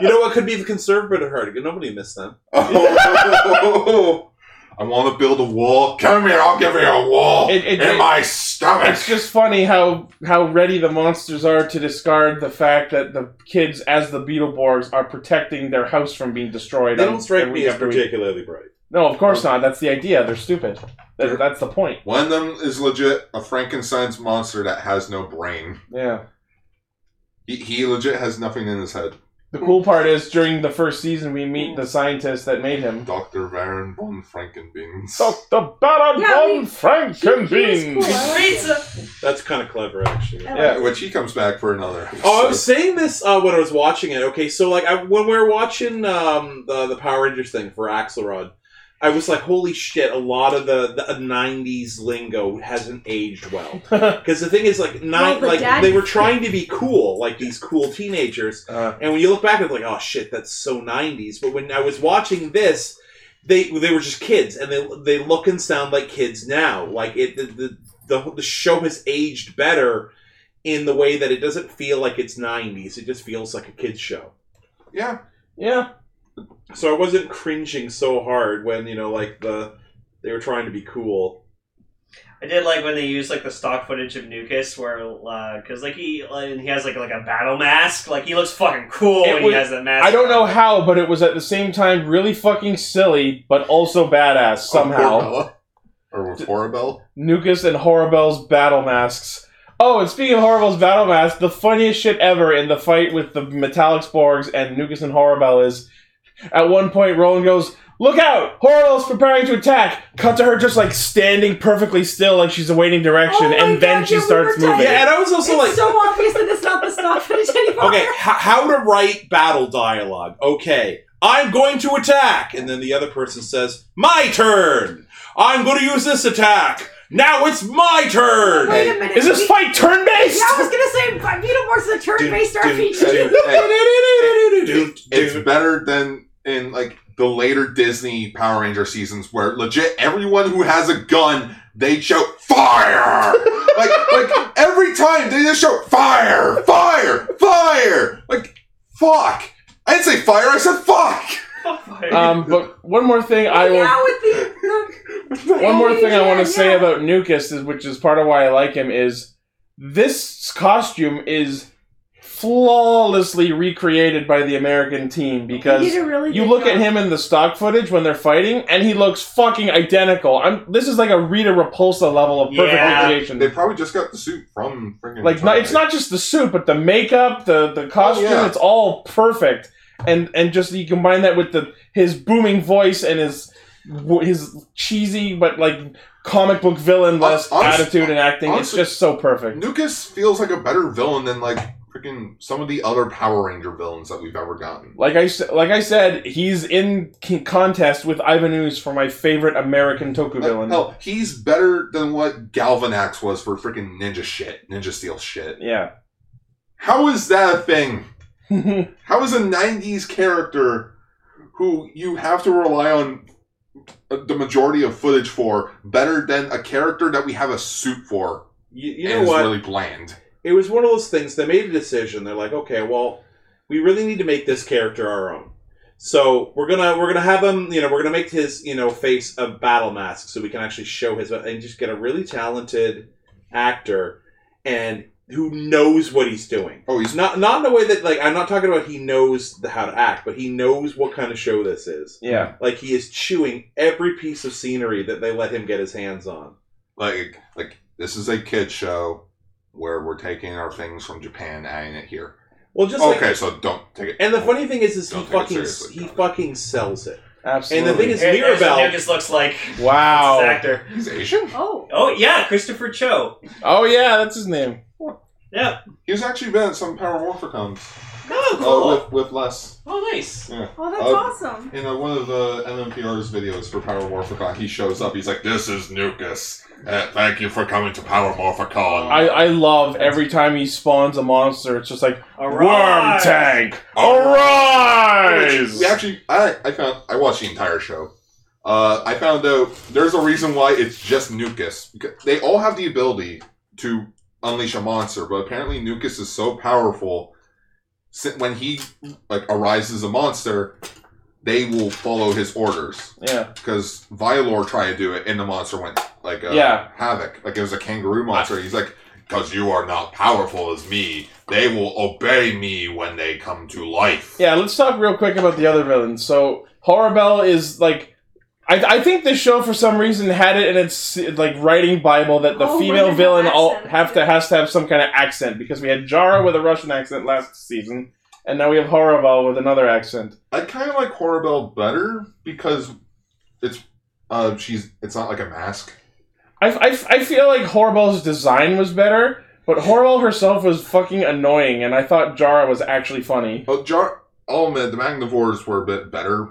Speaker 2: you know what? Could be the conservative herd. Nobody missed them.
Speaker 7: oh, I want to build a wall. Come here, I'll give you a wall
Speaker 1: It- it-
Speaker 7: in my stomach.
Speaker 1: It's just funny how how ready the monsters are to discard the fact that the kids, as the Beetleborgs, are protecting their house from being
Speaker 2: They
Speaker 1: destroyed.
Speaker 2: don't
Speaker 1: on-
Speaker 2: strike
Speaker 1: every
Speaker 2: me as Oh.
Speaker 1: after week.
Speaker 2: particularly bright.
Speaker 1: No, of course not. That's the idea. They're stupid. That, that's the point.
Speaker 7: One of them is legit a Frankenstein's monster that has no brain.
Speaker 1: Yeah.
Speaker 7: He, he legit has nothing in his head.
Speaker 1: The cool part is during the first season we meet the scientist that made him.
Speaker 7: Dr. Baron von Frankenbeans.
Speaker 1: Dr. Baron
Speaker 4: Yeah,
Speaker 1: von
Speaker 4: we- he
Speaker 1: Frankenbein.
Speaker 4: was cool.
Speaker 9: Pizza.
Speaker 2: That's kind of clever, actually.
Speaker 4: I like
Speaker 1: Yeah.
Speaker 4: it.
Speaker 7: Which he comes back for another episode.
Speaker 2: Oh, I was saying this uh, when I was watching it. Okay, so like I, when we were watching um, the the Power Rangers thing for Axelrod, I was like, "Holy shit!" A lot of the, the '90s lingo hasn't aged well. Because the thing is, like,
Speaker 4: Well,
Speaker 2: nine,
Speaker 4: the
Speaker 2: like
Speaker 4: dad-
Speaker 2: they were trying to be cool, like these cool teenagers,
Speaker 1: Uh,
Speaker 2: and when you look back, it's like, "Oh shit, that's so '90s." But when I was watching this, they they were just kids, and they they look and sound like kids now. Like it, the the, the, the show has aged better in the way that it doesn't feel like it's 90s. It just feels like a kids show.
Speaker 7: Yeah.
Speaker 1: yeah.
Speaker 2: So I wasn't cringing so hard when you know, like the they were trying to be cool.
Speaker 9: I did like when they used like the stock footage of Nukus, where because like he like, he has like like a battle mask, like he looks fucking cool
Speaker 1: It
Speaker 9: when
Speaker 1: was-
Speaker 9: he has that mask.
Speaker 1: I don't know how, but it was at the same time really fucking silly, but also badass somehow.
Speaker 7: Horabella. Or with Horabelle.
Speaker 1: Nukas and Horrible's battle masks. Oh, and speaking of Horrible's battle masks, the funniest shit ever in the fight with the Metallic Sporgs and Nukas and Horrible is at one point Roland goes, Look out! Horrible's preparing to attack! Cut to her just like standing perfectly still like she's awaiting direction,
Speaker 4: Oh my
Speaker 1: and then
Speaker 4: God,
Speaker 1: she
Speaker 4: yeah, we
Speaker 1: starts
Speaker 4: were
Speaker 1: moving.
Speaker 4: talking-
Speaker 2: Yeah, and I was also
Speaker 4: it's
Speaker 2: like,
Speaker 4: so obvious that it's not the stock footage anymore.
Speaker 2: okay, h- how to write battle dialogue? Okay, I'm going to attack, and then the other person says, "My turn. I'm going to use this attack. Now it's my turn."
Speaker 4: Wait a minute.
Speaker 1: Is this
Speaker 4: we-
Speaker 1: fight turn based?
Speaker 4: Yeah, I was gonna say but Beetleborgs is a turn-based
Speaker 2: Dun, dun,
Speaker 4: RPG.
Speaker 7: it's
Speaker 2: It's
Speaker 7: better than in like the later Disney Power Ranger seasons where legit everyone who has a gun they shout fire like like every time they just shout fire fire fire like fuck I didn't say fire I said fuck
Speaker 1: Um, but one more thing I will
Speaker 4: Now with the, the
Speaker 1: One more thing I want
Speaker 4: Yeah,
Speaker 1: to say
Speaker 4: yeah.
Speaker 1: about Nukas, is, which is part of why I like him, is this costume is flawlessly recreated by the American team
Speaker 4: he
Speaker 1: because
Speaker 4: did a really
Speaker 1: you
Speaker 4: good
Speaker 1: look at
Speaker 4: job.
Speaker 1: him in the stock footage when they're fighting, and he looks fucking identical. I'm this is like a Rita Repulsa level of perfect
Speaker 9: Yeah.
Speaker 1: recreation.
Speaker 7: they probably just got the suit from freaking
Speaker 1: Like not, it's not just the suit, but the makeup, the the costume,
Speaker 7: Oh, yeah.
Speaker 1: it's all perfect. And and just you combine that with the his booming voice and his w- his cheesy but like comic book villain less
Speaker 7: Hon- honest-
Speaker 1: attitude and acting.
Speaker 7: honestly-
Speaker 1: it's just so perfect.
Speaker 7: Nukas feels like a better villain than like freaking some of the other Power Ranger villains that we've ever gotten
Speaker 1: Like I s- like I said, he's in c- contest with Ivan Ooze for my favorite American Toku
Speaker 7: Like,
Speaker 1: villain.
Speaker 7: Hell, he's better than what Galvanax was for freaking ninja shit, ninja steel shit.
Speaker 1: Yeah,
Speaker 7: How is that a thing? How is a 90s character who you have to rely on the majority of footage for better than a character that we have a suit for?
Speaker 2: You, you
Speaker 7: and
Speaker 2: know
Speaker 7: is
Speaker 2: what?
Speaker 7: really bland.
Speaker 2: it was one of those things they made a decision they're like okay well we really need to make this character our own so we're gonna we're gonna have him you know we're gonna make his you know face a battle mask so we can actually show his and just get a really talented actor and who knows what he's doing
Speaker 7: oh he's
Speaker 2: not not in a way that like i'm not talking about he knows the, how to act but he knows what kind of show this is
Speaker 1: Yeah.
Speaker 2: like he is chewing every piece of scenery that they let him get his hands on
Speaker 7: Like, like this is a kid show where we're taking our things from Japan and adding it here.
Speaker 2: well just like-
Speaker 7: okay, so don't take it.
Speaker 2: And the funny thing is, is he
Speaker 7: Don't take it
Speaker 2: fucking
Speaker 7: seriously,
Speaker 2: he fucking sells it.
Speaker 1: Absolutely.
Speaker 2: And the thing is,
Speaker 9: Here- here's what
Speaker 2: Mirabelle.
Speaker 9: Nugis looks like.
Speaker 1: wow.
Speaker 9: This actor.
Speaker 7: He's Asian.
Speaker 4: Oh.
Speaker 9: Oh yeah, Christopher Cho.
Speaker 1: Oh yeah, that's his name.
Speaker 9: Yeah.
Speaker 7: He's actually been at some Power Morphicons.
Speaker 9: Oh, cool.
Speaker 7: Oh, with, with Les.
Speaker 9: oh, nice.
Speaker 7: Yeah.
Speaker 4: Oh, that's
Speaker 7: Uh,
Speaker 4: awesome.
Speaker 7: In uh, one of uh, MMPR's videos for Power Morphicon, he shows up. He's like, "This is Nucus. Uh, thank you for coming to Power Morphicon."
Speaker 1: I, I love every time he spawns a monster. It's just like worm
Speaker 9: Arise!"
Speaker 1: tank.
Speaker 7: Which
Speaker 1: Arise!
Speaker 7: we actually, I, I found, I watched the entire show. Uh, I found out there's a reason why it's just Nucus. Because They all have the ability to unleash a monster, but apparently Nucus is so powerful. si- When he like arises a monster, they will follow his orders
Speaker 1: Yeah.
Speaker 7: because Violor tried to do it, and the monster went like uh,
Speaker 1: Yeah.
Speaker 7: havoc. Like it was a kangaroo monster. He's like, "Cause you are not powerful as me. They will obey me when they come to life."
Speaker 1: Yeah, let's talk real quick about the other villains. So Horribel is like, I, I think this show for some reason had it in its like writing bible that the
Speaker 4: Oh,
Speaker 1: female
Speaker 4: women
Speaker 1: villain
Speaker 4: have
Speaker 1: all
Speaker 4: accents.
Speaker 1: have to has to have some kind of accent because we had Jara with a Russian accent last season, and now we have Horribel with another accent.
Speaker 7: I kind of like Horribel better because it's uh she's it's not like a mask.
Speaker 1: I, I, I feel like Horribel's design was better, but Horribel herself was fucking annoying, and I thought Jara was actually funny.
Speaker 7: Oh, Jar. I'll admit the Magnivores were a bit better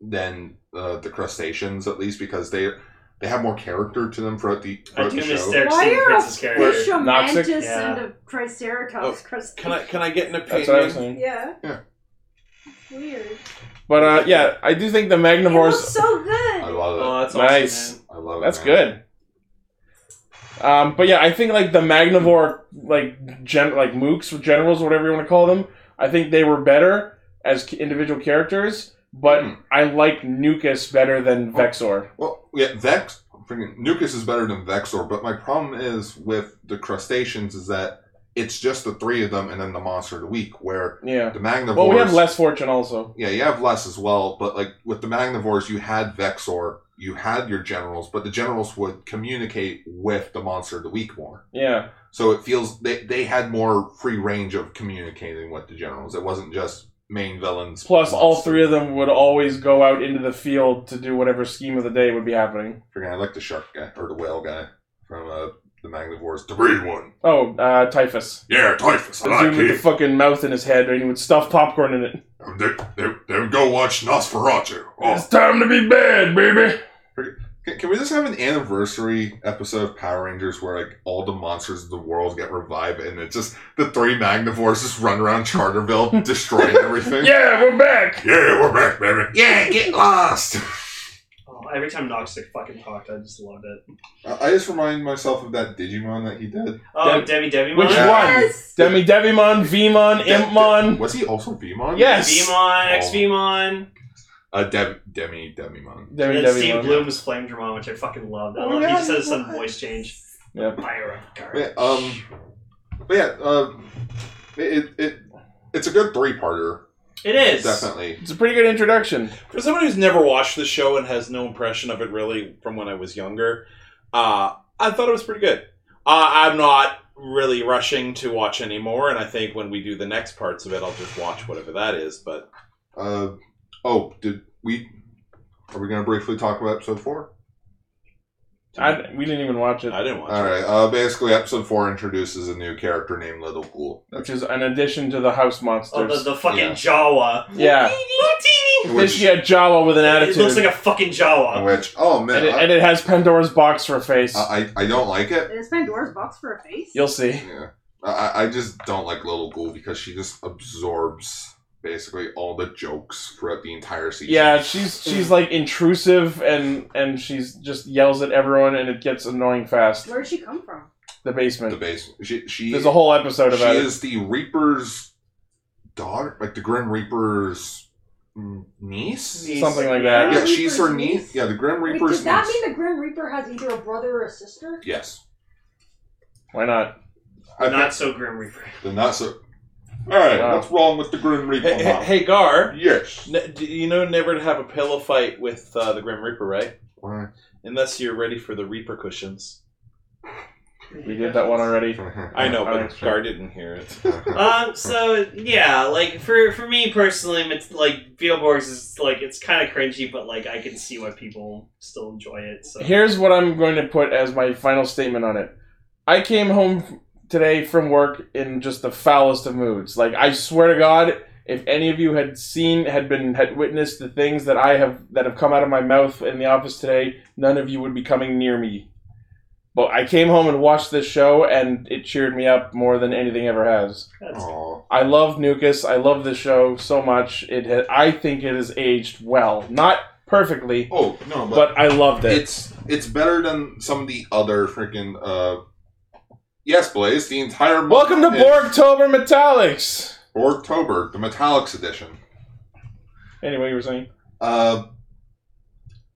Speaker 7: than uh, the crustaceans at least because they they have more character to them throughout the
Speaker 9: I
Speaker 7: throughout
Speaker 9: do
Speaker 7: the
Speaker 9: miss
Speaker 7: show.
Speaker 9: Derek
Speaker 4: Why
Speaker 9: Steven
Speaker 4: are a
Speaker 9: Prince's character.
Speaker 4: fish a
Speaker 1: Noxic?
Speaker 4: mantis
Speaker 9: Yeah.
Speaker 4: and a
Speaker 7: Oh,
Speaker 4: triceratops crustacean?
Speaker 2: Can I can I get an
Speaker 1: That's what I
Speaker 2: opinion?
Speaker 1: was saying.
Speaker 4: Yeah.
Speaker 7: Yeah.
Speaker 4: It's Weird.
Speaker 1: But uh, yeah, I do think the
Speaker 4: It looks
Speaker 1: Magnivores.
Speaker 4: so
Speaker 7: I
Speaker 4: good.
Speaker 7: love it.
Speaker 9: Oh, that's
Speaker 1: Nice.
Speaker 9: Awesome,
Speaker 7: I love it.
Speaker 1: Um, That's
Speaker 7: man.
Speaker 1: good. Um, but yeah, I think like the Magnivore, like gen, like mooks or generals, whatever you want to call them. I think they were better as c- individual characters, but
Speaker 7: Hmm.
Speaker 1: I like Nucus better than Vexor.
Speaker 7: Well, yeah, Vex. Freaking Nucus is better than Vexor, but my problem is with the crustaceans is that it's just the three of them and then the monster of the week. Where
Speaker 1: Yeah.
Speaker 7: the Magnivores.
Speaker 1: Well, we have less fortune also.
Speaker 7: Yeah, you have less as well, but like with the Magnivores, you had Vexor, you had your generals, but the generals would communicate with the monster of the week more.
Speaker 1: Yeah.
Speaker 7: So it feels they, they had more free range of communicating with the generals. It wasn't just main villains.
Speaker 1: Plus, all three of them would always go out into the field to do whatever scheme of the day would be happening.
Speaker 7: Forget, I like the shark guy or the whale guy from uh, the Magnivores, the real one.
Speaker 1: Oh, uh, Typhus.
Speaker 7: Yeah, typhus. I
Speaker 1: The
Speaker 7: like
Speaker 1: dude with the
Speaker 7: him.
Speaker 1: fucking mouth in his head, and he would stuff popcorn in it.
Speaker 7: They, they, they would go watch Nosferatu. Oh,
Speaker 1: It's time to be bad, baby.
Speaker 7: Can, can we just have an anniversary episode of Power Rangers where like all the monsters of the world get revived and it's just the three Magnivores just run around Charterville destroying everything?
Speaker 1: Yeah, we're back.
Speaker 7: yeah, we're back, baby. Yeah, get lost.
Speaker 9: man. Oh, every time Noxic fucking talked, I just loved it.
Speaker 7: I, I just remind myself of that Digimon that he did.
Speaker 9: Oh,
Speaker 1: Deb-
Speaker 9: Debbie Debbie
Speaker 1: Which
Speaker 7: Yeah.
Speaker 4: Yes.
Speaker 1: one? Demi Devimon, Vimon, Impmon.
Speaker 7: Was he also Vimon?
Speaker 1: Yes.
Speaker 9: Vimon,
Speaker 7: Oh.
Speaker 9: ex Vimon,
Speaker 7: Uh, Deb, Demi, Demimon.
Speaker 9: and
Speaker 1: Demi
Speaker 9: then Steve
Speaker 1: Devimon.
Speaker 9: Bloom was Flame Dramon, which I fucking loved. I
Speaker 7: Oh,
Speaker 9: love, he
Speaker 7: yeah,
Speaker 9: just
Speaker 7: he
Speaker 9: has some
Speaker 7: was.
Speaker 9: voice change.
Speaker 1: Yeah.
Speaker 9: Fire up, guard.
Speaker 7: Yeah, um, but yeah, uh, it, it, it, it's a good three-parter,
Speaker 9: It is.
Speaker 7: definitely.
Speaker 1: It's a pretty good introduction.
Speaker 2: For someone who's never watched the show and has no impression of it really from when I was younger, uh, I thought it was pretty good. Uh, I'm not really rushing to watch anymore, and I think when we do the next parts of it, I'll just watch whatever that is. But
Speaker 7: Uh, oh, did we? Are we going to briefly talk about episode four?
Speaker 1: I, we didn't even watch it,
Speaker 2: I didn't watch
Speaker 7: All
Speaker 2: it.
Speaker 7: right. Uh, basically, episode four introduces a new character named Little Ghoul,
Speaker 1: which is an addition to the house
Speaker 9: Oh, the,
Speaker 1: monsters.
Speaker 9: the fucking
Speaker 7: Yeah.
Speaker 9: Jawa.
Speaker 1: Yeah. Then
Speaker 7: which,
Speaker 1: she had Jawa with an
Speaker 9: It
Speaker 1: attitude,
Speaker 9: looks like a fucking Jawa.
Speaker 7: which oh man,
Speaker 1: and, it, and it has Pandora's box for a face.
Speaker 7: I, I I don't like it.
Speaker 4: Is Pandora's box for a face?
Speaker 1: You'll see.
Speaker 7: Yeah. I- I, I just don't like Little Ghoul because she just absorbs basically all the jokes throughout the entire season.
Speaker 1: Yeah, she's she's like intrusive and and she's just yells at everyone and it gets annoying fast.
Speaker 4: Where'd she come from?
Speaker 1: The basement.
Speaker 7: the base. She, she
Speaker 1: There's a whole episode about
Speaker 7: She
Speaker 1: it.
Speaker 7: is the Reaper's daughter, like the Grim Reaper's mm, niece,
Speaker 1: Niece. Something like that.
Speaker 7: Yeah, she's her
Speaker 4: Reaper's
Speaker 7: niece.
Speaker 4: niece?
Speaker 7: Yeah, the Grim
Speaker 4: Wait,
Speaker 7: Reaper's
Speaker 4: does that
Speaker 7: niece.
Speaker 4: mean the Grim Reaper has either a brother or a sister?
Speaker 7: Yes,
Speaker 1: Why not?
Speaker 7: I
Speaker 9: Not so Grim Reaper.
Speaker 7: think the not so. All right,
Speaker 1: Wow.
Speaker 7: what's wrong with the Grim Reaper?
Speaker 2: Hey,
Speaker 7: Mom?
Speaker 2: hey, hey Gar,
Speaker 7: Yes.
Speaker 2: n- do you know never to have a pillow fight with uh, the Grim Reaper, right?
Speaker 7: Why?
Speaker 2: Unless you're ready for the repercussions.
Speaker 1: We did that one already.
Speaker 2: I know,
Speaker 1: Alright,
Speaker 2: but
Speaker 1: sure.
Speaker 2: Gar didn't hear it.
Speaker 9: Um. So yeah, like for for me personally, it's like Beetleborgs is like it's kind of cringy, but like I can see why people still enjoy it. So
Speaker 1: Here's what I'm going to put as my final statement on it. I came home today from work in just the foulest of moods. Like I swear to God, if any of you had seen, had been, had witnessed the things that I have that have come out of my mouth in the office today, none of you would be coming near me. But I came home and watched this show, and it cheered me up more than anything ever has.
Speaker 9: That's-
Speaker 7: Aw.
Speaker 1: I love Nukas. I love this show so much. It, ha- I think it has aged well, not perfectly,
Speaker 7: Oh no, but,
Speaker 1: but I loved it.
Speaker 7: it's it's better than some of the other freaking. uh Yes, Blaze. The entire month
Speaker 1: Welcome to
Speaker 7: is
Speaker 1: Borgtober Metallics.
Speaker 7: Borgtober, the Metallics edition.
Speaker 1: Anyway, you were saying
Speaker 7: Uh,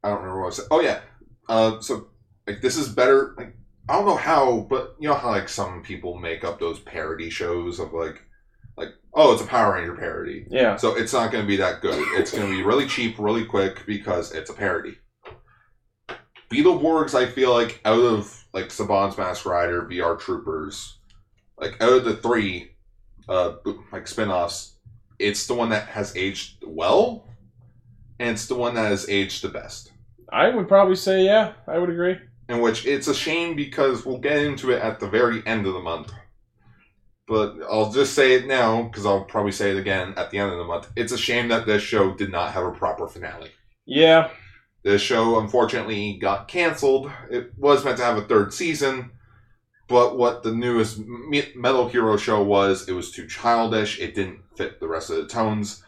Speaker 7: I don't remember what I said. Oh yeah. Uh, so like this is better. Like I don't know how, but you know how like some people make up those parody shows of like, like oh it's a Power Ranger parody.
Speaker 1: yeah.
Speaker 7: So it's not going to be that good. It's going to be really cheap, really quick because it's a parody. Beetleborgs, I feel like out of like Saban's Mask Rider, VR Troopers, like out of the three, uh, like spin-offs, it's the one that has aged well, and it's the one that has aged the best.
Speaker 1: I would probably say yeah. I would agree.
Speaker 7: In which it's a shame because we'll get into it at the very end of the month. But I'll just say it now because I'll probably say it again at the end of the month. It's a shame that this show did not have a proper finale.
Speaker 1: Yeah,
Speaker 7: This show unfortunately got canceled. It was meant to have a third season, but what the newest Me- Metal Hero show was, it was too childish. It didn't fit the rest of the tones,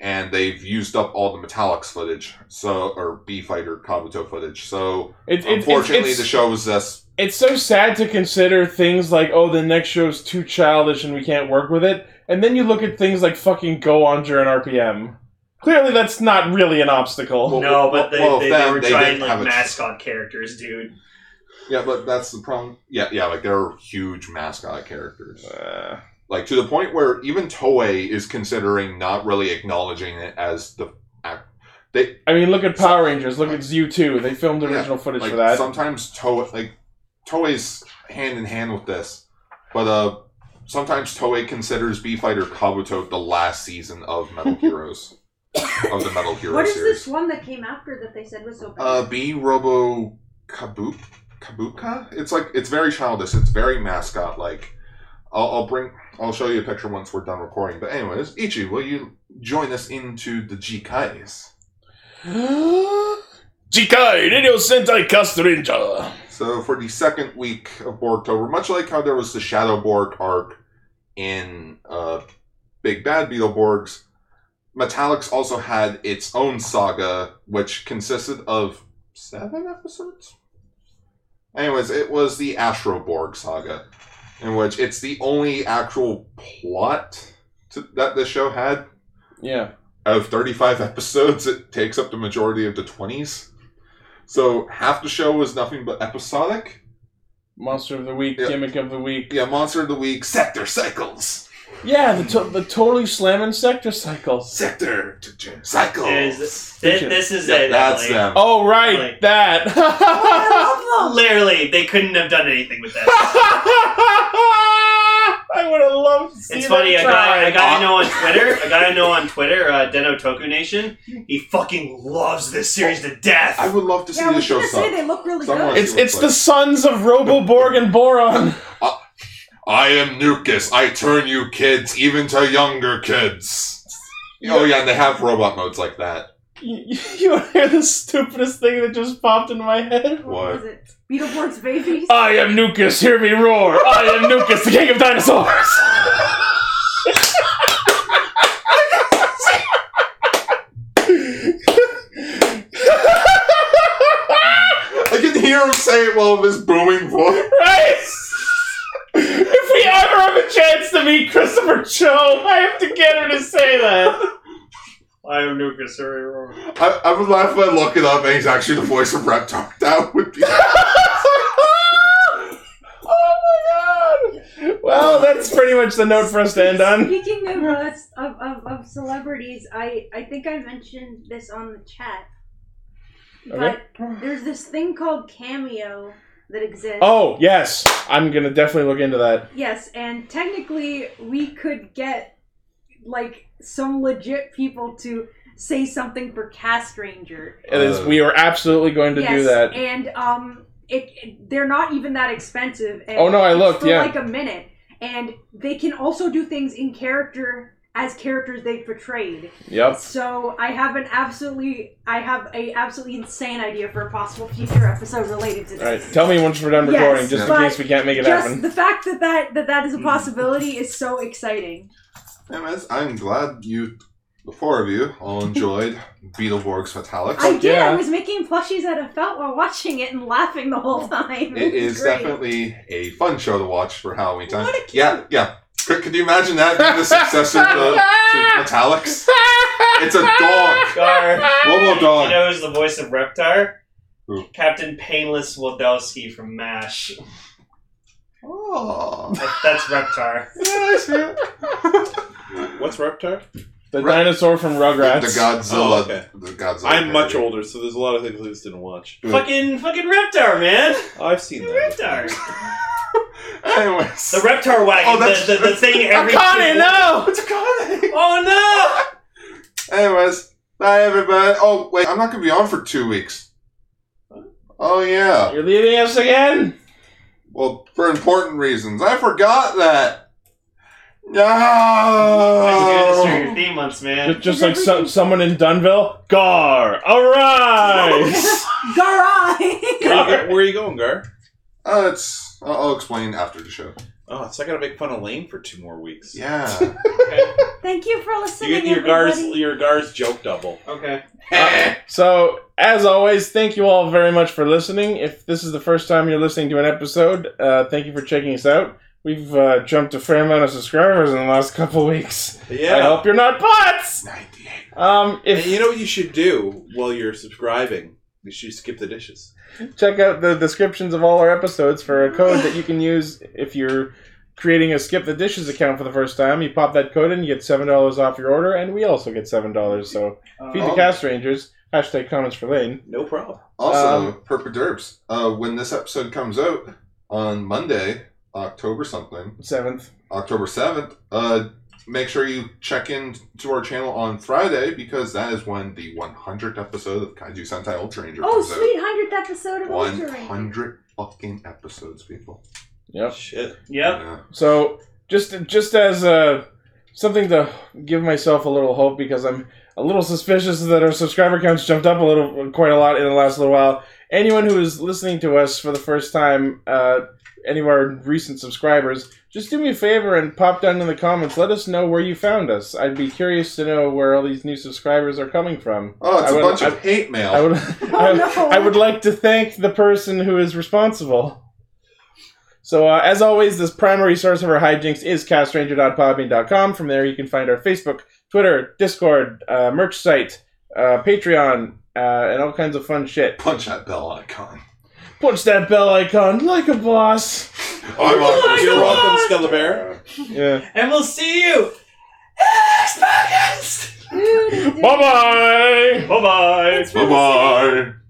Speaker 7: and they've used up all the Metallics footage, so or B Fighter Kabuto footage. So
Speaker 1: it, it,
Speaker 7: unfortunately,
Speaker 1: it's,
Speaker 7: the
Speaker 1: it's,
Speaker 7: show was just
Speaker 1: it's so sad to consider things like oh the next show's too childish and we can't work with it, and then you look at things like fucking Go Onger and RPM. Clearly, that's not really an obstacle.
Speaker 7: Well,
Speaker 9: no, but they,
Speaker 7: well,
Speaker 9: they,
Speaker 7: them,
Speaker 9: they were
Speaker 7: they
Speaker 9: trying
Speaker 7: didn't have
Speaker 9: like
Speaker 7: a-
Speaker 9: mascot characters, dude.
Speaker 7: Yeah, but that's the problem. Yeah, yeah, like they're huge mascot characters.
Speaker 1: Uh,
Speaker 7: Like to the point where even Toei is considering not really acknowledging it as the act. They
Speaker 1: I mean, look at Power Rangers. Look at Z two. They filmed
Speaker 7: Yeah,
Speaker 1: original footage
Speaker 7: like
Speaker 1: for that.
Speaker 7: sometimes Toei like Toei's hand in hand with this, but uh sometimes Toei considers B Fighter Kabuto the last season of Metal Heroes of the Metal Hero
Speaker 4: What is
Speaker 7: series.
Speaker 4: this one that came after that they said was so bad?
Speaker 7: Uh, B Robo Kabu Kabuka. It's like it's very childish. It's very mascot like. I'll, I'll bring. I'll show you a picture once we're done recording. But anyways, Ichi, will you join us into the GKs?
Speaker 5: Jikai, Radio Sentai Cast Ranger.
Speaker 7: So for the second week of Borgtober, much like how there was the Shadow Borg arc in uh, Big Bad Beetleborgs, Metallics also had its own saga, which consisted of seven episodes. Anyways, it was the Astroborg saga, in which it's the only actual plot to, that this show had.
Speaker 1: yeah,
Speaker 7: Out of 35 episodes, it takes up the majority of the 20s. So half the show was nothing but episodic,
Speaker 1: monster of the week,
Speaker 7: Yeah.
Speaker 1: gimmick of the week.
Speaker 7: yeah, monster of the week, sector cycles.
Speaker 1: Yeah, the, to- the totally slamming sector cycles.
Speaker 7: Sector cycles.
Speaker 9: Is this, this is
Speaker 7: Oh, Yeah,
Speaker 9: it?
Speaker 7: that's
Speaker 9: Emily.
Speaker 7: them.
Speaker 1: Oh right,
Speaker 9: Like-
Speaker 1: that.
Speaker 9: Literally, they couldn't have done anything with that.
Speaker 1: I would have loved to see
Speaker 9: It's
Speaker 1: them
Speaker 9: funny. I got,
Speaker 1: try.
Speaker 9: I got to know on Twitter. I got to know on Twitter. Uh, Deno Toku Nation. He fucking loves this series to death.
Speaker 7: I would love to see
Speaker 4: yeah, I
Speaker 7: this
Speaker 4: was
Speaker 7: show
Speaker 4: gonna say
Speaker 7: sub.
Speaker 4: they look really
Speaker 7: Someone-
Speaker 4: good.
Speaker 1: It's it's the sons of Roboborg and Boron.
Speaker 7: I am Nucus. I turn you kids even to younger kids. oh yeah, and they have robot modes like that.
Speaker 1: You, you want to hear the stupidest thing that just popped in my head?
Speaker 7: What?
Speaker 4: it? Beetleborg's babies.
Speaker 1: I am Nucus, hear me roar! I am Nucus, the king of dinosaurs!
Speaker 7: I can hear him say it while this booming voice.
Speaker 1: Right? If we ever have a chance to meet Christopher Cho, I have to get her to say that.
Speaker 9: I am Nucas. Hurry, roar.
Speaker 7: I, I would laugh when I look it up and he's actually the voice of Reptar. That would be.
Speaker 1: oh my god! Well, that's pretty much the note for us to end on.
Speaker 4: Speaking of us of, of, of celebrities, I, I think I mentioned this on the chat. But there's this thing called cameo that exists.
Speaker 1: Oh, yes. I'm going to definitely look into that.
Speaker 4: Yes, and technically we could get like some legit people to say something for Cast Ranger.
Speaker 1: It is,
Speaker 7: Uh,
Speaker 1: we are absolutely going to
Speaker 4: yes,
Speaker 1: do that.
Speaker 4: and um, it, it- they're not even that expensive. And
Speaker 1: Oh, no, I
Speaker 4: it's
Speaker 1: looked,
Speaker 4: for
Speaker 1: yeah.
Speaker 4: like a minute, and they can also do things in character as characters they've portrayed.
Speaker 1: Yep.
Speaker 4: So I have an absolutely, I have a absolutely insane idea for a possible future episode related to this.
Speaker 1: All right. Tell me once we're done
Speaker 4: Yes,
Speaker 1: recording, just in
Speaker 4: but
Speaker 1: case we can't make it
Speaker 4: Just
Speaker 1: happen.
Speaker 4: the fact that, that that that is a possibility is so exciting.
Speaker 7: Hey, man, I'm glad you, the four of you, all enjoyed Beetleborg's Fatalics.
Speaker 4: I did.
Speaker 1: yeah.
Speaker 4: I was making plushies that I felt while watching it and laughing the whole time.
Speaker 7: It is
Speaker 4: Great.
Speaker 7: definitely a fun show to watch for Halloween time.
Speaker 4: What a cute-
Speaker 7: Yeah, yeah. Could, could you imagine that being the successor to, to Metallics? It's a dog.
Speaker 9: Gar.
Speaker 7: Robo
Speaker 9: You
Speaker 7: dog.
Speaker 9: know who's the voice of Reptar?
Speaker 7: Oh, Who?
Speaker 9: Captain Painless Wodowski from MASH.
Speaker 7: Oh.
Speaker 9: That- That's Reptar.
Speaker 7: Yeah, I see it.
Speaker 2: What's Reptar?
Speaker 1: The
Speaker 7: Right.
Speaker 1: dinosaur from Rugrats.
Speaker 7: The Godzilla.
Speaker 2: Oh, okay.
Speaker 7: The Godzilla.
Speaker 2: I'm much
Speaker 7: parody.
Speaker 2: older, so there's a lot of things I just didn't watch.
Speaker 7: Who?
Speaker 9: fucking fucking Reptar, man.
Speaker 2: Oh, I've seen that.
Speaker 9: Reptar.
Speaker 7: Anyways.
Speaker 9: The Reptar wagon.
Speaker 7: Oh, that's-
Speaker 9: the, the, the thing every.
Speaker 1: Akane, no!
Speaker 7: It's a comedy.
Speaker 9: Oh
Speaker 7: Anyways. Bye, everybody. Oh, wait. I'm not going to be on for two weeks. Oh, yeah.
Speaker 1: You're leaving us again?
Speaker 7: Well, for important reasons. I forgot that. No.
Speaker 9: no! That's good. That's your theme months,
Speaker 1: Just,
Speaker 9: man.
Speaker 1: just
Speaker 4: Is
Speaker 1: like so,
Speaker 4: everything-
Speaker 1: someone in Dunville? Gar, arise!
Speaker 4: Garai.
Speaker 2: Where you go- where are you going, Gar?
Speaker 7: Uh, it's. I'll, I'll explain after the show.
Speaker 2: Oh, so I gotta make fun of Lane for two more weeks.
Speaker 7: Yeah.
Speaker 4: Thank you for
Speaker 2: You
Speaker 4: listening,
Speaker 2: get your Gar's
Speaker 4: everybody.
Speaker 2: your Gar's joke double.
Speaker 9: Okay.
Speaker 1: So, as always, thank you all very much for listening. If this is the first time you're listening to an episode, uh, thank you for checking us out. We've uh, jumped a fair amount of subscribers in the last couple weeks. I
Speaker 2: Yeah.
Speaker 1: hope you're not bots. Um,
Speaker 2: And
Speaker 1: if
Speaker 2: you know what you should do while you're subscribing? You should skip the dishes.
Speaker 1: check out the descriptions of all our episodes for a code that you can use if you're creating a skip the dishes account for the first time. You pop that code in, you get seven dollars off your order, and we also get seven dollars. So feed the
Speaker 7: Oh.
Speaker 1: cast rangers. Hashtag comments for Lane.
Speaker 2: No problem.
Speaker 7: Also,
Speaker 1: Um,
Speaker 7: Perpa Derps, uh, when this episode comes out on Monday, October something,
Speaker 1: Seventh.
Speaker 7: October 7th, uh, make sure you check in to our channel on Friday because that is when the 100th episode of Kaiju Sentai Ultra Ranger
Speaker 4: Oh,
Speaker 7: comes
Speaker 4: sweet hundredth
Speaker 7: out.
Speaker 4: episode of Ultra Ranger.
Speaker 7: 100 fucking episodes, people.
Speaker 1: Yep.
Speaker 2: Shit.
Speaker 9: Yep.
Speaker 7: Yeah.
Speaker 1: So just just as uh, something to give myself a little hope because I'm a little suspicious that our subscriber counts jumped up a little quite a lot in the last little while. Anyone who is listening to us for the first time, uh, any of our recent subscribers, just do me a favor and pop down in the comments. Let us know where you found us. I'd be curious to know where all these new subscribers are coming from.
Speaker 7: Oh,
Speaker 1: I
Speaker 7: it's a
Speaker 1: would-
Speaker 7: bunch of hate mail.
Speaker 1: I would, I,
Speaker 4: no.
Speaker 1: I would like to thank the person who is responsible. So, uh, as always, this primary source of our hijinks is castranger.podbean.com. From there, you can find our Facebook, Twitter, Discord, uh, merch site, uh, Patreon, uh, and all kinds of fun shit.
Speaker 7: Punch that bell icon.
Speaker 1: Punch that bell icon like a boss.
Speaker 4: Oh
Speaker 7: I'm Octopus
Speaker 2: You're
Speaker 7: Prime.
Speaker 2: welcome, Scullabear.
Speaker 1: Yeah.
Speaker 9: And we'll see you. Next podcast.
Speaker 1: Bye bye.
Speaker 9: Bye bye.
Speaker 4: It's really
Speaker 7: Bye bye.